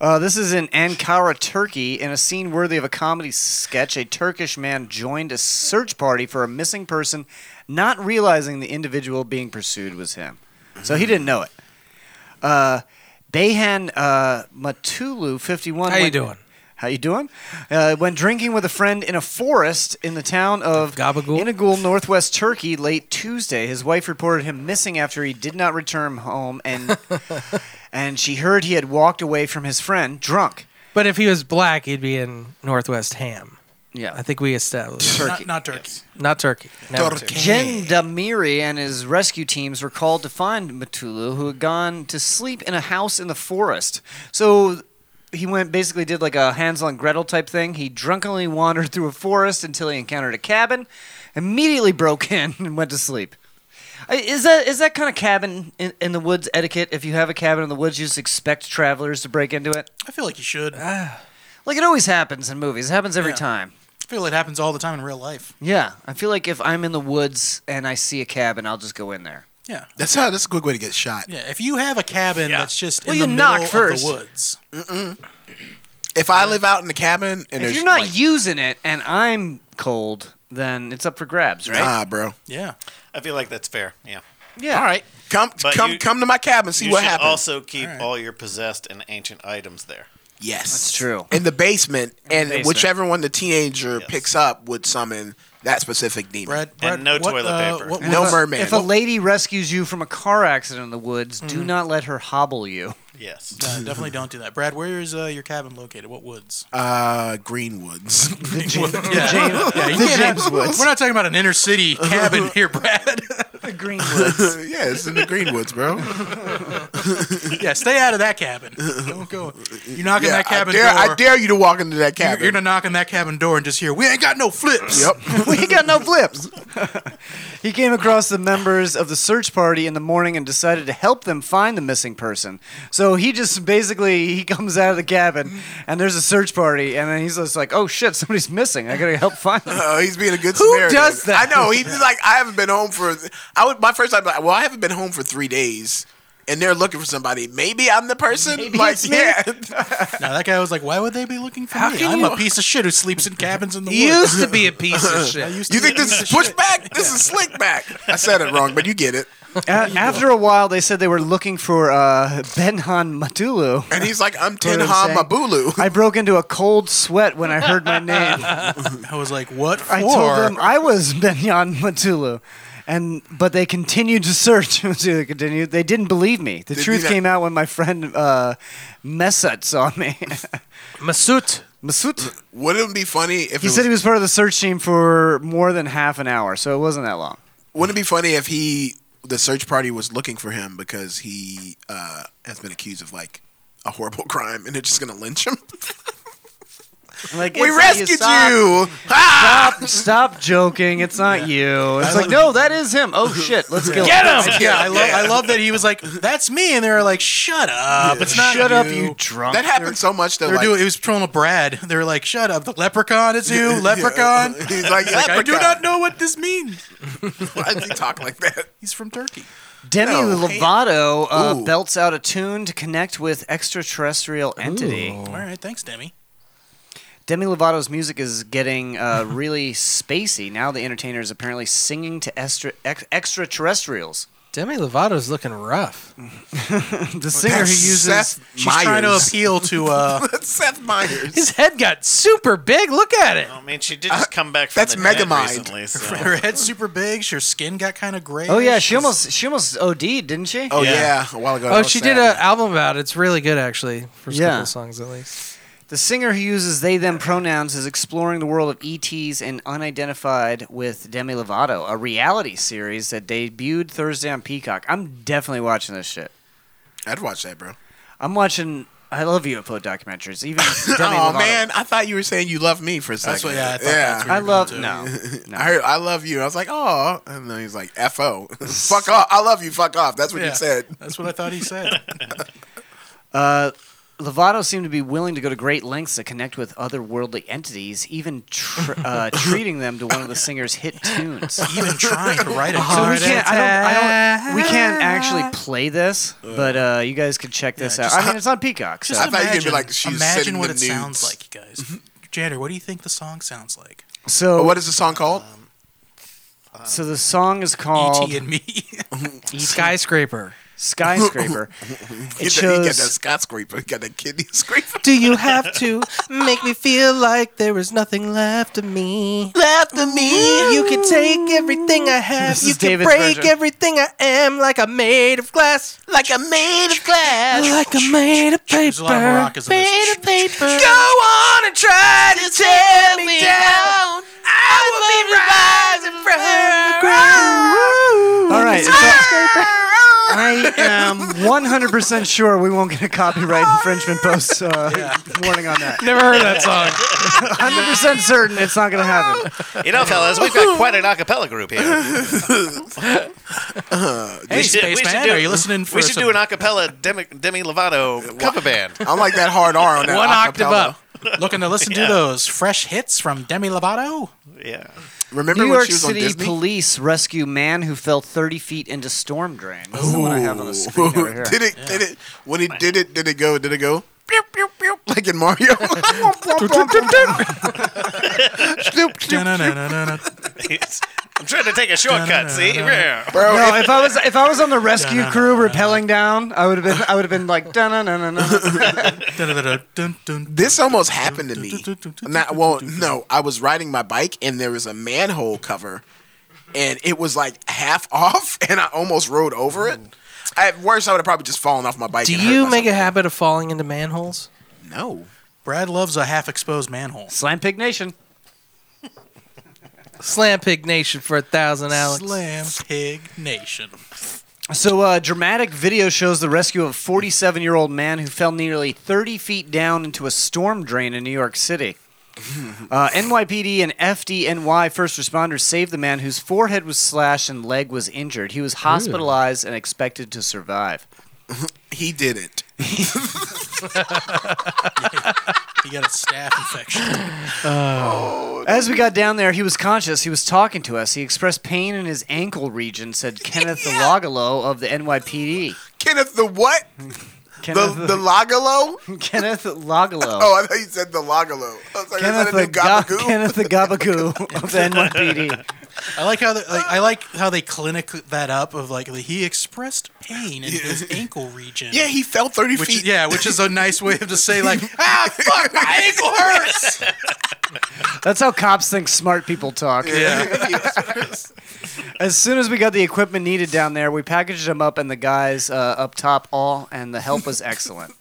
S2: Uh, this is in Ankara, Turkey. In a scene worthy of a comedy sketch, a Turkish man joined a search party for a missing person, not realizing the individual being pursued was him. So he didn't know it. Uh, Behan uh, Matulu, 51.
S1: How you
S2: went-
S1: doing?
S2: How you doing? Uh, went drinking with a friend in a forest in the town of
S1: Gabagool?
S2: Inagul, northwest Turkey, late Tuesday. His wife reported him missing after he did not return home, and and she heard he had walked away from his friend drunk.
S1: But if he was black, he'd be in Northwest Ham. I
S2: Yeah,
S1: think we established.
S8: Not, not Turkey.
S1: Not Turkey. No,
S4: Turkey.
S2: Jen Damiri and his rescue teams were called to find Matulu, who had gone to sleep in a house in the forest. So he went basically did like a Hansel and Gretel type thing. He drunkenly wandered through a forest until he encountered a cabin, immediately broke in and went to sleep. I- Is that is that kind of cabin in, in the woods etiquette? If you have a cabin in the woods, you just expect travelers to break into it.
S8: I feel like you should. I
S2: Like it always happens in movies. It happens every
S8: Yeah.
S2: time.
S8: feel it happens all the time in real life.
S2: Yeah, I feel like if I'm in the woods and I see a cabin, I'll just go in there.
S8: Yeah.
S4: That's how. That's a good way to get shot.
S8: Yeah. If you have a cabin that's just
S2: Well,
S8: in
S2: you
S8: the
S2: knock
S8: middle
S2: first.
S8: of the woods,
S4: If I live out in the cabin
S2: if
S4: and there's
S2: you're not
S4: like,
S2: using it and I'm cold, then it's up for grabs, right?
S4: nah, uh, bro,
S8: yeah.
S7: I feel like that's fair. Yeah.
S2: yeah.
S4: all right, come,
S7: But
S4: come,
S7: you-
S4: come to my cabin, see
S7: you
S4: what
S7: should
S4: happens.
S7: also keep all your possessed and ancient items there.
S4: yes,
S2: That's true.
S4: In the basement, and
S2: basement.
S4: whichever one the teenager
S7: Yes.
S4: picks up would summon that specific demon.
S8: Brett, no what, toilet uh, paper. what
S4: no merman.
S2: If a lady rescues you from a car accident in the woods, do not let her hobble you.
S7: Yes.
S8: No, Uh, definitely don't do that. Brad, where is uh, your cabin located? What woods?
S4: uh, Greenwoods.
S8: Yeah. Yeah, you can't have- We're not talking about an inner city cabin here, Brad.
S2: the
S4: Greenwoods. yeah, it's in the Greenwoods, bro.
S8: yeah, stay out of that cabin. Don't go. You knock on
S4: Yeah,
S8: that cabin
S4: I dare,
S8: door.
S4: I dare you to walk into that cabin.
S8: You're, you're gonna knock on that cabin door and just hear, "We ain't got no flips."
S4: Yep.
S2: we got no flips. he came across the members of the search party in the morning and decided to help them find the missing person. So he just basically he comes out of the cabin and there's a search party and then he's just like, "Oh shit, somebody's missing. I gotta help find them."
S4: Oh, he's being a good
S2: Who
S4: Samaritan.
S2: does that?
S4: I know. He's like, I haven't been home for. I would my first time. Like, well, I haven't been home for three days, and they're looking for somebody. Maybe I'm the person. like,
S8: it's me.
S4: yeah,
S8: Now that guy was like, "Why would they be looking for
S4: How
S8: me?
S4: can
S8: I'm
S4: you-
S8: a piece of shit who sleeps in cabins in the
S4: He
S8: woods."
S4: used to be a piece of shit.
S8: I used to
S4: you
S8: be
S4: think
S8: a
S4: this
S8: piece
S4: is
S8: of shit.
S4: pushback? This is slickback. I said it wrong, but you get it.
S2: A- after a while, they said they were looking for uh, Benhan Matulu.
S4: And he's like, I'm
S2: You know what
S4: Tenha
S2: I'm saying?
S4: Mabulu.
S2: I broke into a cold sweat when I heard my name.
S8: I was like, "What for?"
S2: I told them I was Benyan Matulu. And but they continued to search. they continued. They didn't believe me. The
S1: Did
S2: truth
S1: you not-
S2: came out when my friend uh, Mesut saw me.
S1: Masut.
S2: Masut.
S4: Wouldn't it be funny if
S2: he
S4: it
S2: said
S4: was-
S2: he was part of the search team for more than half an hour, so it wasn't that long.
S4: Wouldn't it be funny if he, the search party was looking for him because he uh, has been accused of like a horrible crime, and they're just gonna lynch him?
S2: Like
S4: we
S2: it's not
S4: rescued
S2: stop.
S4: you. Ah!
S2: Stop, stop joking. It's not you. It's
S8: I
S2: like
S8: love-
S2: no, that is him. Oh shit, let's kill
S8: Yeah, I love.
S2: Yeah.
S8: I love that he was like, "That's me," and they were like, "Shut up! It's not
S2: Shut
S8: you.
S2: up, you drunk.
S4: That happened so much
S8: They
S4: that
S8: were
S4: like,
S8: doing. It was trolling a Brad. They were like, "Shut up! The leprechaun is you,
S4: Yeah.
S8: leprechaun."
S4: He's like,
S8: I do
S4: "Leprechaun."
S8: not know what this means.
S4: why does he talk like that?
S8: He's from Turkey.
S2: Demi
S4: No.
S2: Lovato uh,
S4: Ooh.
S2: belts out a tune to connect with extraterrestrial entity.
S8: All right, thanks, Demi.
S2: Demi Lovato's music is getting uh, really spacey. Now the entertainer is apparently singing to extra, ex- extraterrestrials.
S1: Demi Lovato's looking rough.
S2: the singer who uses
S8: She's trying to appeal to. Uh,
S4: Seth Meyers.
S1: His head got super big. Look at it.
S7: I mean, she
S4: Uh,
S7: did just come back from
S1: That's
S7: the dead
S1: Megamind.
S7: recently. So.
S8: her head's super big. Her skin got kind of gray.
S2: Oh yeah, she almost she almost OD'd, didn't she?
S1: Oh, Yeah. yeah,
S4: a while ago.
S1: Oh, she did an album about it. It's really good, actually, for
S2: Yeah.
S1: yeah. couple songs at least.
S2: The singer who uses they them pronouns is exploring the world of ETs and Unidentified with Demi Lovato, a reality series that debuted Thursday on Peacock. I'm definitely watching this shit.
S4: I'd watch that, bro.
S2: I'm watching I Love You Upload documentaries. Even Demi
S4: oh
S2: Lovato.
S4: man, I thought you were saying you love me for a
S2: That's
S4: second.
S2: what- yeah, I thought that's where you were I love- going to. no, no.
S4: I heard I love you. I was like, oh, and then he's like, fo, fuck off. I love you. Fuck off. That's what
S8: Yeah,
S4: you said.
S8: That's what I thought he said.
S2: Uh, Lovato seemed to be willing to go to great lengths to connect with otherworldly entities, even tr- uh, treating them to one of the singer's hit tunes.
S8: Even trying to write a
S2: so Uh-huh. we
S8: card
S2: can't. I don't, I don't, we can't actually play this, but uh, you guys could check this out. I mean, it's on Peacock. So.
S8: Just imagine- imagine what it sounds like, you guys. Jander, what do you think the song sounds like?
S2: So
S4: what is the song called?
S1: Um, uh,
S4: E
S2: So the song is called
S8: E.T. E and Me.
S1: Skyscraper.
S2: Skyscraper.
S4: He
S2: it
S4: got- he got
S2: shows.
S4: that Scott scraper. He got that kidney scraper.
S1: Do you have to make me feel like there is nothing left of me? Left of me? You can take everything I have.
S2: This
S1: you
S2: is
S1: can
S2: David's
S1: break
S2: version.
S1: everything I am like I'm made of glass. Like I'm made of glass. Like I'm made of paper.
S8: a lot of maracas in this.
S1: Made of paper. Go on and try to tear me down. I will be rising from the ground.
S2: All right. so- I am 100% sure we won't get a copyright
S4: Oh,
S2: infringement post uh, warning on that.
S1: Never heard that song.
S2: 100% certain it's not going to happen.
S7: You know, fellas, we've got quite an acapella group here.
S8: Hey, Spaceman, are you listening for
S7: We should
S8: some-
S7: do an acapella Demi, Demi Lovato cover band.
S4: I like that hard R on that.
S8: One octave
S4: acapella.
S8: up. Looking to listen
S7: Yeah.
S8: to those fresh hits from Demi Lovato.
S7: Yeah.
S4: Remember
S2: New
S4: when
S2: York
S4: she was on
S2: City
S4: Disney?
S2: police rescue man who fell 30 feet into storm drain. This is the one I have on the screen over here.
S4: did it? Did it? When it did it? Did it go? Did it go? Pew, pew, pew, like in Mario.
S8: Da-na-na-na-na.
S7: I'm trying to take a shortcut. see,
S2: Bro, no, if I was if I was on the rescue crew rappelling down, I would have been I would have been like dun dun dun dun.
S4: This almost happened to me. Not well, no. I was riding my bike and there was a manhole cover, and it was like half off, and I almost rode over it. At worst, I would have probably just fallen off my bike.
S1: Mm. Do
S4: and hurt
S1: you
S4: myself.
S1: make a habit of falling into manholes?
S4: No.
S8: Brad loves a half-exposed manhole.
S2: Slam Pig Nation.
S1: Slam Pig Nation for a thousand, Alex.
S8: Slam Pig Nation.
S2: So, uh, dramatic video shows the rescue of a 47 year old man who fell nearly 30 feet down into a storm drain in New York City. Uh, NYPD and FDNY first responders saved the man whose forehead was slashed and leg was injured. He was hospitalized and expected to survive.
S4: he didn't.
S8: He got a staph infection.
S2: As we got down there, he was conscious. He was talking to us. He expressed pain in his ankle region, said Kenneth Logalo of the NYPD.
S4: Kenneth the what?
S2: Kenneth
S4: the Logalo?
S2: Kenneth Logalo.
S4: Oh, I thought you said the Logalo. I was like,
S2: Kenneth
S4: is that
S2: the,
S4: a new
S2: Ga-
S4: gabagoo?
S2: Kenneth the Gabagoo of the NYPD.
S8: I like how they, like, I like how they clinic that up of like he expressed pain in his ankle region.
S4: Yeah, he fell thirty
S8: which,
S4: feet.
S8: Yeah, which is a nice way of to say like ah fuck my ankle hurts.
S2: That's how cops think smart people talk. As soon as we got the equipment needed down there, we packaged them up, and the guys uh, up top all, and the help was excellent.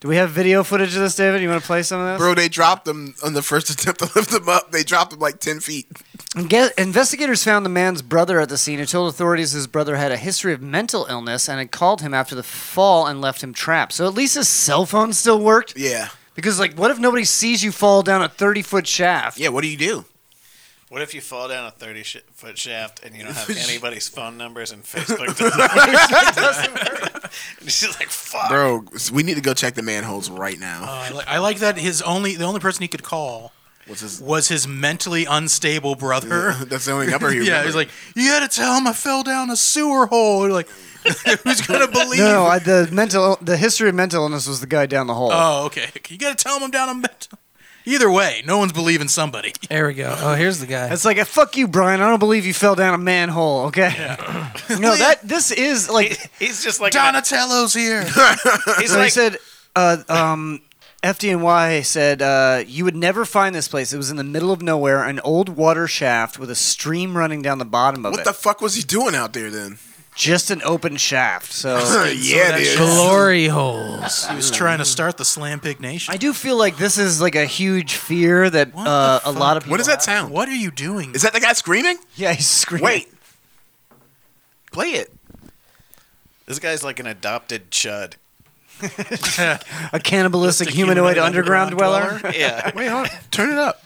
S2: Do we have video footage of this, David? You want to play some of this?
S4: Bro, they dropped him on the first attempt to lift him up. They dropped him like 10 feet.
S2: And get- investigators found the man's brother at the scene and told authorities his brother had a history of mental illness and had called him after the fall and left him trapped. So at least his cell phone still worked.
S4: Yeah.
S2: Because, like, what if nobody sees you fall down a 30 foot shaft?
S4: Yeah, what do you do?
S7: What if you fall down a thirty sh- foot shaft and you don't have anybody's phone numbers and Facebook doesn't, doesn't work? And she's like, "Fuck."
S4: Bro, we need to go check the manholes right now.
S8: Uh, I, like, I like that his only the only person he could call
S4: was his
S8: mentally unstable brother.
S4: Yeah, that's the only number he
S8: yeah,
S4: remembered.
S8: he's like you had to tell him I fell down a sewer hole. You're like who's gonna believe?
S2: No, I, the mental, the history of mental illness was the guy down the hole.
S8: Oh, okay. You gotta tell him I'm down a mental. Either way, no one's believing somebody.
S1: There we go. Oh, here's the guy.
S2: It's like, "Eh, fuck you, Brian. I don't believe you fell down a manhole. Okay. no, that this is like
S7: he's just like
S8: Donatello's here.
S7: he's
S2: So he
S7: like,
S2: said, uh, um, FDNY said, uh, you would never find this place. It was in the middle of nowhere, an old water shaft with a stream running down the bottom of
S4: What
S2: it.
S4: the fuck was he doing out there then?
S2: Just an open shaft. So
S4: yeah, dude.
S1: holes.
S8: He was trying to start the Slam Pig Nation.
S2: I do feel like this is like a huge fear that uh, a lot of people.
S4: What does that
S2: have.
S4: sound?
S8: What are you doing?
S4: Is that the guy screaming?
S2: Yeah, he's screaming.
S4: Wait. Play it.
S7: "This guy's like an adopted chud."
S2: a cannibalistic
S7: Just a
S2: humanoid,
S7: humanoid
S2: underground, dweller.
S7: underground dweller? Yeah.
S4: Wait, hold on. Turn it up.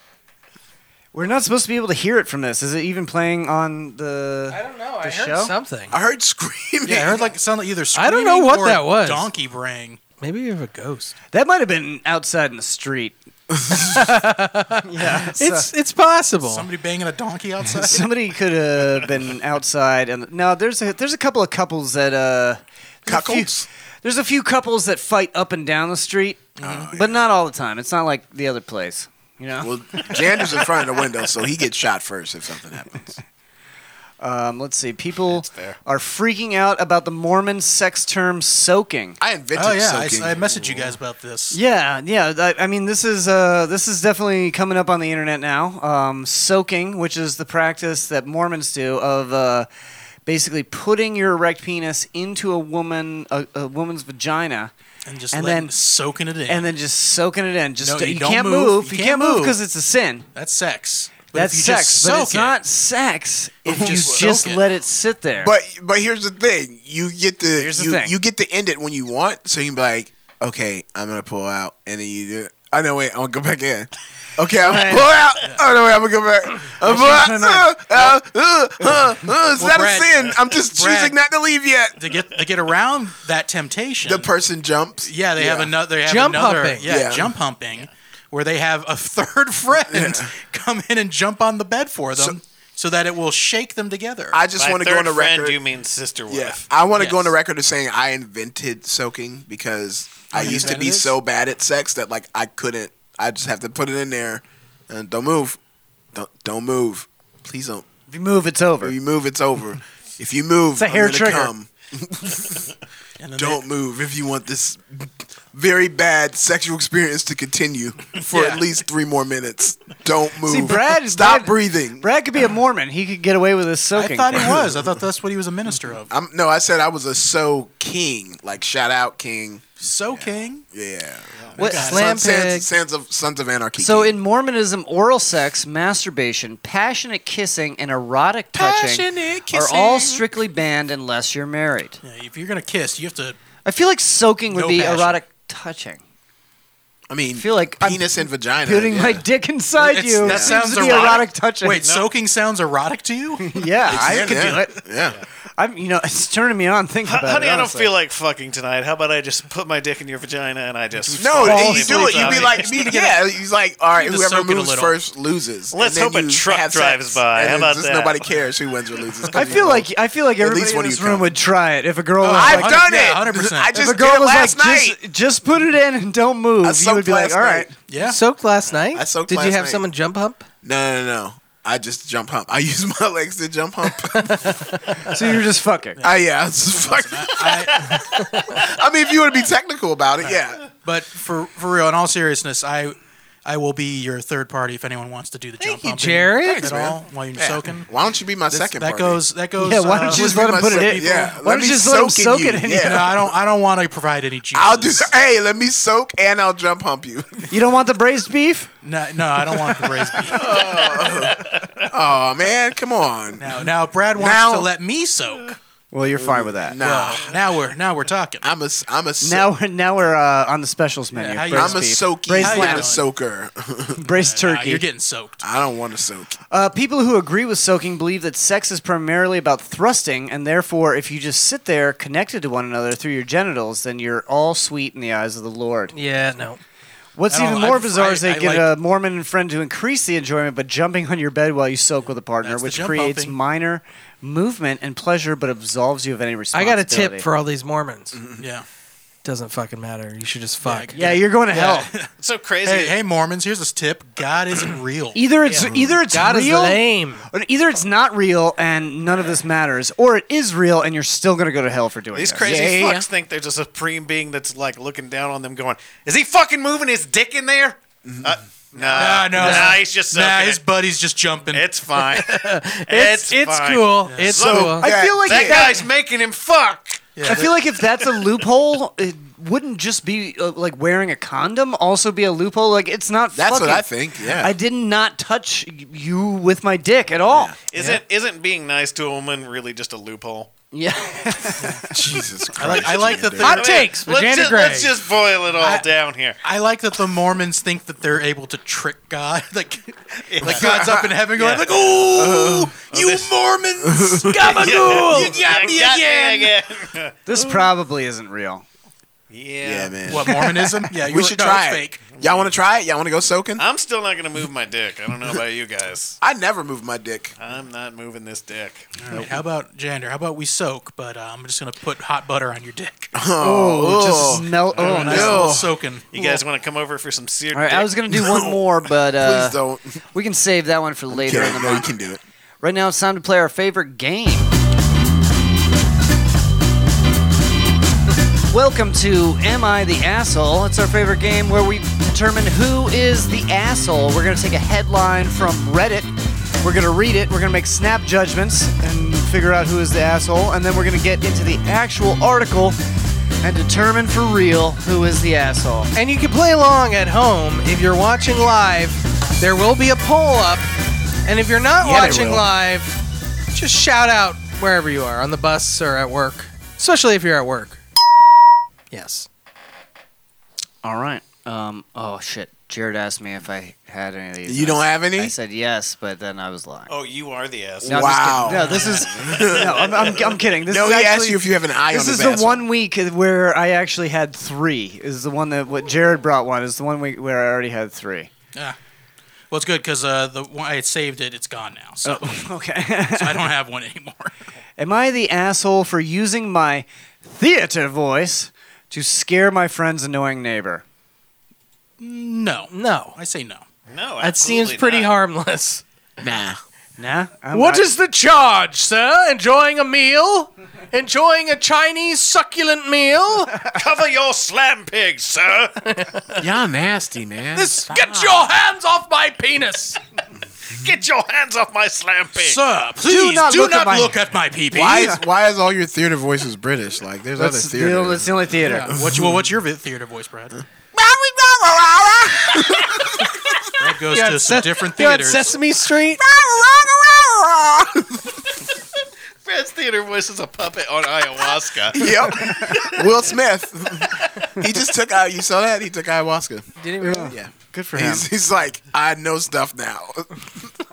S2: We're not supposed to be able to hear it from this. Is it even playing on the? I don't know. The
S1: I heard
S2: show?
S1: something.
S4: I heard screaming.
S8: Yeah, I heard like it sounded like either
S1: I
S8: screaming
S1: don't know what
S8: or
S1: that
S8: a
S1: was.
S8: Donkey braying.
S1: Maybe you have a ghost.
S2: That might have been outside in the street. yeah, so-
S1: It's uh, it's possible.
S8: Somebody banging a donkey outside.
S2: somebody could have been outside. And no, there's a there's a couple of couples that uh, there's a few-
S4: Cuckolds?
S2: There's a few couples that fight up and down the street,
S4: Oh,
S2: but not all the time. It's not like the other place, you know.
S4: Well, Jander's in front of the window, so he gets shot first if something happens.
S2: Um, let's see. People are freaking out about the Mormon sex term soaking.
S4: I invented
S8: oh yeah, I,
S4: soaking.
S8: I messaged you guys about this.
S2: Yeah, yeah. I, I mean, this is uh, this is definitely coming up on the internet now. Um, soaking, which is the practice that Mormons do of uh, basically putting your erect penis into a woman a, a woman's vagina.
S8: and just
S2: and
S8: letting,
S2: then-
S8: soaking it in.
S2: And then just soaking it in. Just
S8: No, you
S2: you,
S8: don't
S2: can't
S8: move.
S2: move.
S8: You
S2: You,
S8: can't
S2: can't move
S8: move.
S2: because it's a sin.
S8: that's sex. But
S2: That's
S8: if you
S2: sex,
S8: just
S2: but
S8: soak
S2: it's
S8: it-
S2: not sex if you
S8: just
S2: just,
S8: soak it.
S2: let it sit there.
S4: But but here's the thing. You get to
S2: Here's the
S4: you,
S2: thing.
S4: you get to end it when you want. So you can be like, okay, I'm gonna pull out, and then you do. It. I know. Wait, I'm gonna go back in. Okay, I'm gonna
S2: Right.
S4: pull out. Oh no, wait, I'm gonna go back. I'm pull out. Uh, uh, uh, uh, uh, is
S8: Well,
S4: that
S8: Brad-
S4: a sin? I'm just
S8: Brad-
S4: choosing not to leave yet.
S8: to get to get around that temptation.
S4: The person jumps.
S8: yeah, they have another. They have
S1: Jump
S8: another,
S1: humping.
S8: Yeah,
S4: Yeah.
S8: jump humping, where they have a third friend come in and jump on the bed for them, so, that it will shake them together.
S4: I just
S7: By
S4: want to go on
S7: third
S4: the
S7: friend,
S4: record.
S7: You mean sister
S4: Yeah,
S7: wife?
S4: I want to go on the
S8: Yes.
S4: record as saying I invented soaking because I
S8: you
S4: used to be
S8: invented it?
S4: so bad at sex that like I couldn't. I just have to put it in there and don't move, don't don't move. Please don't If you move, it's over. If you move, it's over. if you move,
S13: It's a
S4: I'm
S13: hair
S4: gonna
S13: trigger.
S4: come.
S8: And then
S4: Don't move if you want this very bad sexual experience to continue for
S2: Yeah.
S4: at least three more minutes. Don't move.
S2: See, Brad,
S4: stop
S2: Brad-
S4: breathing.
S2: Brad could be a Mormon. He could get away with this soaking. thing.
S4: I thought that's what he was a minister of. I'm, no, I said I was a so king. Like shout out king.
S8: So king.
S4: Yeah.
S2: What-
S4: Sons-
S2: Slam pig.
S4: sons, sons of Sons of Anarchy.
S2: So in Mormonism, oral sex, masturbation, passionate kissing, and erotic touching
S8: Passionate
S2: are all
S8: kissing.
S2: strictly banned unless you're married.
S8: If you're gonna kiss, you have to.
S2: I feel like soaking would
S8: No
S2: be
S8: passion.
S2: erotic touching.
S4: I mean,
S2: feel like
S4: penis and vagina.
S2: putting my
S4: yeah.
S2: dick inside
S4: It's-
S2: you.
S4: that
S2: seems
S4: sounds
S2: to be
S4: erotic.
S2: touching.
S8: Wait, soaking sounds erotic to you?
S2: yeah, I could do it.
S4: Yeah.
S2: I'm, you know, it's turning me on thinking about
S7: Honey,
S2: it.
S7: I don't
S2: honestly.
S7: feel like fucking tonight. How about I just put my dick in your vagina and I just
S4: No,
S7: fall
S4: you
S7: asleep
S4: do it. You
S7: on
S4: be
S7: it?
S4: like, me, yeah. He's like, all right,
S7: Need to
S4: whoever
S7: soak it a
S4: moves
S7: little.
S4: first loses.
S7: Let's
S4: And then
S7: hope a
S4: you
S7: truck
S4: have
S7: drives
S4: sex,
S7: by.
S4: and
S7: How
S4: then
S7: about
S4: just
S7: that?
S4: Nobody cares who wins or loses. 'cause
S2: I
S4: you
S2: feel
S4: know.
S2: like I feel like
S4: At
S2: everybody
S4: least
S2: in
S4: when
S2: this
S4: you
S2: room
S4: come.
S2: would try it if a girl.
S4: Oh,
S2: was
S4: I've
S2: like,
S4: done it. 100%. I
S2: if
S4: just
S2: a girl
S4: did it
S2: was
S4: last
S2: like,
S4: night.
S2: Just, just put it in and don't move. You would be like, all right,
S8: Yeah.
S1: Soaked last night?
S4: I soaked
S1: Did
S4: last
S1: you have
S4: night.
S1: someone jump hump?
S4: No, no, no. I just jump hump. I use my legs to jump hump.
S2: so you're just fucking.
S4: I Ah, yeah, I was just fucking. I mean, if you want to be technical about it, yeah.
S8: But for for real, in all seriousness, I I will be your third party if anyone wants to do the jump. Thank
S1: Jared.
S8: At
S1: Thanks, man.
S8: all while you're
S4: Yeah.
S8: soaking.
S4: Why don't you be my
S8: This-
S4: second
S8: That
S4: party?
S8: goes. That goes. uh,
S4: Yeah, why don't you just let him put it in? Yeah, let me soak in you. Yeah.
S8: No, I don't. I don't want to provide any juice.
S4: I'll do. Hey, let me soak and I'll jump hump you.
S2: You don't want the braised beef?
S8: No, no, I don't want the braised beef.
S4: oh man, come on.
S8: Now, now Brad wants
S4: Now-
S8: to let me soak.
S2: Well, you're fine with that.
S4: Nah.
S8: Well, now we're now we're talking.
S4: I'm a. I'm a.
S2: Now we're now we're uh, on the specials menu.
S8: how you
S2: braised
S4: I'm a
S2: beef.
S4: soaky,
S2: Braised
S4: not
S2: lamb.
S4: a soaker.
S2: Braised turkey.
S8: Uh, you're getting soaked.
S4: I don't want to soak.
S2: Uh, people who agree with soaking believe that sex is primarily about thrusting, and therefore, if you just sit there connected to one another through your genitals, then you're all sweet in the eyes of the Lord.
S1: Yeah, no.
S2: What's
S1: I don't-
S2: even more
S1: I-
S2: bizarre is they
S1: I- I
S2: get
S1: like-
S2: a Mormon friend to increase the enjoyment by jumping on your bed while you soak with a partner,
S1: That's the
S2: which
S1: jump
S2: creates
S1: humping.
S2: minor movement and pleasure, but absolves you of any
S1: I
S2: responsibility.
S1: got a tip for all these Mormons.
S8: Yeah.
S1: Doesn't fucking matter. You should just fuck.
S2: Yeah, you're going to hell.
S7: It's so crazy.
S8: Hey, hey, Mormons, here's this tip: God isn't real.
S2: Either it's either it's
S8: God is
S2: real,
S8: lame.
S2: or either it's not real, and none of this matters, or it is real, and you're still gonna go to hell for doing
S7: These
S2: it.
S7: crazy fucks think there's a supreme being that's like looking down on them, going, "Is he fucking moving his dick in there?"
S4: Mm-hmm.
S7: Uh, nah,
S8: Nah, no.
S7: nah, he's just
S8: Nah,
S7: soaking
S8: his
S7: it.
S8: buddy's just jumping.
S7: It's fine.
S8: It's-
S7: it's
S8: it's
S7: fine.
S8: cool. Yeah. It's
S7: Look,
S8: cool. I
S7: that-
S2: feel like
S7: that
S2: if that-
S7: guy's making him fuck.
S2: I feel like if that's a loophole, it wouldn't just be uh, like wearing a condom also be a loophole. Like it's not.
S4: That's what
S2: fucking-
S4: I think, yeah.
S2: I did not touch y- you with my dick at all.
S7: Isn't isn't being nice to a woman really just a loophole?
S2: Yeah.
S4: Jesus
S8: I like- I like that
S7: Jander.
S8: they- Hot takes with
S7: Let's
S8: Jander
S7: just,
S8: Gray.
S7: let's just boil it all
S8: I-
S7: down here.
S8: I like that the Mormons think that they're able to trick God. like, like God's up in heaven going, like, "Ooh, you Mormons, gabagool, you got me again."
S2: This probably isn't real.
S7: Yeah.
S4: Yeah, man.
S8: What, Mormonism? Yeah,
S4: we
S8: you're-
S4: should
S8: no,
S4: try
S8: it's
S4: it. Y'all want to try it? Y'all want to go soaking?
S7: I'm still not gonna move my dick. I don't know about you guys.
S4: I never move my dick.
S7: I'm not moving this dick.
S8: All right, how about Jander? How about we soak? But uh, I'm just gonna put hot butter on your dick.
S2: Oh, just smell. Oh,
S8: nice
S2: no.
S8: little soaking.
S7: You guys want to come over for some seared?
S2: All right, I
S7: dick?
S2: was gonna do one more, but uh,
S4: Please don't.
S2: We can save that one for later in
S4: Kidding.
S2: the
S4: No, you
S2: month.
S4: can do it.
S2: Right now, it's time to play our favorite game. Welcome to Am I the Asshole? It's our favorite game where we determine who is the asshole. We're going to take a headline from Reddit. We're going to read it. We're going to make snap judgments and figure out who is the asshole. And then we're going to get into the actual article and determine for real who is the asshole.
S1: And you can play along at home if you're watching live. There will be a poll up. And if you're not
S2: Yeah, there
S1: watching
S2: will.
S1: live, just shout out wherever you are on the bus or at work, especially if you're at work. Yes.
S2: All right. Um, oh, shit. Jared asked me if I had any of these.
S4: You don't have any?
S2: I said yes, but then I was lying.
S7: Oh, you are the ass.
S2: No, I'm just kidding. No, this is. No, I'm, I'm, I'm kidding. This
S4: no,
S2: is
S4: he
S2: actually,
S4: asked you if you have an eye
S2: This
S4: on
S2: is
S4: his
S2: the
S4: asshole.
S2: one week where I actually had three. Is the one that what Jared brought one. Is the one week where I already had three.
S8: Yeah. Well, it's good because uh, the one I had saved it, it's gone now.
S4: Oh.
S8: So
S2: okay.
S8: so I don't have one anymore.
S2: Am I the asshole for using my theater voice to scare my friend's annoying neighbor?
S8: No,
S1: no.
S8: I say no.
S7: No,
S1: That seems
S7: absolutely
S1: pretty
S7: not.
S1: harmless.
S4: Nah.
S8: Nah.
S14: What is the charge, sir? Enjoying a meal? Enjoying a Chinese succulent meal?
S7: Cover your slam pigs, sir.
S4: Y'all nasty, man.
S14: This, get your hands off my penis!
S7: Get your hands off my slam pig.
S14: Sir, please do not look, at, my... peepee.
S4: Why is, why is all your theater voices British? Like, there's
S2: That's
S4: other
S2: the-
S4: theater.
S2: that's the only theater.
S8: Yeah. What's- well, what's your vi- theater voice, Brad? That goes
S1: You're
S8: to
S1: on
S8: some
S1: Se-
S8: different
S1: you're on
S8: theaters.
S1: Sesame Street.
S7: Brad's theater voice is a puppet on ayahuasca.
S4: yep. Will Smith. he just took out. You saw that? He took ayahuasca.
S1: Did he
S4: really? Yeah.
S2: Good for
S4: He's,
S2: him.
S4: he's like, I know stuff now.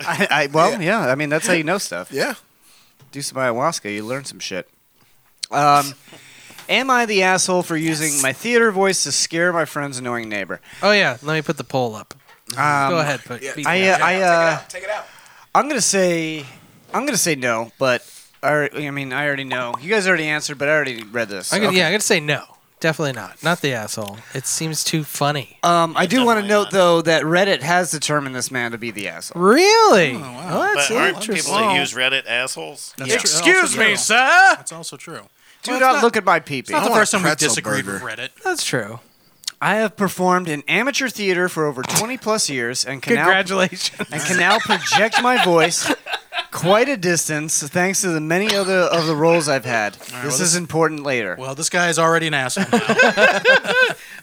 S2: I, I, well, yeah. I mean, that's how you know stuff.
S4: Yeah.
S2: Do some ayahuasca, you learn some shit. Um, am I the asshole for using my theater voice to scare my friend's annoying neighbor?
S1: Oh yeah, let me put the poll up.
S2: Um,
S1: Go ahead, put. beat
S2: I,
S1: me
S2: uh,
S1: up.
S2: I, uh, take it out. I'm gonna say, I'm gonna say no, but I, already- I mean, I already know. You guys already answered, but I already read this.
S1: I'm gonna,
S2: uh, Okay.
S1: Yeah, I'm gonna say no. Definitely not. Not the asshole. It seems too funny.
S2: Um, I do want to note though that Reddit has determined this man to be the asshole. Oh,
S1: Really?
S7: but aren't people that use Reddit assholes?
S14: Excuse me, sir.
S8: That's also true.
S2: Do not look at my pee
S8: It's not the first time we disagreed with Reddit.
S1: That's true.
S2: I have performed in amateur theater for over 20 plus years and can now
S1: Congratulations.
S2: and can now project my voice quite a distance thanks to the many other of the roles I've had. this,
S8: well,
S2: is
S8: this-
S2: important later.
S8: Well, this guy is already an asshole. now.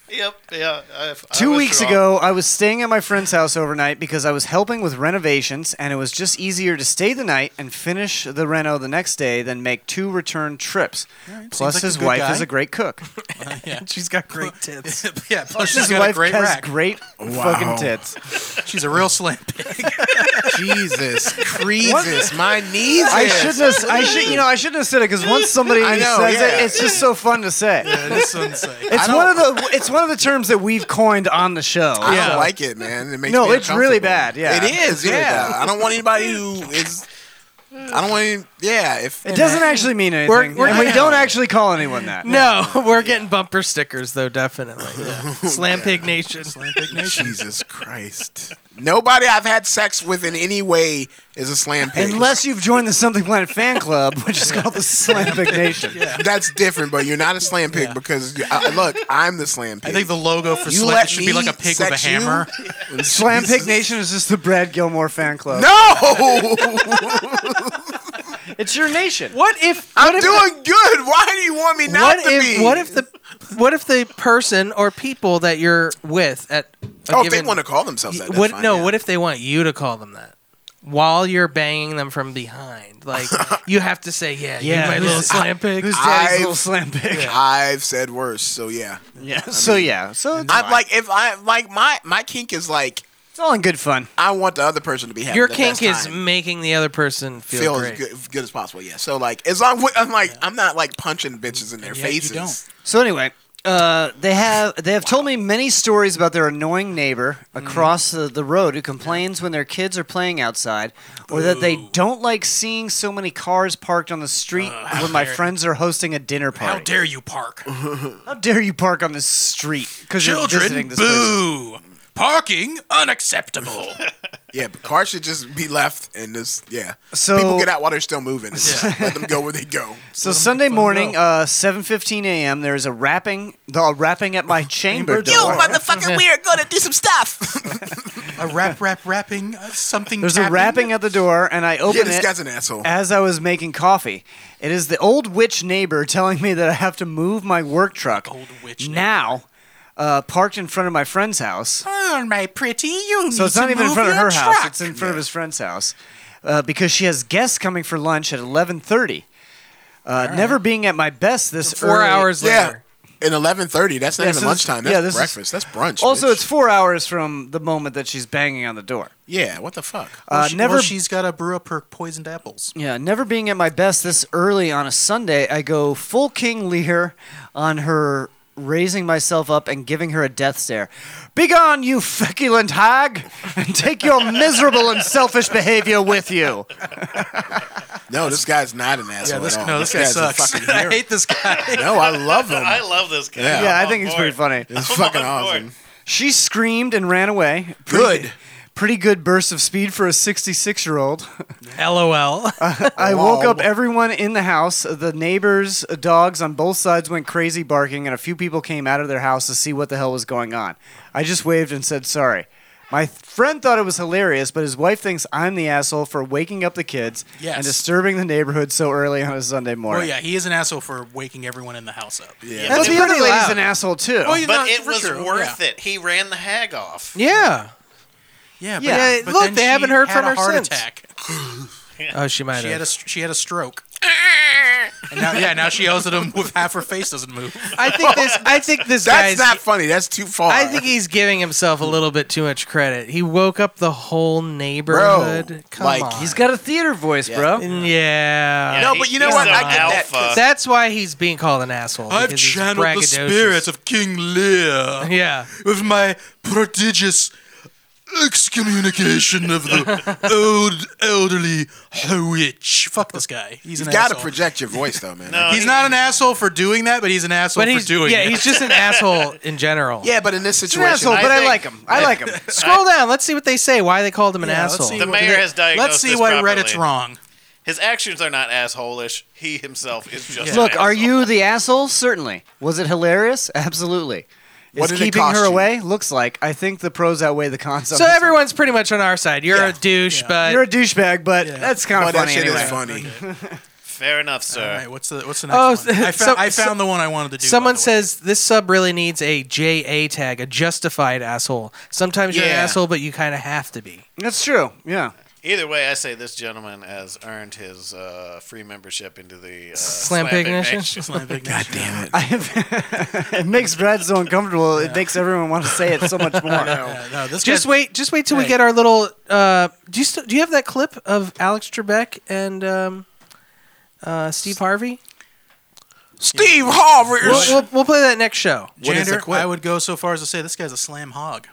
S7: Yep. Yeah. I've, I
S2: Two
S7: was
S2: weeks
S7: wrong.
S2: ago, I was staying at my friend's house overnight because I was helping with renovations, and it was just easier to stay the night and finish the reno the next day than make two return trips. Plus,
S8: like a
S2: his
S8: good
S2: wife
S8: guy.
S2: is a great cook.
S8: yeah.
S1: She's got great tits.
S8: yeah, plus she's
S2: his
S8: got
S2: wife
S8: a great
S2: has
S8: rack.
S2: great fucking tits.
S8: She's a real slim pig.
S4: Jesus, creases, my knees.
S2: I shouldn't. Have, I should. You know, I shouldn't have said it because once somebody
S4: I know,
S2: says
S4: yeah.
S2: it, it's just so fun to say. It's
S4: I
S2: one of the. It's one of the terms that we've coined on the show.
S4: I
S2: So-
S4: don't like it, man. It makes
S2: No,
S4: me
S2: it's really
S4: uncomfortable.
S2: bad, yeah.
S4: it is.
S2: It's really
S4: yeah,
S2: bad.
S4: I don't want anybody who is. I don't want any. Yeah, if
S2: It doesn't actually mean anything,
S1: We're- we're
S2: and we
S1: getting-
S2: don't actually call anyone that.
S1: No, we're getting bumper stickers though. Definitely. Slam Pig Nation. Slam
S8: Pig
S1: Nation.
S4: Jesus Christ. Nobody I've had sex with in any way is a slam pig.
S2: Unless you've joined the Something Planet fan club, which is called the Slam Pig Nation.
S4: That's different, but you're not a slam pig because you, I, look, I'm the slam pig.
S8: I think the logo for
S4: You
S8: slim
S4: let
S8: should be like
S4: me
S8: a pig with a
S4: sex you?
S8: hammer.
S2: Slam Pig Nation is just the Brad Gilmore fan club.
S4: No,
S2: it's your nation.
S1: What if
S4: I'm
S1: what if the-
S4: doing good. Why do you want me not
S1: what
S4: to
S1: if
S4: be?
S1: what if the what if the person or people that you're with at a
S4: Oh, if
S1: given,
S4: they wanna call themselves that, that's
S1: What,
S4: fine,
S1: no,
S4: yeah.
S1: what if they want you to call them that while you're banging them from behind? Like you have to say, yeah, yeah,
S2: Yeah,
S1: you my
S2: who's-
S1: little slam pig.
S2: who's daddy's little
S4: I've-
S2: slam pig?
S4: I've said worse, so yeah.
S2: Yeah. so yeah. So it's
S4: I'm
S2: fine.
S4: like if I like my my kink is like
S2: it's all in good fun.
S4: I want the other person to be happy.
S1: Your
S4: the
S1: kink
S4: best
S1: is
S4: time.
S1: making the other person feel
S4: feel as
S1: great.
S4: good, as good as possible. Yeah. So like as long as I'm like I'm not like punching bitches in their faces.
S2: So anyway, uh, they have they have told me many stories about their annoying neighbor
S8: Mm-hmm.
S2: across the, the road who complains when their kids are playing outside, or that they don't like seeing so many cars parked on the street when my
S8: dare-
S2: friends are hosting a dinner
S8: How
S2: party.
S8: dare you park?
S2: How dare you park on this street? Because you're
S8: Children,
S2: visiting this person.
S8: boo! Parking unacceptable.
S4: Yeah, but cars should just be left and just yeah.
S2: So-
S4: people get out while they're still moving. Let them go where they go.
S2: So Sunday morning, uh, 7:15 a.m. There is a rapping, the rapping at my chamber
S4: You
S2: door.
S4: motherfucker, we are gonna do some stuff.
S8: a rap, rap, rapping. Uh, something.
S2: There's a
S8: tapping.
S2: rapping at the door, and I open
S4: yeah, this
S2: it.
S4: guy's an asshole.
S2: as I was making coffee. It is the old witch neighbor telling me that I have to move my work truck now, uh, parked in front of my friend's house.
S8: Oh, my pretty, you
S2: So
S8: need
S2: it's not
S8: to
S2: even in
S8: move
S2: front of
S8: your
S2: her house;
S8: truck.
S2: it's uh, in front of his friend's house uh, because she has guests coming for lunch at 11:30. Uh, Never being at my best this early-
S4: yeah. In eleven thirty, that's not
S2: Yeah,
S4: even
S2: so this-
S4: lunchtime. That's
S2: yeah, this is-
S4: breakfast. that's brunch.
S2: Also,
S4: bitch.
S2: it's four hours from the moment that she's banging on the door.
S4: yeah. What the fuck?
S2: Uh,
S8: Well, she-
S2: never
S8: well, she's got to brew up her poisoned apples.
S2: Yeah, never being at my best this early on a Sunday, I go full King Lear on her raising myself up and giving her a death stare. Begone, you feculent hag, and take your miserable and selfish behavior with you.
S4: No, this guy's not an asshole.
S8: this-
S4: at all.
S8: no, this guy
S4: guy's a
S8: sucks.
S4: fucking hero.
S8: hate this guy.
S4: no, I love him.
S7: I love this guy.
S4: Yeah.
S2: Yeah, I
S7: I'm
S2: think
S7: on
S2: it's pretty
S7: board.
S2: funny.
S4: It's fucking awesome.
S2: She screamed and ran away.
S4: Good.
S2: Pretty, pretty good burst of speed for a 66 year old.
S8: Oh,
S1: LOL.
S2: I woke up everyone in the house. The neighbors' dogs on both sides went crazy barking, and a few people came out of their house to see what the hell was going on. I just waved and said sorry. My th- friend thought it was hilarious, but his wife thinks I'm the asshole for waking up the kids
S8: Yes.
S2: and disturbing the neighborhood so early on a Sunday morning.
S8: Oh yeah, he is an asshole for waking everyone in the house up. Oh,
S2: Yeah, That's but the other lady's an asshole too.
S7: but it was worth it. He ran the hag off.
S1: Yeah.
S8: Yeah,
S1: but- Yeah,
S8: but
S1: look,
S8: then
S1: they
S8: she
S1: haven't heard
S8: had
S1: from
S8: a
S1: her
S8: heart
S1: since.
S8: Attack.
S1: Oh, she might
S8: she
S1: have.
S8: had a st- she had a stroke. and now, yeah, now she yells at him with half her face doesn't move.
S1: I think this. I think this.
S8: That's
S1: guy's,
S8: not
S4: funny. That's too far.
S1: I think he's giving himself a little bit too much credit. He woke up the whole neighborhood. Come
S2: like-
S1: on.
S2: He's got a theater voice,
S1: bro. Yeah.
S2: No, but you know what? I get that, 'cause-
S1: That's why he's being called an asshole.
S8: I've
S1: because he's
S8: channeled the
S1: braggadocious.
S8: spirit of King Lear.
S1: Yeah.
S8: With my prodigious excommunication of the old elderly witch. Fuck this guy. He's
S4: You've
S8: an
S4: got to
S8: asshole.
S4: project your voice though, man.
S8: he's not an asshole for doing that, but he's an asshole
S4: But he's-
S8: for doing
S4: yeah,
S8: it.
S4: he's just an asshole
S1: in general.
S4: Yeah, but in this
S1: He's
S4: situation,
S1: an asshole, but I, like him. I like him. Scroll down. Let's see what they say. Why they called him an
S7: Yeah, let's
S1: asshole.
S7: see The what- mayor has diagnosed
S8: Let's see
S7: this
S8: why
S7: properly.
S8: Reddit's wrong.
S7: His actions are not assholish. He himself is just.
S2: Look, are you the asshole? Certainly. Was it hilarious? Absolutely.
S7: What
S2: Is
S7: did it
S2: keeping
S7: cost
S2: her
S7: you?
S2: away? Looks like I think the pros outweigh the cons. on
S1: So
S2: this
S1: everyone's pretty much on our side. You're a douche, but
S2: You're a douchebag, but that's kind of
S1: But that
S2: funny.
S1: shit is
S2: anyway.
S1: funny.
S7: Fair enough, sir.
S8: All right, what's the what's the next
S1: Uh, Oh,
S8: one? I found,
S1: so-
S8: I found
S1: so-
S8: the one I wanted to do.
S1: Someone says this sub really needs a JA tag, a justified asshole. Sometimes you're an
S7: Yeah.
S1: asshole, but you kind of have to be.
S2: That's true. Yeah.
S7: Either way, I say this gentleman has earned his uh, free membership into the uh,
S1: Slam Pig Nation? Slam Pig
S7: God damn
S2: I have, it makes Brad so uncomfortable. It makes everyone want to say it so much more.
S1: just wait, just wait till we get our little. Uh, do you still, do you have that clip of Alex Trebek and um, uh, Steve Harvey?
S4: Steve Harvey.
S1: We'll, we'll, we'll play that next show.
S8: Jander, I would go so far as to say this guy's a slam hog.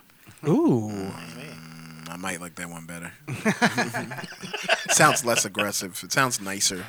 S1: Ooh.
S4: I might like that one better. sounds less aggressive. It sounds nicer.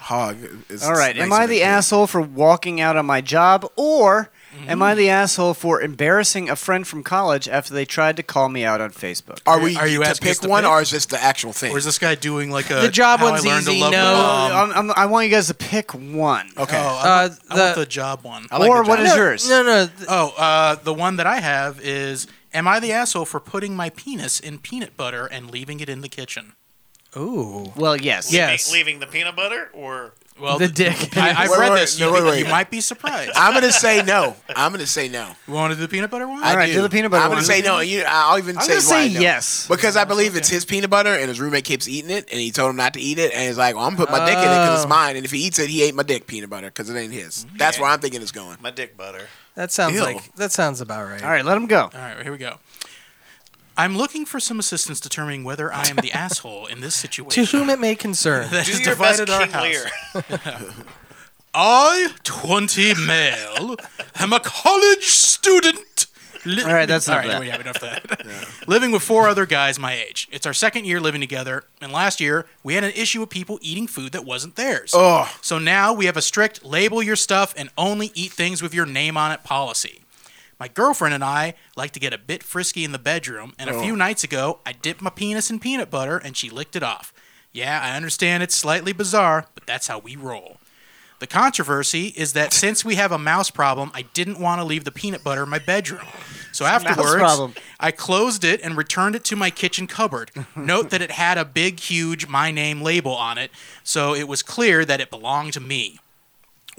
S4: Hog. Is
S2: All right. Am
S4: nicer
S2: I
S4: than
S2: the asshole for walking out on my job, or am I the asshole for embarrassing a friend from college after they tried to call me out on Facebook?
S4: Are we Are you to
S8: asking us
S4: pick
S8: to
S4: one,
S8: pick?
S4: or is this the actual thing?
S8: Or is this guy doing like a
S2: The job
S8: how
S2: one's
S8: I learned
S2: easy,
S8: To love
S2: no.
S8: the bomb?
S2: I'm- I'm- i want you guys to pick one.
S8: Okay. Oh, I,
S2: Uh,
S8: want, I
S2: the-
S8: want the job one.
S2: I like Or the job what is one. yours?
S1: No, no.
S8: oh, uh, the one that I have is: Am I the asshole for putting my penis in peanut butter and leaving it in the kitchen?
S1: Ooh.
S2: Well, yes.
S8: Yes.
S7: Leaving the peanut butter or
S8: Well, The the- dick. I- I've
S4: Wait,
S8: read
S4: wait,
S8: this.
S4: no,
S8: You-
S4: wait, wait.
S8: you might be surprised.
S4: I'm gonna say no. I'm gonna say no.
S8: You want to do the peanut butter one?
S4: I do. I'm gonna
S8: one.
S4: say no. and You, I'll even
S8: I'm
S4: say,
S8: gonna
S4: why
S8: say
S4: no.
S8: yes.
S4: because I believe it's his peanut butter, and his roommate keeps eating it, and he told him not to eat it, and he's like, "Well, I'm gonna put my dick in it because
S1: Oh.
S4: it's mine, and if he eats it, he ate my dick peanut butter because it ain't his." That's where I'm thinking it's going.
S7: My dick butter.
S1: That sounds
S4: Ew.
S1: like that sounds about right.
S2: All right, let him go.
S8: All right, here we go. I'm looking for some assistance determining whether I am the asshole in this
S1: To
S8: situation.
S1: whom it may concern.
S8: that has divided our house. I, 20 male, am a college student. Li-
S2: All right, that's
S8: All
S2: enough of
S8: we
S2: that.
S8: have enough of that. living with four other guys my age. It's our second year living together, and last year we had an issue with people eating food that wasn't theirs.
S4: Ugh.
S8: So now we have a strict label your stuff and only eat things with your name on it policy. My girlfriend and I like to get a bit frisky in the bedroom, and a
S15: Oh.
S8: few nights ago I dipped my penis in peanut butter and she licked it off. Yeah, I understand it's slightly bizarre, but that's how we roll. The controversy is that since we have a mouse problem, I didn't want to leave the peanut butter in my bedroom. So
S2: Mouse
S8: afterwards,
S2: problem.
S8: I closed it and returned it to my kitchen cupboard. Note that it had a big, huge my name label on it, so it was clear that it belonged to me.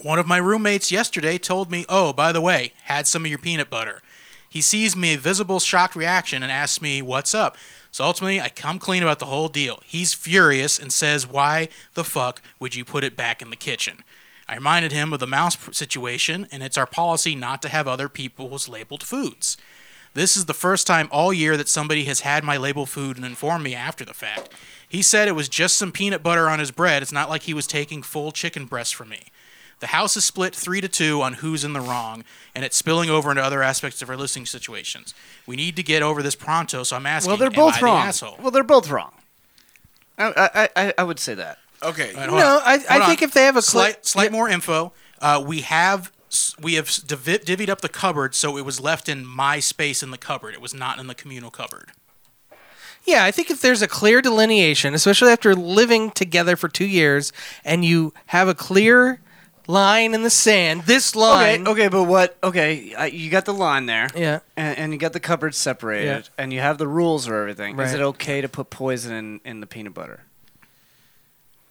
S8: One of my roommates yesterday told me, Oh, by the way, had some of your peanut butter. He sees me a visible shocked reaction and asks me, What's up? So ultimately, I come clean about the whole deal. He's furious and says, Why the fuck would you put it back in the kitchen? I reminded him of the mouse pr- situation, and it's our policy not to have other people's labeled foods. This is the first time all year that somebody has had my labeled food and informed me after the fact. He said it was just some peanut butter on his bread. It's not like he was taking full chicken breast from me. The house is split three to two on who's in the wrong, and it's spilling over into other aspects of our listening situations. We need to get over this pronto, so I'm asking.
S2: Well, they're
S8: am
S2: both
S8: I the
S2: wrong.
S8: asshole?
S2: well, they're both wrong. I, I, I, I would say that.
S4: Okay.
S8: All right, hold on. Hold on. slight, slight more info. Uh, we have s- we have s- divi- divvied up the cupboard, so it was left in my space in the cupboard. It was not in the communal cupboard.
S1: Yeah, I think if there's a clear delineation, especially after living together for two years, and you have a clear line in the sand, this line.
S2: Okay, okay, but what? Okay, uh, you got the line there.
S1: Yeah.
S2: And, and you got the cupboards separated, and you have the rules for everything. Is
S1: Right.
S2: it okay to put poison in, in the peanut butter?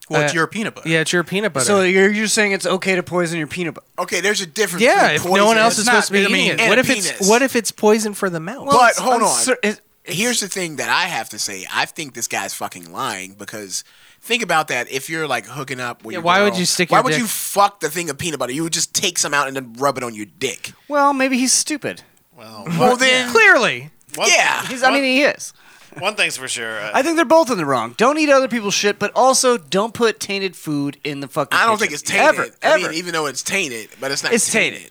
S8: Well,
S2: Uh,
S1: it's your
S8: peanut butter.
S1: Yeah, it's your peanut butter.
S2: So you're you're saying it's okay to poison your peanut butter?
S4: Okay, there's a difference.
S1: yeah,
S2: between
S1: if no
S2: poison
S1: one
S2: and-
S1: else is
S2: It's not-
S1: supposed to be
S2: I mean,
S1: eating it,
S2: and
S1: what
S2: a
S1: if it's
S4: penis.
S1: what if it's poison for the mouth?
S4: but hold on. Here's the thing that I have to say. I think this guy's fucking lying because think about that. If you're like hooking up, with
S1: Yeah,
S4: your
S1: why would
S4: girl,
S1: you stick
S4: Why
S1: your
S4: would
S1: dick-
S4: you fuck the thing of peanut butter? You would just take some out and then rub it on your dick.
S2: Well, maybe he's stupid.
S7: Well,
S4: Well, then
S1: clearly,
S4: yeah.
S2: He's, I mean, he is.
S7: One thing's for sure. Uh,
S2: I think they're both in the wrong. Don't eat other people's shit, but also don't put tainted food in the fucking.
S4: I don't
S2: kitchen.
S4: think it's tainted.
S2: Ever,
S4: I mean,
S2: ever.
S4: even though it's tainted, but it's not.
S2: It's
S4: tainted.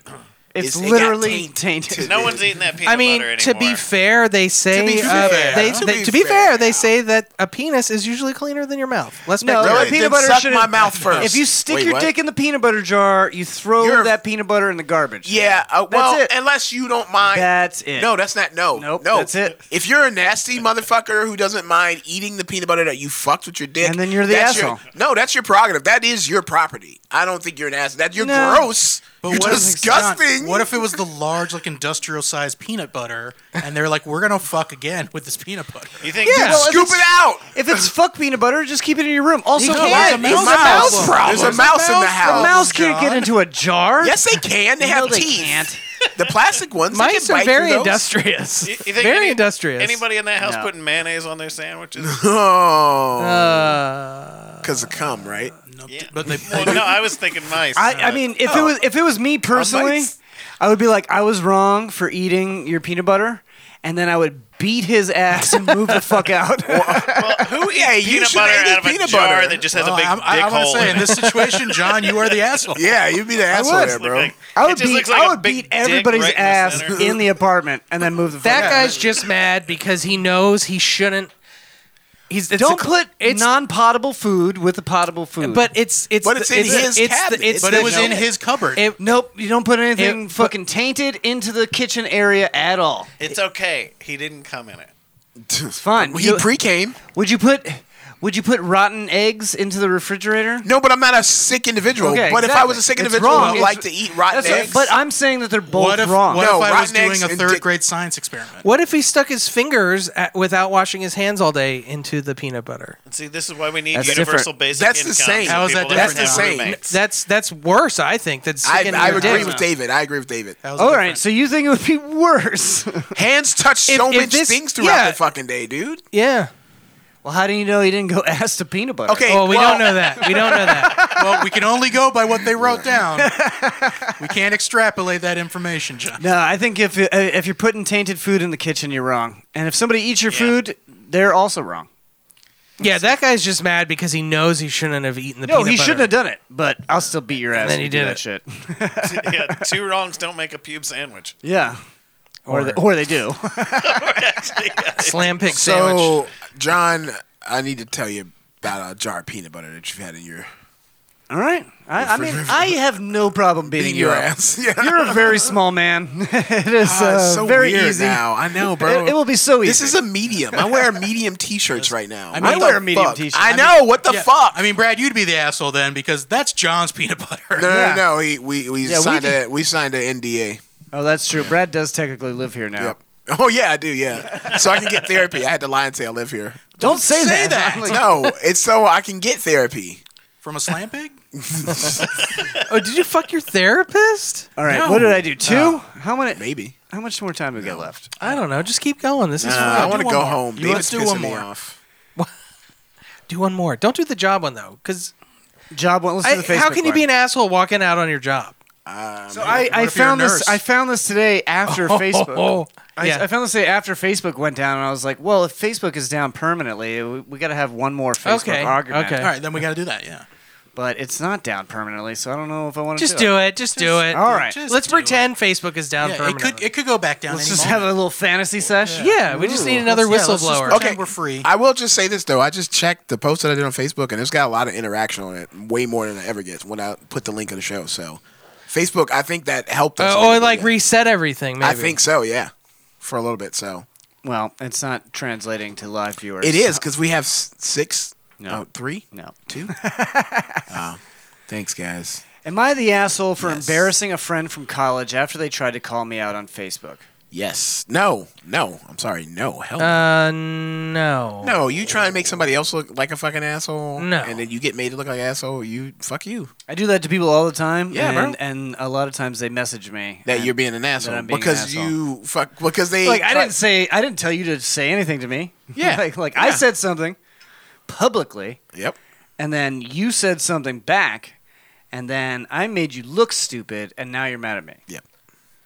S2: It's
S4: it got
S2: literally tainted.
S7: No one's eating that peanut
S1: I mean,
S7: butter
S1: to
S7: anymore.
S1: be fair, they say
S7: be
S1: uh,
S7: fair.
S1: they,
S7: To
S1: they-
S7: be
S1: to be fair, they say that a penis is usually cleaner than your mouth. Let's
S2: No,
S1: make
S2: the
S1: that
S2: peanut butter should If you stick your dick in the peanut butter jar, you throw that peanut butter in the garbage.
S4: Yeah, uh,
S2: That's
S4: well,
S2: it.
S4: unless you don't mind.
S2: That's it.
S4: No, that's not. No, nope, no,
S2: that's it.
S4: If you're a nasty motherfucker who doesn't mind eating the peanut butter that you fucked with your dick,
S2: And then you're the
S4: that's
S2: asshole.
S4: Your, no, that's your prerogative. That is your property. I don't think you're an ass. That you're
S8: No.
S4: gross.
S8: But
S4: you're
S8: what if-
S4: disgusting.
S8: John, what if it was the large, like industrial sized peanut butter, and they're like, "We're gonna fuck again with this peanut butter."
S7: You
S2: think- Yeah, well, if Scoop it's- it out! If it's fuck peanut butter, just keep it in your room. Also,
S4: can't. There's a mouse problem. There's a mouse Oh, in the house,
S2: A mouse can't
S4: John.
S2: get into a jar.
S4: Yes, they can. They
S2: No,
S4: have
S2: they
S4: teeth.
S2: can't.
S4: The plastic ones. they
S1: Mice
S4: can
S1: are
S4: bite
S1: very
S4: through those.
S1: industrious.
S7: You- you think
S1: very
S7: any-
S1: industrious.
S7: Anybody in that house
S4: No.
S7: putting mayonnaise on their sandwiches?
S2: Uh,
S4: Oh, because of cum, right?
S8: But they,
S7: well, no, I was thinking mice.
S2: I, I mean, if it was if it was me personally, I would be like, I was wrong for eating your peanut butter, and then I would beat his ass and move the fuck out.
S4: uh,
S7: Who eats hey, peanut butter out of a jar that just has a big
S8: I'm, I-
S7: dick
S8: I'm gonna
S7: hole?
S8: say in this situation, John, you are the asshole.
S4: Yeah, you'd be the
S8: I
S4: asshole
S8: would.
S4: there, bro.
S2: I
S8: It
S2: would
S8: just
S2: beat,
S8: looks like
S2: I
S8: a
S2: would
S8: big
S2: beat
S8: dick
S2: everybody's
S8: right in the
S2: ass
S8: center.
S2: in the apartment and then move the fuck
S1: That
S2: out.
S1: guy's just mad because he knows he shouldn't. He's it's
S2: Don't
S1: a-
S2: put non-potable food with the potable food.
S1: But it's it's the- the- it's the- it's the-
S8: cupboard.
S2: nope, you don't put anything
S7: It-
S2: fucking tainted into the kitchen area at all.
S7: It's okay. He didn't come in it.
S2: It's fine.
S7: He
S4: pre-came.
S2: Would you put would you put rotten eggs into the refrigerator?
S4: No, but I'm not a sick individual. but if I was a sick individual who liked to eat rotten eggs,
S2: but I'm saying that they're both
S8: What if,
S2: wrong.
S8: what
S2: No,
S8: if I was
S2: rotten eggs
S8: doing a
S2: and
S8: third
S2: dick-
S8: grade science experiment?
S1: What if he stuck his fingers at, without washing his hands all day into the peanut butter?
S7: See, this is why we need
S1: That's
S7: universal
S1: different.
S7: basic
S1: That's
S7: income.
S1: the same.
S7: so
S1: How is that different?
S7: people don't
S1: That's the
S7: have
S1: same.
S7: roommates.
S1: That's that's worse, I think. Than
S4: I,
S1: sticking
S4: I
S1: your
S4: agree
S1: dick.
S4: with David. I agree with David.
S2: All right, so you think it would be worse?
S4: Hands touch so many things throughout the fucking day, dude.
S1: Yeah. Oh,
S2: Well, how do you know he didn't go ass to peanut butter?
S4: Okay, Well, we well- don't know that.
S1: We don't know that.
S8: well, we can only go by what they wrote down. we can't extrapolate that information, John.
S2: No, I think if uh, if you're putting tainted food in the kitchen, you're wrong. And if somebody eats your food, they're also wrong.
S1: Yeah, that guy's just mad because he knows he shouldn't have eaten the
S2: no,
S1: peanut
S2: he
S1: butter.
S2: shouldn't have done it. But I'll still beat your ass.
S1: And then
S2: if
S1: he
S2: you do
S1: did
S2: that
S1: it.
S2: shit.
S7: yeah, two wrongs don't make a pube sandwich.
S2: Yeah. Or,
S7: Or-
S2: they, or they do.
S1: Slam pig
S4: So, John, I need to tell you about a jar of peanut butter that you've had in your.
S2: All right. I, I mean, I have no problem beating
S4: Beating your
S2: you up.
S4: ass. Yeah.
S2: You're a very small man. it is
S4: Ah,
S2: uh,
S4: it's so
S2: very
S4: weird
S2: easy
S4: now. I know, bro.
S2: It, it will be so easy.
S4: This is a medium. I wear medium t-shirts right now.
S8: I,
S4: What
S8: mean,
S4: the
S8: what the fuck?
S4: fuck? I know. what the
S8: yeah,
S4: fuck?
S8: I mean, Brad, you'd be the asshole then because that's John's peanut butter.
S4: No, no, no, no. We we, we
S8: Yeah, we
S4: signed
S8: did-
S4: a we signed an NDA.
S2: Oh, that's true. Brad does technically live here now.
S4: Oh yeah, I do. Yeah. so I can get therapy. I had to lie and say I live here.
S2: Don't, say, that.
S4: no, it's so I can get therapy.
S8: From a slam pig?
S1: oh, did you fuck your therapist?
S2: All right. What did I do? Two?
S1: No.
S2: how many?
S4: Maybe. Uh,
S2: How much more time do we got left?
S1: I don't know. Just keep going. This is.
S2: Nah,
S1: fun.
S2: I
S1: Do
S2: wanna
S1: one
S2: go
S1: more.
S2: home.
S1: You wanna
S2: David's
S1: do one
S2: pissing me
S1: more.
S4: off.
S1: Do one more. Don't do the job one though, because
S2: job one. Listen to the
S1: How
S2: Facebook
S1: can you be
S2: one.
S1: an asshole walking out on your job?
S2: So I, I found this. I found this today after
S1: Oh,
S2: Facebook. I,
S1: yeah.
S2: I found this today after Facebook went down, and I was like, "Well, if Facebook is down permanently, we, we got to have one more Facebook
S1: Okay,
S2: argument."
S1: okay. All right,
S8: then we got to do that. Yeah.
S2: But it's not down permanently, so I don't know if I want to.
S1: Just do it. Just do it.
S2: All right.
S1: Let's pretend Facebook is down
S2: Yeah, it could-
S1: permanently.
S8: it could go back down.
S2: Let's just have a little fantasy sesh.
S1: Yeah, we just need another whistleblower.
S4: okay, I will just say this though. I just checked the post that I did on Facebook, and it's got a lot of interaction on it, way more than I ever get when I put the link of the show. So, Facebook, I think that helped us.
S1: Uh,
S4: a little
S1: or
S4: bit,
S1: like
S4: yeah.
S1: reset everything. Maybe.
S4: I think so. Yeah, for a little bit. So,
S2: Well, it's not translating to live viewers.
S4: It is because we have s- six.
S2: No.
S4: No, three.
S2: No,
S4: two. oh, thanks, guys.
S2: Am I the asshole for embarrassing a friend from college after they tried to call me out on Facebook?
S4: Yes. No. No. I'm sorry. No. Hell.
S1: Uh, no.
S4: No, you try and make somebody else look like a fucking asshole.
S2: No.
S4: And then you get made to look like an asshole. You fuck you.
S2: I do that to people all the time.
S4: Yeah, bro.
S2: and, and a lot of times they message me
S4: That
S2: and-
S4: you're being an
S2: that
S4: asshole
S2: I'm being an
S4: because
S2: asshole.
S4: you fuck because they
S2: like I
S4: try-
S2: didn't say I didn't tell you to say anything to me.
S4: Yeah.
S2: like like I
S4: Yeah.
S2: said something publicly.
S4: Yep.
S2: And then you said something back, and then I made you look stupid, and now you're mad at me.
S4: Yep.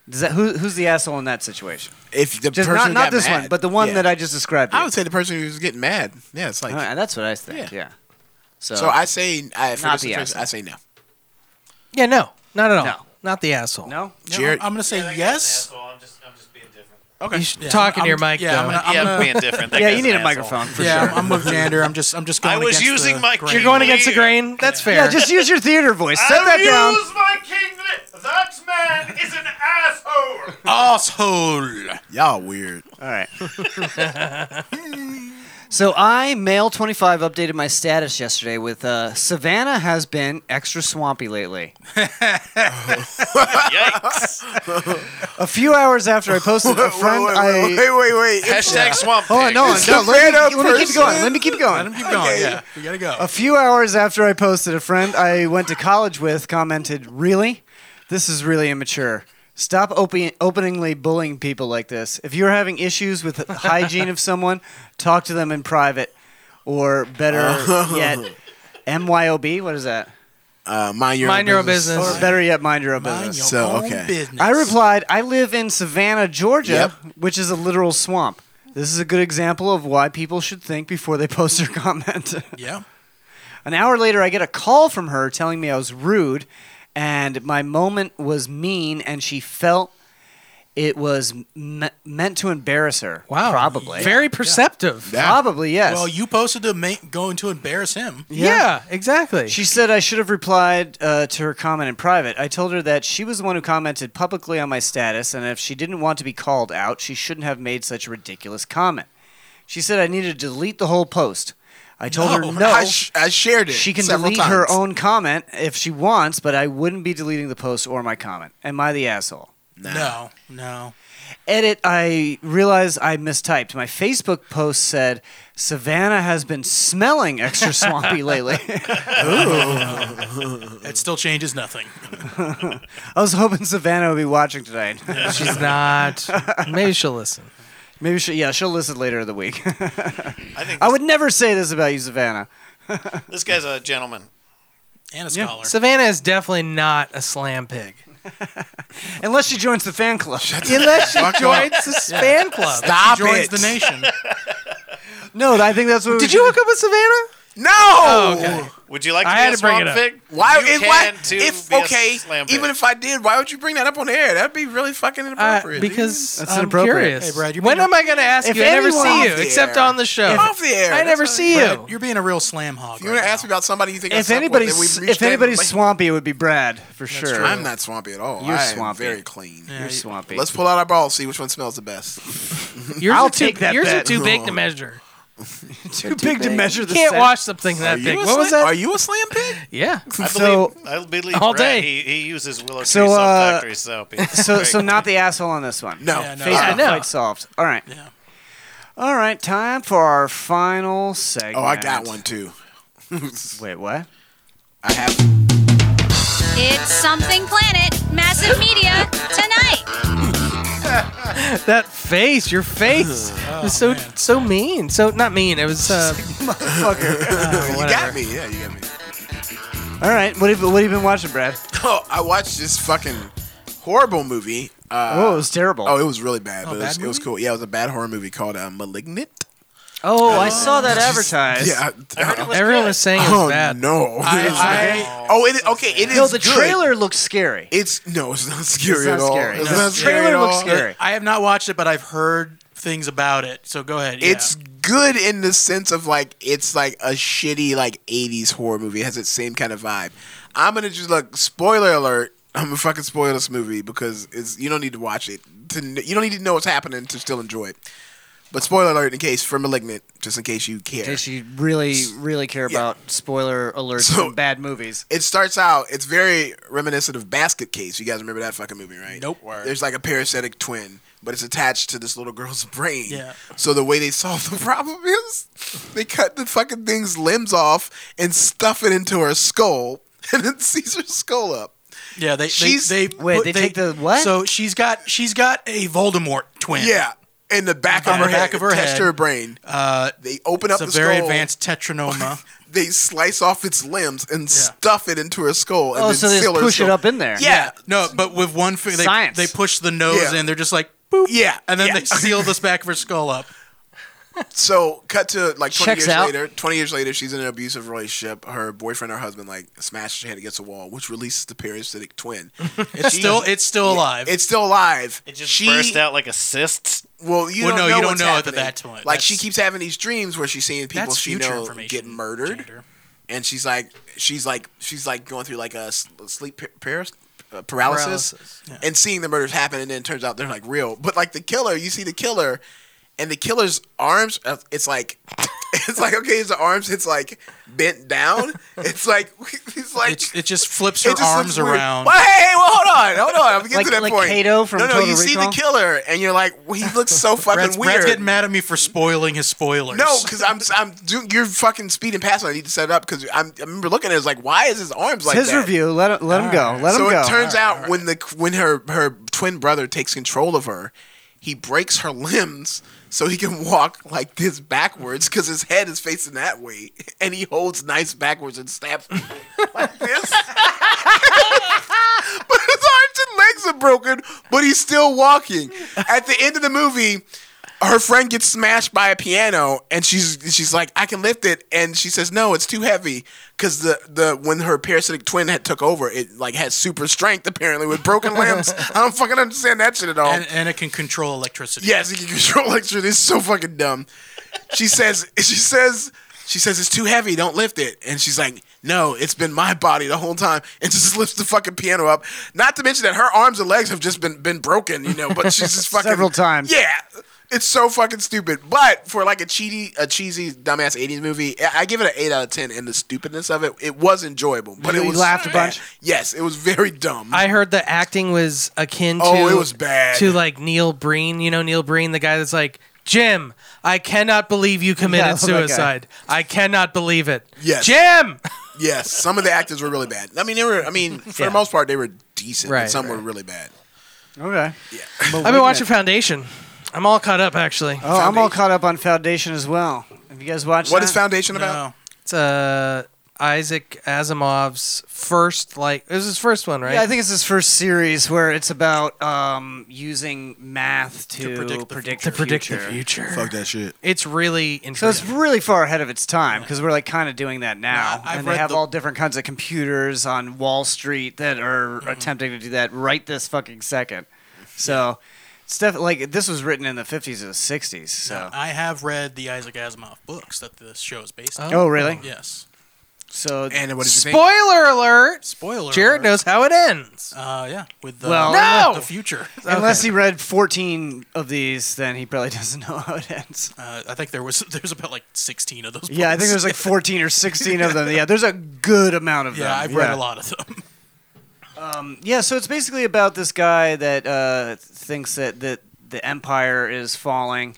S2: Does that who, who's the asshole in that situation?
S4: If the
S2: Just
S4: person
S2: not,
S4: who
S2: not
S4: got
S2: this
S4: mad,
S2: one, but the one
S4: yeah.
S2: that I just described.
S4: I would say the person who's getting mad. Yeah, it's like
S2: that's what I think. Yeah. So,
S4: So I say I for
S2: Not
S4: this
S2: the
S4: situation,
S2: asshole.
S4: I say no.
S1: Yeah, no, not at all.
S2: No.
S1: Not the asshole.
S2: No,
S4: Jared-
S8: I'm gonna say yes.
S1: Okay. You should
S8: Yeah,
S1: talk into
S8: I'm-
S1: your mic.
S8: yeah, I'm
S1: though.
S8: gonna- I'm Yeah, gonna- being different, that Yeah, you guy's need an a asshole. microphone, for Yeah, sure. I'm with Xander. I'm just- I'm just going against the grain.
S1: You're going against the grain. That's fair.
S2: Yeah, just use your theater voice. Set that down.
S16: my kinglet. That man is an asshole.
S2: Asshole.
S4: Y'all weird.
S2: All right. So I, male25, updated my status yesterday with uh, Savannah has been extra swampy lately.
S7: Yikes.
S2: A few hours after I posted, a friend
S4: wait,
S2: I
S4: wait, wait, wait.
S7: Hashtag swamp
S2: Hold on,
S7: pig.
S2: no,
S7: It's
S2: no,
S7: a
S2: let,
S7: made-up
S2: me, let me keep
S7: person.
S2: going. Let me keep going.
S8: Let him keep going. Yeah, we gotta go.
S2: A few hours after I posted, a friend I went to college with commented, "Really, this is really immature. Stop open- openly bullying people like this. If you're having issues with the hygiene of someone, talk to them in private, or better
S4: Oh.
S2: yet, MYOB. What is that?
S4: Uh, mind your own Mind your own business. business.
S2: Or better yet, mind your own
S4: Mind
S2: business.
S4: your So, own okay. business.
S2: I replied, I live in Savannah, Georgia, which is a literal swamp. This is a good example of why people should think before they post their comment.
S8: Yeah.
S2: An hour later, I get a call from her telling me I was rude and my moment was mean, and she felt it was me- meant to embarrass her. Wow. Probably.
S1: Very perceptive.
S2: Probably, yes.
S8: Well, you posted to make going to embarrass him.
S1: exactly.
S2: She said I should have replied uh, to her comment in private. I told her that she was the one who commented publicly on my status, and if she didn't want to be called out, she shouldn't have made such a ridiculous comment. She said I needed to delete the whole post. I told her no.
S4: I, sh- I shared it.
S2: She can
S4: several
S2: delete her
S4: times.
S2: own comment if she wants, but I wouldn't be deleting the post or my comment. Am I the asshole?
S8: No, no.
S2: Edit, I realized I mistyped. My Facebook post said, Savannah has been smelling extra swampy lately.
S8: It still changes nothing.
S2: I was hoping Savannah would be watching tonight.
S8: She's
S1: not. Maybe she'll listen.
S2: Maybe she, yeah, she'll listen later in the week. I, would never say this about you, Savannah.
S7: This guy's a gentleman.
S8: And a
S1: Yeah. Savannah is definitely not a slam pig.
S2: Unless she joins the fan club.
S1: Unless she Fuck joins up. the Yeah. fan club. Stop
S2: She joins
S1: it.
S2: the nation. no, I think that's what.
S1: Did you hook up with Savannah?
S4: No.
S1: Oh, okay.
S7: Would you like to
S1: I
S7: be
S1: had
S7: a
S1: to bring
S7: swamp
S1: it up.
S7: pig?
S4: Why?
S7: You
S4: If, why
S7: can too
S4: if
S7: be a
S4: okay,
S7: slam pig.
S4: even if I did, why would you bring that up on air? That'd be really fucking inappropriate. dude.
S1: Uh, because I'm curious. when am I going to ask
S4: If
S1: you? I never
S4: anyone-
S1: see you
S4: Off the
S1: except
S4: air.
S1: on the show.
S4: If- Off the air.
S1: I never
S4: That's
S1: see
S4: right.
S1: you.
S8: You're being a real slam hog.
S4: If you want to ask me about somebody you think I
S2: If
S4: slept
S2: anybody's
S4: with, then we
S2: if
S4: reached in
S2: anybody's
S4: and-
S2: swampy, it would be Brad for sure.
S4: true. I'm not swampy at all.
S2: You're
S4: I am
S2: swampy.
S4: very clean.
S2: You're swampy.
S4: Let's pull out our balls, see which one smells the best.
S1: Yours are too, Yours are too big to measure.
S4: Too big to measure
S1: You
S4: the
S1: can't
S4: scent.
S1: watch something that
S4: Are you
S1: big.
S4: a
S1: What was
S4: slam-
S1: that?
S4: are you a slam pig?
S1: Yeah.
S7: I
S2: So-
S7: believe, I believe
S2: All day.
S7: Brad, He, he uses Willow Tree
S2: So,
S7: Soap
S2: uh,
S7: Factory soap. He's
S2: so
S7: great.
S2: so not the asshole on this one.
S7: No. Yeah, no.
S2: Facebook
S7: I know.
S2: quite solved. All right. All right. Time for our final segment.
S4: Oh, I got one too.
S2: Wait, what?
S4: I have
S6: It's Something Planet, massive media, tonight.
S1: that face, your face,
S4: Oh,
S1: was so so mean. So not mean. It was uh,
S2: motherfucker.
S4: you got me. Yeah, you got me.
S2: All right. What have What have you been watching, Brad?
S4: Oh, I watched this fucking horrible movie. Uh,
S2: Oh, it was terrible.
S4: Oh, it was really bad.
S2: Oh,
S4: but it,
S2: bad
S4: was, it was
S2: movie?
S4: cool. Yeah, it was a bad horror movie called uh, *Malignant*.
S2: Oh, I saw that advertised.
S4: Yeah,
S1: Everyone was saying it was
S4: oh,
S1: bad.
S4: No,
S1: I-
S2: I-
S4: oh, it, okay, it is.
S2: No, the
S4: good.
S2: trailer looks scary.
S4: It's no, it's not scary
S2: not
S4: at all.
S2: scary,
S4: It's
S2: no.
S4: not
S2: The
S4: scary
S2: trailer
S4: at all.
S2: looks scary.
S8: I have not watched it, but I've heard things about it. So go ahead. Yeah.
S4: It's good in the sense of like it's like a shitty like '80s horror movie. It has its same kind of vibe. I'm gonna just look. Spoiler alert. I'm gonna fucking spoil this movie because it's you don't need to watch it. To, kn- you don't need to know what's happening to still enjoy it. But spoiler alert in case for Malignant, just in case you care. In
S2: case you really, really care about spoiler alerts from bad movies.
S4: It starts out, it's very reminiscent of Basket Case. You guys remember that fucking movie, right? Nope. There's like a parasitic twin, but it's attached to this little girl's brain.
S9: Yeah.
S4: So the way they solve the problem is they cut the fucking thing's limbs off and stuff it into her skull and then seize her skull up.
S8: Yeah, they
S4: She's-
S8: they, they
S4: Wait,
S8: put-
S4: they take the what?
S8: So she's got she's got a Voldemort twin.
S4: Yeah. In the back of
S8: On
S4: her
S8: the
S4: head.
S8: back of her
S4: attached
S8: head.
S4: to her brain.
S8: Uh,
S4: they open up
S8: it's
S4: the
S8: a very
S4: skull.
S8: advanced tetranoma.
S4: They slice off its limbs and stuff it into her skull. And
S8: Oh,
S4: then
S8: so they just
S4: seal her
S8: push it
S4: skull.
S8: up in there.
S4: Yeah.
S8: No, but with one finger, they,
S4: Science.
S8: they push the nose
S4: Yeah.
S8: in. They're just like boop.
S4: Yeah,
S8: and then
S4: yeah.
S8: they seal this back of her skull up.
S4: So cut to like 20
S8: Checks
S4: years
S8: out.
S4: later. 20 years later, she's in an abusive relationship. Her boyfriend, her husband, like smashes her head against a wall, which releases the parasitic twin.
S8: It's still it's still alive.
S4: It's still alive.
S7: It just burst out like a cyst.
S4: Well, you
S8: Well, no,
S4: don't know
S8: you don't
S4: what's
S8: know at
S4: happening.
S8: that point.
S4: Like she keeps having these dreams where she's seeing people
S8: That's
S4: she
S8: future
S4: knows
S8: information,
S4: get murdered, and she's like, she's like, she's like going through like a s- sleep par- paras- uh, paralysis,
S8: Paralysis, yeah.
S4: and seeing the murders happen, and then it turns out they're like real. But like the killer, you see the killer, and the killer's arms, uh, it's like, it's like okay, his arms, it's like bent down. It's like he's like
S8: It, it just flips
S4: It
S8: her
S4: just
S8: arms
S4: looks weird.
S8: around.
S4: Well, hey, hey, well, hold on, hold on. oh, I'm getting
S8: Like-
S4: to that
S8: like
S4: point.
S8: Kato from
S4: no, no,
S8: Total
S4: you see the
S8: Recall?
S4: killer, and you're like, well, he looks so fucking
S8: Brad's,
S4: weird.
S8: Brad's getting mad at me for spoiling his spoilers.
S4: No, because I'm I'm doing you're fucking speeding past. When I need to set it up because I'm I remember looking at it like why is his arms
S2: It's
S4: like
S2: his
S4: that?
S2: review. Let him, let him go. Let
S4: so
S2: him go.
S4: it turns out when the when her her twin brother takes control of her, he breaks her limbs so he can walk like this backwards because his head is facing that way, and he holds knives backwards and stabs people like this. but his arms and legs are broken, but he's still walking. At the end of the movie. Her friend gets smashed by a piano, and she's she's like, "I can lift it," and she says, "No, it's too heavy." Because the, the when her parasitic twin had took over, it like had super strength apparently with broken limbs. I don't fucking understand that shit at all.
S8: and, and it can control electricity.
S4: Yes, he can control electricity. It's so fucking dumb. She says, she says, she says it's too heavy. Don't lift it. And she's like, no, it's been my body the whole time. And just lifts the fucking piano up. Not to mention that her arms and legs have just been been broken, you know. But she's just fucking
S2: Several times.
S4: Yeah, it's so fucking stupid. But for like a cheesy, a cheesy dumbass '80s movie, I- I give it an eight out of ten. And the stupidness of it, it was enjoyable. But
S1: You
S4: it was
S1: laughed a bunch?
S4: Yes, it was very dumb.
S1: I heard the acting was akin to
S4: Oh, it was bad.
S1: to like Neil Breen. You know Neil Breen, the guy that's like Jim. I cannot believe you committed
S4: Yeah, I love that guy.
S1: suicide. I cannot believe it.
S4: Yes.
S1: Jim.
S4: Yes, some of the actors were really bad. I mean, they were. I mean, for
S1: Yeah.
S4: the most part, they were decent.
S1: Right,
S4: but some
S1: right.
S4: were really bad.
S2: Okay.
S1: I've been watching Foundation. I'm all caught up actually.
S2: Oh, I'm all caught up on Foundation as well. Have you guys watched?
S1: What
S2: What
S1: is
S2: is
S4: Foundation
S1: about? It's uh, Isaac Asimov's first like it was his first one, right?
S2: Yeah, I think it's his first series where it's about um, using math to, predict the,
S1: to predict the future.
S4: Fuck that shit.
S1: It's really interesting.
S2: So it's really far ahead of its time because we're like kind of doing that now,
S1: I've
S2: and they
S1: read
S2: have
S1: the-
S2: all different kinds of computers on Wall Street that are
S8: Mm-hmm.
S2: attempting to do that right this fucking second. So, it's definitely like this was written in the fifties or the sixties. So,
S8: I have read the Isaac Asimov books that this show is based on.
S2: Oh, really?
S8: Yes.
S2: so
S4: and
S8: what did you think?
S1: Spoiler alert!
S8: Spoiler
S1: Jared
S8: alert.
S1: knows how it ends.
S8: Uh, yeah, with the,
S2: Well,
S1: No!
S8: the future.
S2: Unless he read fourteen of these, then he probably doesn't know how it ends.
S8: Uh, I think there was there's about like 16 of those.
S2: Yeah, I
S8: books.
S2: think there's like 14 or 16 of them. Yeah, there's a good amount of them.
S8: yeah, I've read a lot of them.
S2: Um, yeah, so it's basically about this guy that uh, thinks that, that the empire is falling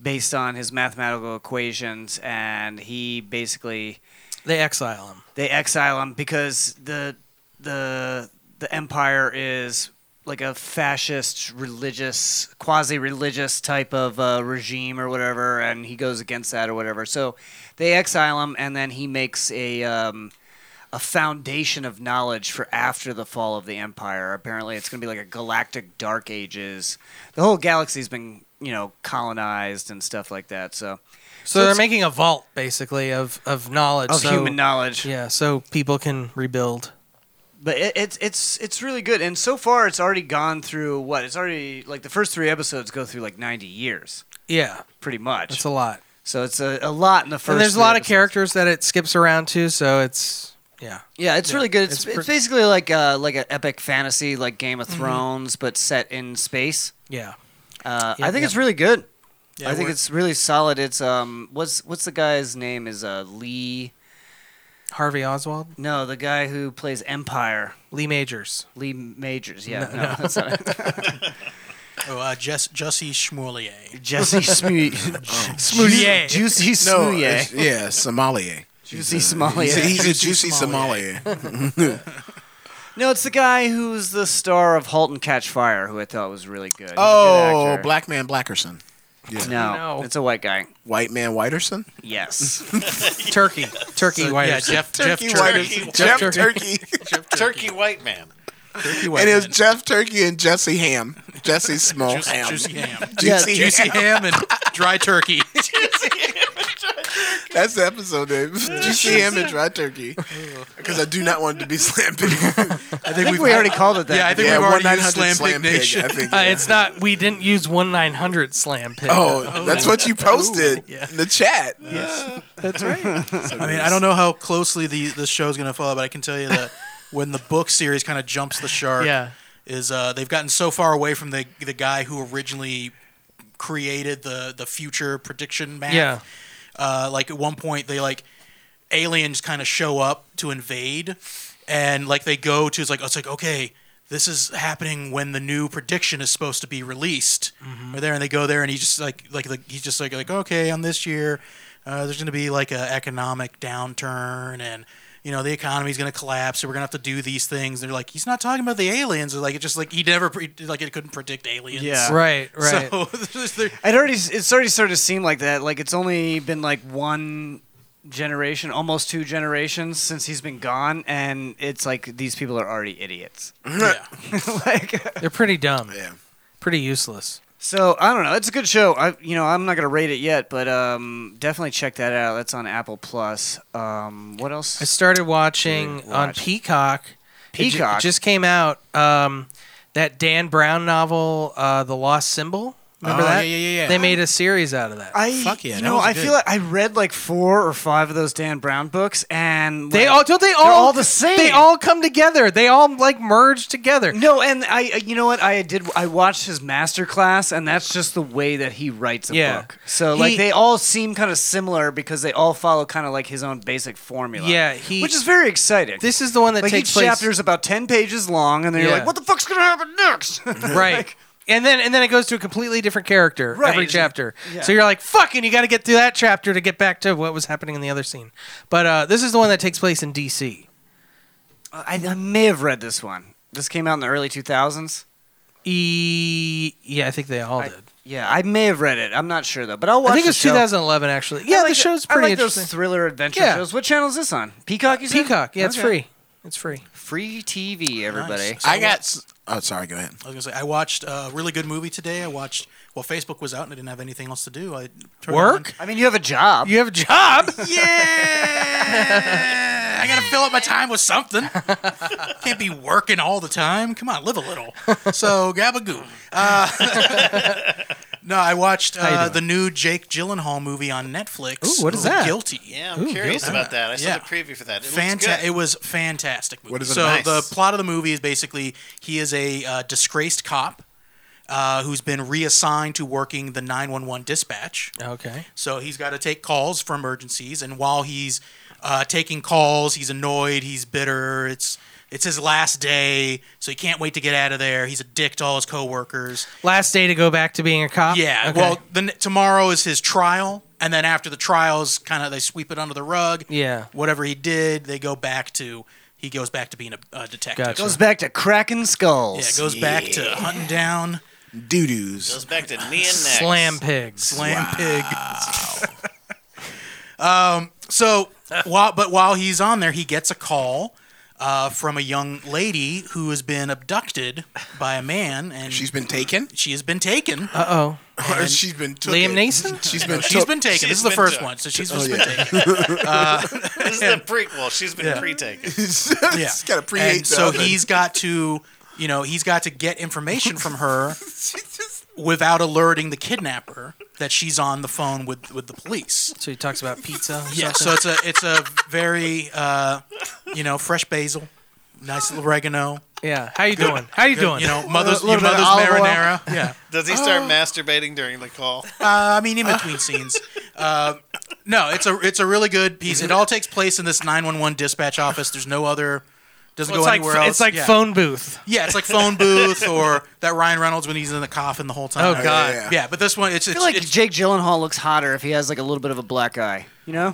S2: based on his mathematical equations, and he basically
S1: They exile him.
S2: they exile him because the the the empire is like a fascist religious quasi-religious type of uh, regime or whatever and he goes against that or whatever so they exile him and then he makes a um, a foundation of knowledge for after the fall of the empire apparently it's going to be like a galactic dark ages the whole galaxy's been you know colonized and stuff like that so
S1: So they're
S2: it's-
S1: making a vault basically of of knowledge
S2: Of
S1: so-
S2: human knowledge.
S1: Yeah, so people can rebuild.
S2: But it, it's it's it's really good, and so far it's already gone through what it's already like the first three episodes go through like ninety years,
S1: Yeah,
S2: pretty much.
S1: that's a lot.
S2: So it's a, a lot in the first.
S1: and there's a
S2: three
S1: lot of
S2: episodes.
S1: characters that it skips around to, so it's yeah.
S2: Yeah, it's
S1: Yeah,
S2: really good. It's,
S1: it's
S2: it's, Mm-hmm.
S1: pre-
S2: basically like uh like an epic fantasy, like Game of
S1: Mhm.
S2: Thrones, but set in space.
S1: Yeah.
S2: Uh,
S1: Yep,
S2: I think
S1: yep.
S2: it's really good. I think
S17: we're-
S2: it's really solid. It's um, what's what's the guy's name? Is uh Lee
S1: Harvey Oswald?
S2: No, the guy who plays Empire.
S1: Lee Majors.
S2: Lee Majors. Yeah,
S8: No,
S2: no,
S8: no.
S2: that's not it.
S8: Oh, uh, Jess, Jesse Schmoulier.
S2: Jesse Smu- Smoulier. Oh. Juicy
S4: No,
S2: Smoulier.
S4: it's- yeah, sommelier.
S2: Juicy sommelier.
S4: He's a, he's a
S2: Juicy
S4: juicy
S2: sommelier.
S4: sommelier.
S2: no, it's the guy who's the star of *Halt and Catch Fire*, who I thought was really good. He's a good
S4: oh,
S2: actor.
S4: black man Blackerson. Yeah.
S2: No, it's a white guy.
S4: White man Whiterson.
S2: Yes.
S1: Turkey. Turkey
S4: So,
S1: White.
S4: yeah, Jeff- Turkey Jeff White Turkey. is- Jeff Turkey.
S7: Turkey. Turkey White Man.
S4: Turkey and it was Jeff Turkey and Jesse Ham. Jesse Small
S8: Juicy-
S4: Ham.
S8: juicy ham.
S4: Juicy
S8: Yeah, juicy ham and
S4: dry turkey. That's the episode name. Juicy ham and dry turkey. Because I do not want it to be slam pig. I
S1: think we already called it that. Yeah, I think we've already used
S4: 1-900
S1: Slam Pig
S4: Pig, I think.
S1: Uh, it's not. We didn't use one nine hundred slam pick.
S4: Oh, that's what you posted in the chat.
S1: That's right.
S8: I mean, I don't know how closely the the show's going to follow, but I can tell you that when the book series kind of jumps the shark,
S1: Yeah.
S8: is uh, they've gotten so far away from the the guy who originally created the the future prediction map.
S1: Yeah.
S8: Uh, like at one point, they like aliens kind of show up to invade, and like they go to it's like it's like okay. This is happening when the new prediction is supposed to be released. Or there, and they go there, and he just like like the, he's just like like okay, on this year, uh, there's going to be like a economic downturn, and you know the economy's going to collapse, so we're going to have to do these things. They're like, he's not talking about the aliens. They're like, it's just like he never pre- like it couldn't predict aliens.
S17: Yeah.
S1: Right,
S8: So,
S17: It already it's already started to seem like that. Like it's only been like one generation, almost two generations since he's been gone, and it's like these people are already idiots. like
S1: they're pretty dumb. Yeah. Pretty useless.
S17: So I don't know. It's a good show. I you know I'm not gonna rate it yet, but um, definitely check that out. That's on Apple Plus. Um, what else?
S1: I started watching
S17: Dude,
S1: on
S17: watch.
S1: Peacock. It ju-
S17: Peacock?
S1: it just came out. Um, that Dan Brown novel, uh, The Lost Symbol. Remember
S17: Oh,
S1: that?
S17: yeah, yeah, yeah.
S1: They made a series out of that.
S17: I You know, I feel like I read like four or five of those Dan Brown books, and
S1: They
S17: like,
S1: all don't they
S17: they're
S1: all
S17: all the same. Mm-hmm.
S1: They all come together. They all like merge together.
S17: No, and I, you know what? I did. I watched his master class, and that's just the way that he writes a
S1: Yeah.
S17: book. So like
S1: He-
S17: they all seem kind of similar because they all follow kind of like his own basic formula.
S1: Yeah, he-
S17: which is very exciting.
S1: This is the one that
S17: like
S1: takes
S17: each
S1: place-
S17: chapter is about ten pages long, and then you're
S1: Yeah.
S17: like, what the fuck's gonna happen next?
S1: right. and then and then it goes to a completely different character
S17: Right.
S1: every chapter.
S17: Yeah.
S1: So you're like, fucking, you got to get through that chapter to get back to what was happening in the other scene. But uh, this is the one that takes place in D.C.
S17: I, I may have read this one. This came out in the early two thousands.
S1: E yeah, I think they all did.
S17: Yeah, I may have read it. I'm not sure though, but I'll watch.
S1: I think
S17: the
S1: it's
S17: show.
S1: 2011 actually. Yeah,
S17: I like
S1: the show's
S17: I
S1: pretty
S17: like
S1: interesting.
S17: those thriller adventure
S1: Yeah.
S17: shows. What channel is this on? Peacock. You said?
S1: Peacock. Yeah, it's
S17: Okay.
S1: free. It's free.
S17: Free TV, everybody.
S8: Nice. So I got-
S4: s- Oh, sorry. Go ahead.
S8: I was gonna say I watched a really good movie today. I watched well, Facebook was out and I didn't have anything else to do. I turned
S1: Work?
S17: I mean, you have a job.
S1: You have a job.
S8: yeah, I gotta fill up my time with something. Can't be working all the time. Come on, live a little. So gabagoo. Uh, no, I watched
S7: How you
S8: uh,
S7: doing?
S8: the new Jake Gyllenhaal movie on Netflix.
S7: Ooh, what is that?
S8: Guilty.
S7: Yeah, I'm Ooh, curious Guilty. about that. I saw the preview for that. It looks
S8: Fanta-
S7: good.
S8: It was fantastic. Movie.
S7: What is it
S8: So
S7: about?
S8: the plot of the movie is basically he is a uh, disgraced cop. Uh, who's been reassigned to working the 911 dispatch.
S1: Okay.
S8: So he's got to take calls for emergencies, and while he's uh, taking calls, he's annoyed, he's bitter. It's it's his last day, so he can't wait to get out of there. He's a dick to all his coworkers.
S1: Last day to go back to being a cop.
S8: Yeah.
S1: Okay.
S8: Well, then tomorrow is his trial, and then after the trials, kind of they sweep it under the rug.
S1: Yeah.
S8: Whatever he did, they go back to he goes back to being a, a detective.
S17: Goes back to cracking
S8: Yeah,
S17: skulls.
S8: goes back to hunting down
S4: doo doos.
S7: Goes back to knee and neck.
S1: Slam pigs.
S8: Slam pig. um, so while but while he's on there, he gets a call uh, from a young lady who has been abducted by a man, and she's
S4: been taken.
S8: She has been taken.
S1: Uh
S8: And-
S4: she's been took
S8: Liam
S4: it.
S8: Neeson?
S4: She's
S8: No,
S4: been
S8: she's
S4: took-
S8: been taken. This
S4: She's
S8: is the
S4: been
S8: first
S4: took.
S8: one, so she's
S4: Oh,
S8: just
S4: yeah.
S8: been taken. Uh,
S7: this is the prequel. She's been
S8: Yeah.
S7: pre-taken.
S8: yeah.
S4: gotta predate
S8: And
S4: the
S8: so
S4: other.
S8: he's got to, you know, he's got to get information from her without alerting the kidnapper that she's on the phone with with the police.
S1: So he talks about pizza.
S8: Yeah. So
S1: something?
S8: it's a it's a very uh, you know fresh basil, nice little oregano.
S1: Yeah. How you doing? How you doing?
S8: You know, mother's your mother's marinara. Yeah.
S7: Does he
S4: Oh.
S7: start masturbating during the call?
S8: Uh, I mean, in between scenes. Uh, no, it's a it's a really good piece. It all takes place in this 911 dispatch office. There's no other. Doesn't
S1: Well,
S8: go
S1: it's like
S8: anywhere
S1: ph-
S8: else.
S1: it's like
S8: Yeah.
S1: phone booth.
S8: Yeah, it's like phone booth or that Ryan Reynolds when he's in the coffin the whole time.
S17: Oh, God.
S8: Yeah, but this one it's
S17: I
S8: it's,
S17: feel like
S8: it's
S17: Jake Gyllenhaal looks hotter if he has like a little bit of a black eye. You know,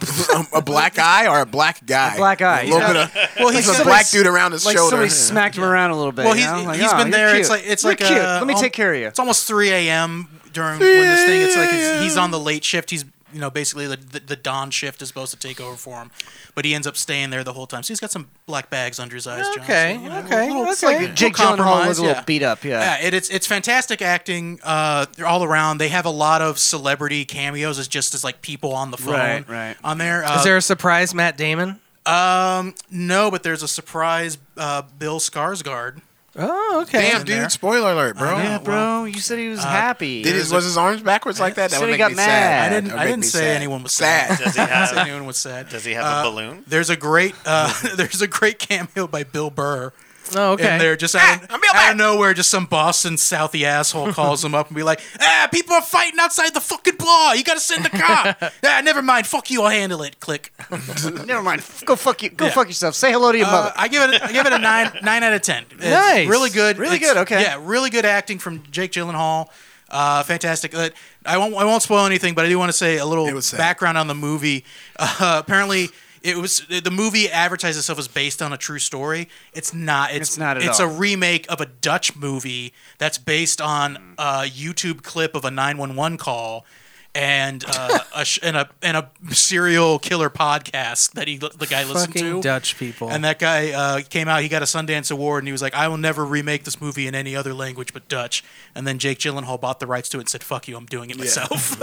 S4: a black eye or a black guy.
S17: A black eye.
S4: A little
S17: you know?
S4: bit of- Well, like he's a black dude around his
S17: like
S4: shoulder.
S17: Somebody
S4: Yeah.
S17: smacked him around a little bit.
S8: well,
S17: you
S8: he's,
S17: know? Like,
S8: he's
S17: "Oh,
S8: been
S17: you're
S8: there. It's
S17: cute.
S8: like it's
S17: You're
S8: like
S17: cute.
S8: uh,
S17: Let me
S8: al-
S17: take care of you.
S8: It's almost 3 a.m. during when this thing. It's like it's, he's on the late shift. He's you know basically the, the the dawn shift is supposed to take over for him, but he ends up staying there the whole time. So he's got some black bags under his eyes. John.
S1: Okay,
S8: So, you know,
S1: okay,
S8: a little-
S1: okay. It's like
S8: a
S17: Jake
S8: little
S17: Gyllenhaal was
S8: compromise,
S17: a little
S8: yeah.
S17: beat up. Yeah.
S8: Yeah, it, it's it's fantastic acting uh, all around. They have a lot of celebrity cameos as just as like people on the phone,
S1: Right, right.
S8: On there, uh,
S1: Is there a surprise, Matt Damon?
S8: Um, no, but there's a surprise uh, Bill Skarsgård.
S1: Oh, okay.
S4: Damn, dude! Spoiler alert, bro.
S8: Yeah, uh,
S17: bro, you said he was happy.
S4: Did his, was his arms backwards like that? That would make me sad.
S8: I didn't.
S4: That would
S8: I
S4: make
S8: didn't
S4: me
S8: say
S4: sad.
S8: anyone was sad.
S4: sad.
S8: I didn't say anyone was sad.
S7: Does he have a
S8: Uh,
S7: balloon?
S8: There's a great. Uh, there's a great cameo by Bill Burr.
S1: Oh, okay.
S8: And they're just out, of, out of nowhere, just some Boston Southie asshole calls him up and be like, "Ah, people are fighting outside the fucking bar. You gotta send the cop." ah, never mind. Fuck you. I'll handle it. Click.
S17: Never mind. F- Go fuck you. Go
S8: Yeah.
S17: fuck yourself. Say hello to your
S8: Uh,
S17: mother.
S8: I give it. A, I give it a nine. Nine out of ten. It's
S17: Nice.
S8: Really good.
S17: Really
S8: It's-
S17: good, okay.
S8: Yeah. Really good acting from Jake Gyllenhaal. Uh, fantastic. Uh, I won't. I won't spoil anything, but I do want to say a little background on the movie. Uh, apparently. It was the movie advertised itself as based on a true story. It's not. It's,
S17: It's not at
S8: It's
S17: all.
S8: a remake of a Dutch movie that's based on a YouTube clip of a 911 call and uh, a sh- and a and a serial killer podcast that he the guy listened
S1: Fucking
S8: to.
S1: Dutch people.
S8: And that guy uh, came out. He got a Sundance Award, and he was like, "I will never remake this movie in any other language but Dutch." And then Jake Gyllenhaal bought the rights to it and said, "Fuck you, I'm doing it myself."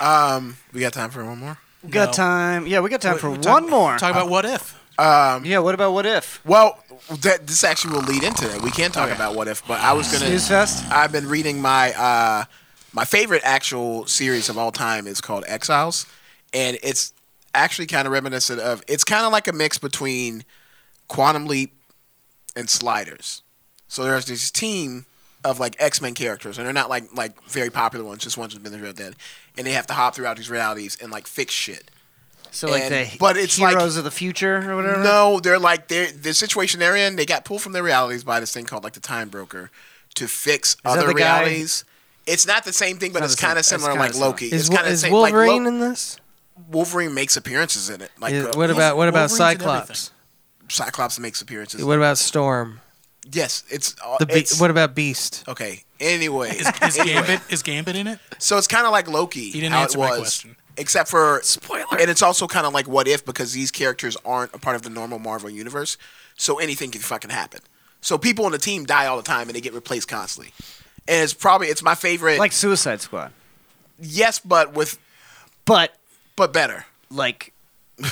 S4: Um, we got time for one more.
S17: We got
S8: No.
S17: time. Yeah, we got time
S8: Wait,
S17: for
S8: talk-
S17: one more.
S8: talk about what if.
S4: Um,
S17: yeah, what about what if?
S4: Well, that, this actually will lead into that. We can talk
S17: Okay.
S4: about what if, but I was gonna.
S17: Snooze fest?
S4: I've been reading my uh, my favorite actual series of all time is called Exiles, and it's actually kind of reminiscent of. It's kind of like a mix between Quantum Leap and Sliders. So there's this team of like X Men characters, and they're not like like very popular ones, just ones who've been real dead, and they have to hop throughout these realities and like fix shit.
S17: So like
S4: And-
S17: the
S4: but it's like-
S17: heroes of the future or whatever.
S4: No, they're like they're the situation they're in. They got pulled from their realities by this thing called like the time broker to fix
S1: that
S4: other
S1: the guy?
S4: realities. It's not the same thing, but
S1: Not
S4: it's
S1: the same-
S4: kind of
S1: it's
S4: similar,
S1: kinda
S4: like
S1: similar.
S4: Loki.
S1: Is
S4: it's
S1: Wo-
S4: kind of
S1: is
S4: same. like,
S1: Wolverine
S4: Lo-
S1: in this?
S4: Wolverine makes appearances in it. Like
S1: Is-
S4: uh,
S1: what about what about
S4: Wolverine's in
S1: Cyclops?
S4: everything. Cyclops makes appearances.
S1: What about Storm?
S4: Yes, it's all.
S1: The be-
S4: it's,
S1: what about Beast?
S4: Okay. Anyway,
S8: Is, is Gambit is Gambit in it?
S4: So it's kind of like Loki. He
S8: didn't
S4: how
S8: answer
S4: it
S8: my
S4: was,
S8: question.
S4: Except for spoiler, and it's also kind of like what if because these characters aren't a part of the normal Marvel universe, so anything can fucking happen. So people on the team die all the time and they get replaced constantly. And it's probably it's my favorite.
S17: Like Suicide Squad.
S4: yes, but with
S17: but
S4: but better.
S17: Like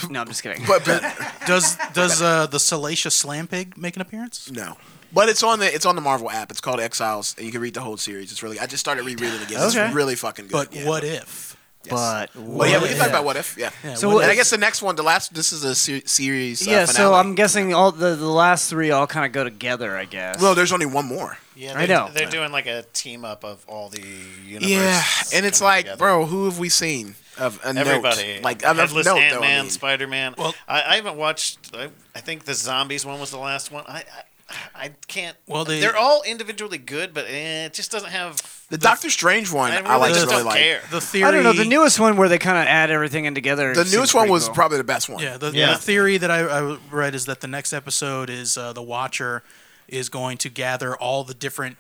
S17: no, I'm just kidding.
S4: But better.
S8: Does does uh, the salacious slam pig make an appearance?
S4: No. But it's on the it's on the Marvel app. It's called Exiles, and you can read the whole series. It's really I just started rereading it again.
S8: Okay.
S4: It's really fucking good.
S8: But
S4: Yeah.
S8: what if?
S17: But
S4: Well, yeah, we can talk about what if. Yeah.
S17: Yeah, So
S4: so
S17: what
S4: and I
S17: if-
S4: guess the next one, the last, this is a ser- series. Uh,
S17: yeah,
S4: finale.
S17: so I'm guessing all the, the last three all kind of go together, I guess.
S4: Well, there's only one more.
S7: Yeah,
S17: I
S7: they're-
S17: know.
S7: They're doing like a team up of all the universe.
S4: Yeah, and it's like, bro, who have we seen of a note?
S7: Everybody,
S4: Like of a note,
S7: Headless
S4: though.
S7: Ant
S4: I
S7: Man,
S4: mean.
S7: Spider Man. Well, I, I haven't watched. I, I think the zombies one was the last one. I, I, I can't.
S8: Well, they-
S7: they, are all individually good, but eh, it just doesn't have
S4: the Doctor Strange one,
S7: I really
S4: I like.
S7: just
S4: really
S7: don't
S4: like.
S7: care.
S8: The
S17: I don't know. The newest one where they kind of add everything in together.
S4: The
S17: seems
S4: newest one
S17: pretty
S4: was
S17: cool.
S4: probably the best one.
S8: Yeah, the,
S17: Yeah.
S8: the theory that I, I read is that the next episode is uh, the Watcher is going to gather all the different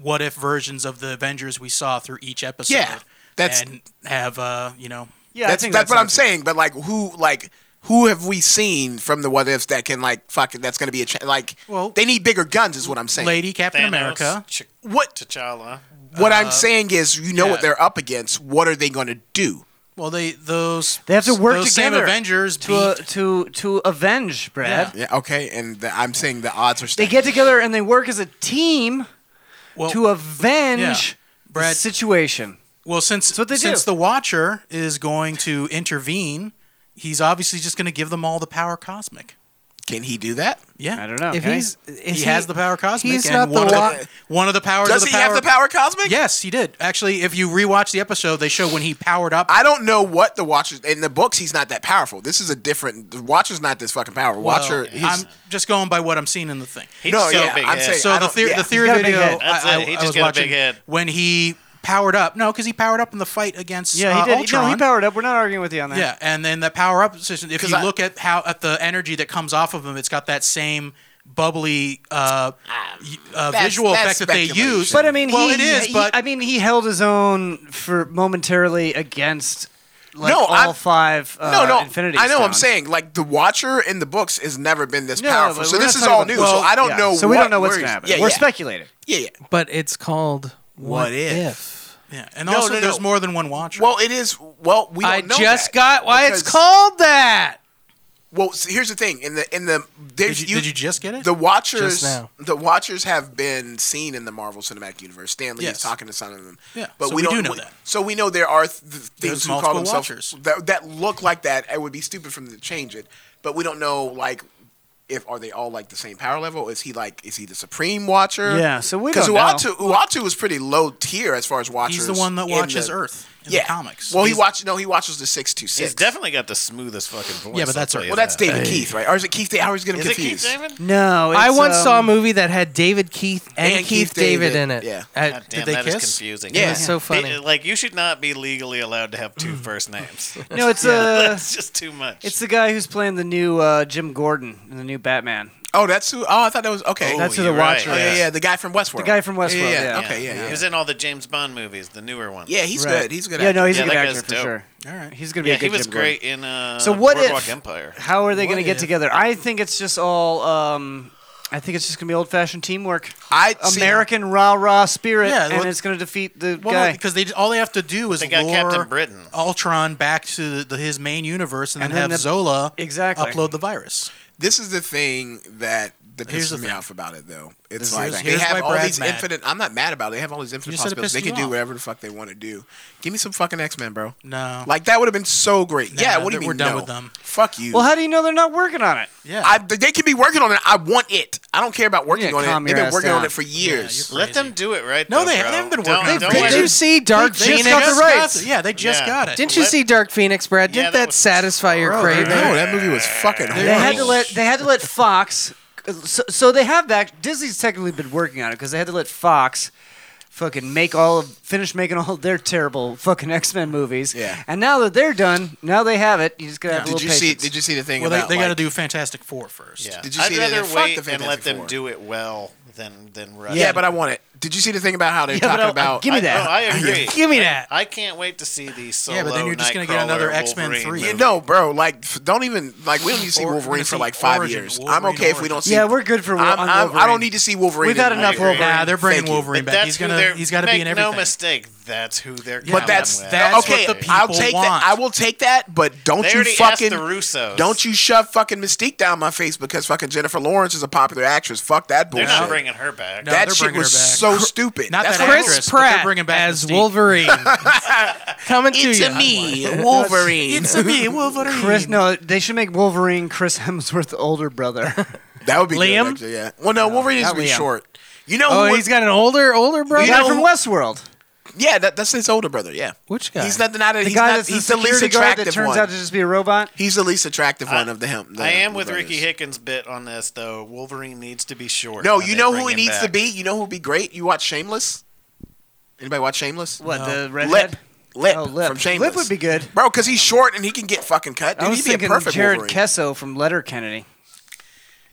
S8: what if versions of the Avengers we saw through each episode.
S4: Yeah, that's-
S8: and have uh, you know.
S4: that's, that's what I'm saying. But like, who like who have we seen from the what ifs that can like fucking that's going to be a cha- like? Well, they need bigger guns, is what I'm saying.
S8: Lady Captain
S7: Thanos,
S8: America.
S7: Ch-
S4: what
S7: T'Challa?
S4: What
S8: Uh,
S4: I'm saying is, you know
S8: yeah.
S4: what they're up against. What are they going to do?
S8: Well, they those
S17: They have to work
S8: those
S17: together
S8: Same Avengers
S17: to uh,
S8: beat
S17: to to avenge Brad.
S4: Yeah. okay, and the, I'm saying the odds are.
S17: They
S4: stacked.
S17: get together and they work as a team
S8: Well,
S17: to avenge
S8: Brad-
S17: the
S4: Uh,
S17: situation.
S8: Well, since
S17: what they
S8: since
S17: do.
S8: the Watcher is going to intervene, he's obviously just going to give them all the power cosmic.
S4: Can he do that?
S8: Yeah, I
S2: don't know.
S8: If he's-
S4: he,
S8: he, has the power cosmic.
S4: he's
S8: and
S4: not the
S8: one
S4: wa-
S8: of the one of the powers.
S4: Does
S8: of the
S4: he have the power cosmic?
S8: Yes, he did. Actually, if you rewatch the episode, they show when he powered up.
S4: I don't know what the Watcher in the books. He's not that powerful. This is a different. The Watcher's not this fucking power. Watcher.
S8: Well, I'm just going by what I'm seeing in the thing.
S4: He's No, so yeah, big I'm head. saying- I
S8: so the
S4: don't-
S8: theory,
S4: yeah.
S8: the
S4: He's
S8: theory
S4: got a big
S8: video.
S4: head.
S8: I,
S4: That's
S8: I,
S4: it. He
S8: I
S4: just
S8: was
S4: got a
S8: watching
S4: big head.
S8: when he powered up. No, because he powered up in the fight against
S2: Yeah, he
S8: uh,
S2: did.
S8: Ultron.
S2: No, he powered up. We're not arguing with you on that.
S8: Yeah, and then the power up system. If
S2: 'Cause
S8: you
S2: I-
S8: look at how at the energy that comes off of him, it's got that same bubbly uh, y- uh,
S2: That's-
S8: visual
S2: that's
S8: effect that they
S2: speculation.
S8: use.
S2: But I mean,
S8: well,
S2: he,
S8: it is.
S2: he-
S8: But
S2: I mean, he held his own for momentarily against like
S4: No,
S2: all
S4: I'm-
S2: five. Uh,
S4: no, no.
S2: Infinity
S4: I know. I'm
S2: Stones.
S4: saying like the Watcher in the books has never been this
S2: No,
S4: powerful.
S2: but
S4: So
S2: we're
S4: this
S2: not
S4: is
S2: talking
S4: all
S2: about
S4: new.
S2: the
S4: so
S2: books.
S4: I don't
S2: Yeah,
S4: know.
S2: so we don't know what's
S4: where
S2: gonna happen.
S4: he's- Yeah,
S2: We're
S4: yeah.
S2: speculating.
S4: Yeah, yeah.
S1: But it's called What,
S4: What
S1: if?
S4: If?
S8: yeah, and also there's more than one Watcher.
S4: Well, it is. Well, we. Don't
S8: I
S4: know
S8: just
S4: that
S8: got why it's
S4: because-
S1: called that.
S4: Well, so here's the thing. In the in the did
S8: you- did you just get it?
S4: The
S8: Just
S4: Watchers.
S8: now.
S4: The Watchers have been seen in the Marvel Cinematic Universe. Stan Lee
S8: Yes.
S4: is talking to some of them.
S8: Yeah,
S4: but
S8: so we
S4: we, don't
S8: do know that.
S4: So we know there are th-
S8: There's
S4: things who
S8: multiple
S4: call themselves
S8: Watchers.
S4: that, that look like that. It would be stupid for them to change it. But we don't know like. If are they all like the same power level? Is he like is he the supreme watcher?
S2: Yeah, so we don't know.
S4: Uatu, Uatu is pretty low tier as far as watchers.
S8: he's the one that
S4: in
S8: watches
S4: the-
S8: Earth in
S4: yeah.
S8: the comics.
S4: Well,
S8: He's-
S4: he watches no, he watches the six two six.
S7: He's definitely got the smoothest fucking voice.
S4: Yeah, but that's
S7: I'll tell
S4: Earth.
S7: you
S4: Well, that's
S7: that.
S4: David Keith, right? Or is it Keith? Da- I always get him
S7: Is it Keith
S4: confused.
S7: David?
S2: No,
S1: I
S2: it's,
S1: once saw a
S2: um,
S1: movie that had David Keith and,
S7: And
S1: Keith,
S7: Keith
S1: David,
S7: David,
S1: in it.
S7: yeah.
S1: I-
S7: God damn, that is confusing.
S1: Yeah, it's so funny.
S7: They- like you should not be legally allowed to have two first names.
S2: No, it's,
S7: Yeah.
S2: uh,
S7: that's just too much.
S2: It's the guy who's playing the new uh, Jim Gordon in the new Batman.
S4: Oh, that's who. Oh, I thought that was okay.
S2: That's who the Watcher
S4: Oh, yeah,
S2: is.
S4: yeah, the guy from Westworld.
S2: The guy from Westworld. Yeah,
S4: Okay, yeah, yeah.
S7: He was in all the James Bond movies, the newer ones.
S4: Yeah, he's Right. good. He's a good
S2: Yeah, no, actor. he's a
S7: that
S2: good
S7: guy's
S2: actor for
S7: dope.
S2: sure. All right. He's gonna be
S7: Yeah,
S2: a good
S7: He was
S2: Jim Gordon.
S7: great in uh,
S2: so what
S7: Boardwalk
S2: if?
S7: Empire.
S2: How are they
S7: What
S2: going to get
S7: if?
S2: together? I think it's just all. Um, I think it's just going to be old fashioned teamwork.
S4: I
S8: see-
S2: American rah rah spirit,
S8: Yeah,
S2: and
S8: well-
S2: it's going to defeat the
S8: Well,
S2: guy.
S8: because they all they have to do is
S2: They got
S8: lure
S2: Captain
S7: Britain.
S8: Ultron back to the, his main universe, and,
S4: And
S8: then
S4: then
S8: have
S4: the-
S8: Zola
S4: Exactly.
S8: upload the virus.
S4: This is the thing that that
S8: Here's the
S4: pisses me
S8: thing.
S4: off about it, though. It's
S8: This
S4: like
S8: is-
S4: they
S8: here's why
S4: have all
S8: Brad's
S4: these
S8: mad.
S4: infinite. I'm not mad about it. They have all these
S8: You
S4: infinite
S8: said it
S4: possibilities. They
S8: pissed
S4: can
S8: you
S4: do
S8: off.
S4: whatever the fuck they want to do. Give me some fucking X Men, bro.
S8: No,
S4: Like that would have been so great.
S8: Nah,
S4: yeah. What do you
S8: that-
S4: mean?
S8: we're done
S4: no?
S8: with them.
S4: Fuck you.
S2: well, how do you know they're not working on it?
S8: Yeah.
S4: I, they could be working on it. I want it. I don't care about working
S2: Yeah,
S4: on
S2: calm
S4: it. They've
S2: your
S4: been
S2: ass
S4: working
S2: down.
S4: on it for years.
S7: Let them do it right.
S8: No,
S7: though,
S8: they
S7: bro.
S8: haven't been
S7: Don't-
S8: working on
S7: don't
S8: it.
S7: let
S1: Did you
S7: them-
S1: see Dark
S8: They just
S1: Phoenix?
S8: got the rights. Yeah, they just
S7: Yeah.
S8: got it.
S1: Didn't you see Dark Phoenix, Brad? Didn't that, satisfy your craving?
S4: No, that movie was fucking
S2: They
S4: horrible.
S2: had to let they had to let Fox. So, so they have that. Disney's technically been working on it because they had to let Fox fucking make all of finish making all of their terrible fucking X Men movies.
S4: Yeah.
S2: And now that they're done, now they have it. You just gotta have a
S4: Did
S2: little
S4: you see?
S2: patience.
S4: Did you see the thing
S8: Well,
S4: about
S8: they, they got to
S4: like-
S8: do Fantastic Four first.
S7: Yeah.
S4: Did you
S7: I'd
S4: see that?
S7: rather
S4: Fuck the
S7: wait and let
S4: Fantastic
S7: them
S4: Four.
S7: do it well than than rush.
S4: Yeah, but I want it. Did you see the thing about how they're
S7: Yeah, but
S4: talking
S7: I'll-
S4: about?
S7: give me I- that. no, I agree. Give
S2: me that.
S7: I can't wait to see the solo.
S4: Yeah, but then you're just
S7: going
S4: gonna
S7: to
S4: get another X-Men
S7: X-Men
S4: You know, bro. Like, f- don't even like. We don't need to see
S7: Or- we're
S4: Wolverine
S7: gonna
S4: for
S7: see
S4: like five
S7: Origin,
S4: years.
S7: Wolverine
S4: I'm okay if we don't see.
S2: Yeah, we're good for Wo-
S4: I'm,
S2: on
S4: I'm- I
S2: Wolverine.
S4: don't need to see Wolverine.
S2: We've had
S4: in-
S2: enough
S4: I agree.
S2: Wolverine. Nah, they're bringing
S4: Thank you.
S8: Wolverine back.
S4: But that's
S8: He's
S4: who
S8: gonna-
S4: they're-
S8: he's gotta be
S7: Make
S8: in
S7: No
S8: everything.
S7: mistake, that's who they're.
S4: But that's
S7: that's
S4: okay.
S7: What the
S4: I'll
S7: people
S4: take
S7: want.
S4: that. I will take that. But don't
S7: They
S4: you
S7: already asked
S4: fucking
S7: the Russos.
S4: don't you shove fucking Mystique down my face because fucking Jennifer Lawrence is a popular actress. Fuck that
S7: They're
S4: bullshit.
S7: not bringing her back.
S4: No, that shit was so stupid.
S7: Not
S4: That's
S7: that
S4: horrible.
S7: actress, but they're Chris Pratt bringing back
S1: as Wolverine. Coming to
S4: It's
S1: you.
S4: a me, Wolverine. It's a me, Wolverine.
S1: Oh,
S2: Chris, no, they should make Wolverine Chris Hemsworth's older brother.
S4: that would be
S2: Liam.
S4: Good, actually, yeah. Well, no, Wolverine is
S2: not
S4: to be
S2: Liam.
S4: short. You know,
S2: Oh,
S4: who
S2: he's got an older older brother? Guy from
S4: Westworld. Yeah, that, that's his older brother. Yeah,
S1: which
S2: guy?
S4: He's not the not
S2: The
S4: he's
S2: guy
S4: not-
S2: that's the
S4: he's the least
S2: security guard that
S4: attractive
S2: turns
S4: one.
S2: out to just be a robot.
S4: He's the least attractive one of the him. the-
S7: I am with
S4: the
S7: Ricky
S4: brothers.
S7: Hickens' bit on this though. Wolverine needs to be short.
S4: No,
S7: when
S4: you
S7: they
S4: know
S7: bring
S4: who he
S7: him
S4: needs to
S7: back.
S4: be. You know who'll be great. You watch Shameless. Anybody watch Shameless?
S2: What, No. the
S4: lip,
S2: redhead?
S4: lip,
S2: Oh, Lip.
S4: from Shameless.
S2: Lip would be good,
S4: bro, because he's short and he can get fucking cut. Dude,
S2: I was
S4: he'd be
S2: thinking
S4: a perfect
S2: Jared
S4: Wolverine.
S2: Kesso from Letter Kennedy.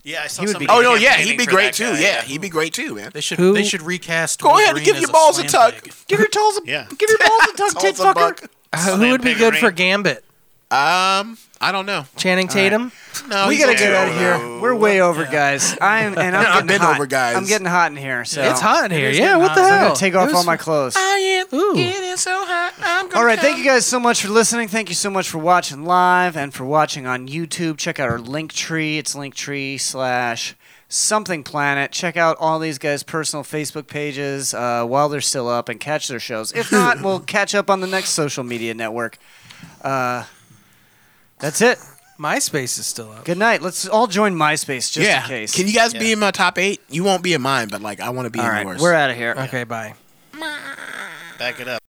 S7: Yeah, I saw
S2: He would be
S7: somebody
S2: good.
S4: Oh no, yeah,
S7: campaigning
S4: he'd be
S7: for
S4: great
S7: that
S4: too.
S7: guy.
S4: yeah, he'd be great too, man.
S8: They should
S7: Who-
S8: they should recast.
S4: Go ahead and
S8: Wolverine
S4: give
S8: as
S4: your balls a
S8: slam
S4: tug.
S8: dunk.
S2: Give your toes a
S7: yeah.
S2: Give your balls a tug, tit
S4: Toes a buck.
S2: fucker.
S1: Uh, who would be good for Gambit?
S4: Um, I don't know.
S1: Channing Tatum.
S4: No,
S2: we
S4: he's
S2: gotta get
S4: too
S2: out of
S4: old.
S2: here. We're way over, guys. I'm and I'm
S4: I've
S2: getting
S4: been
S2: hot.
S4: over, guys.
S2: I'm getting hot in here. So
S1: It's hot in here.
S2: is
S1: Yeah,
S2: getting
S1: what
S2: hot.
S1: the
S2: So I'm
S1: hell?
S2: gonna take off
S1: It
S2: all
S1: was-
S2: my clothes.
S1: I am Ooh.
S18: getting so hot. I'm gonna
S2: All right, thank
S18: come.
S2: you guys so much for listening. Thank you so much for watching live and for watching on YouTube. Check out our link tree. It's linktree slash something planet. Check out all these guys' personal Facebook pages uh, while they're still up and catch their shows. If not, we'll catch up on the next social media network. Uh, that's it.
S1: MySpace is still up.
S2: Good night. Let's all join MySpace just
S4: yeah.
S2: in case.
S4: Can you guys be in my top eight? You won't be in mine, but like I want to be
S2: All
S4: in
S2: right,
S4: yours.
S2: we're outta here.
S1: Okay, bye.
S7: Back it up.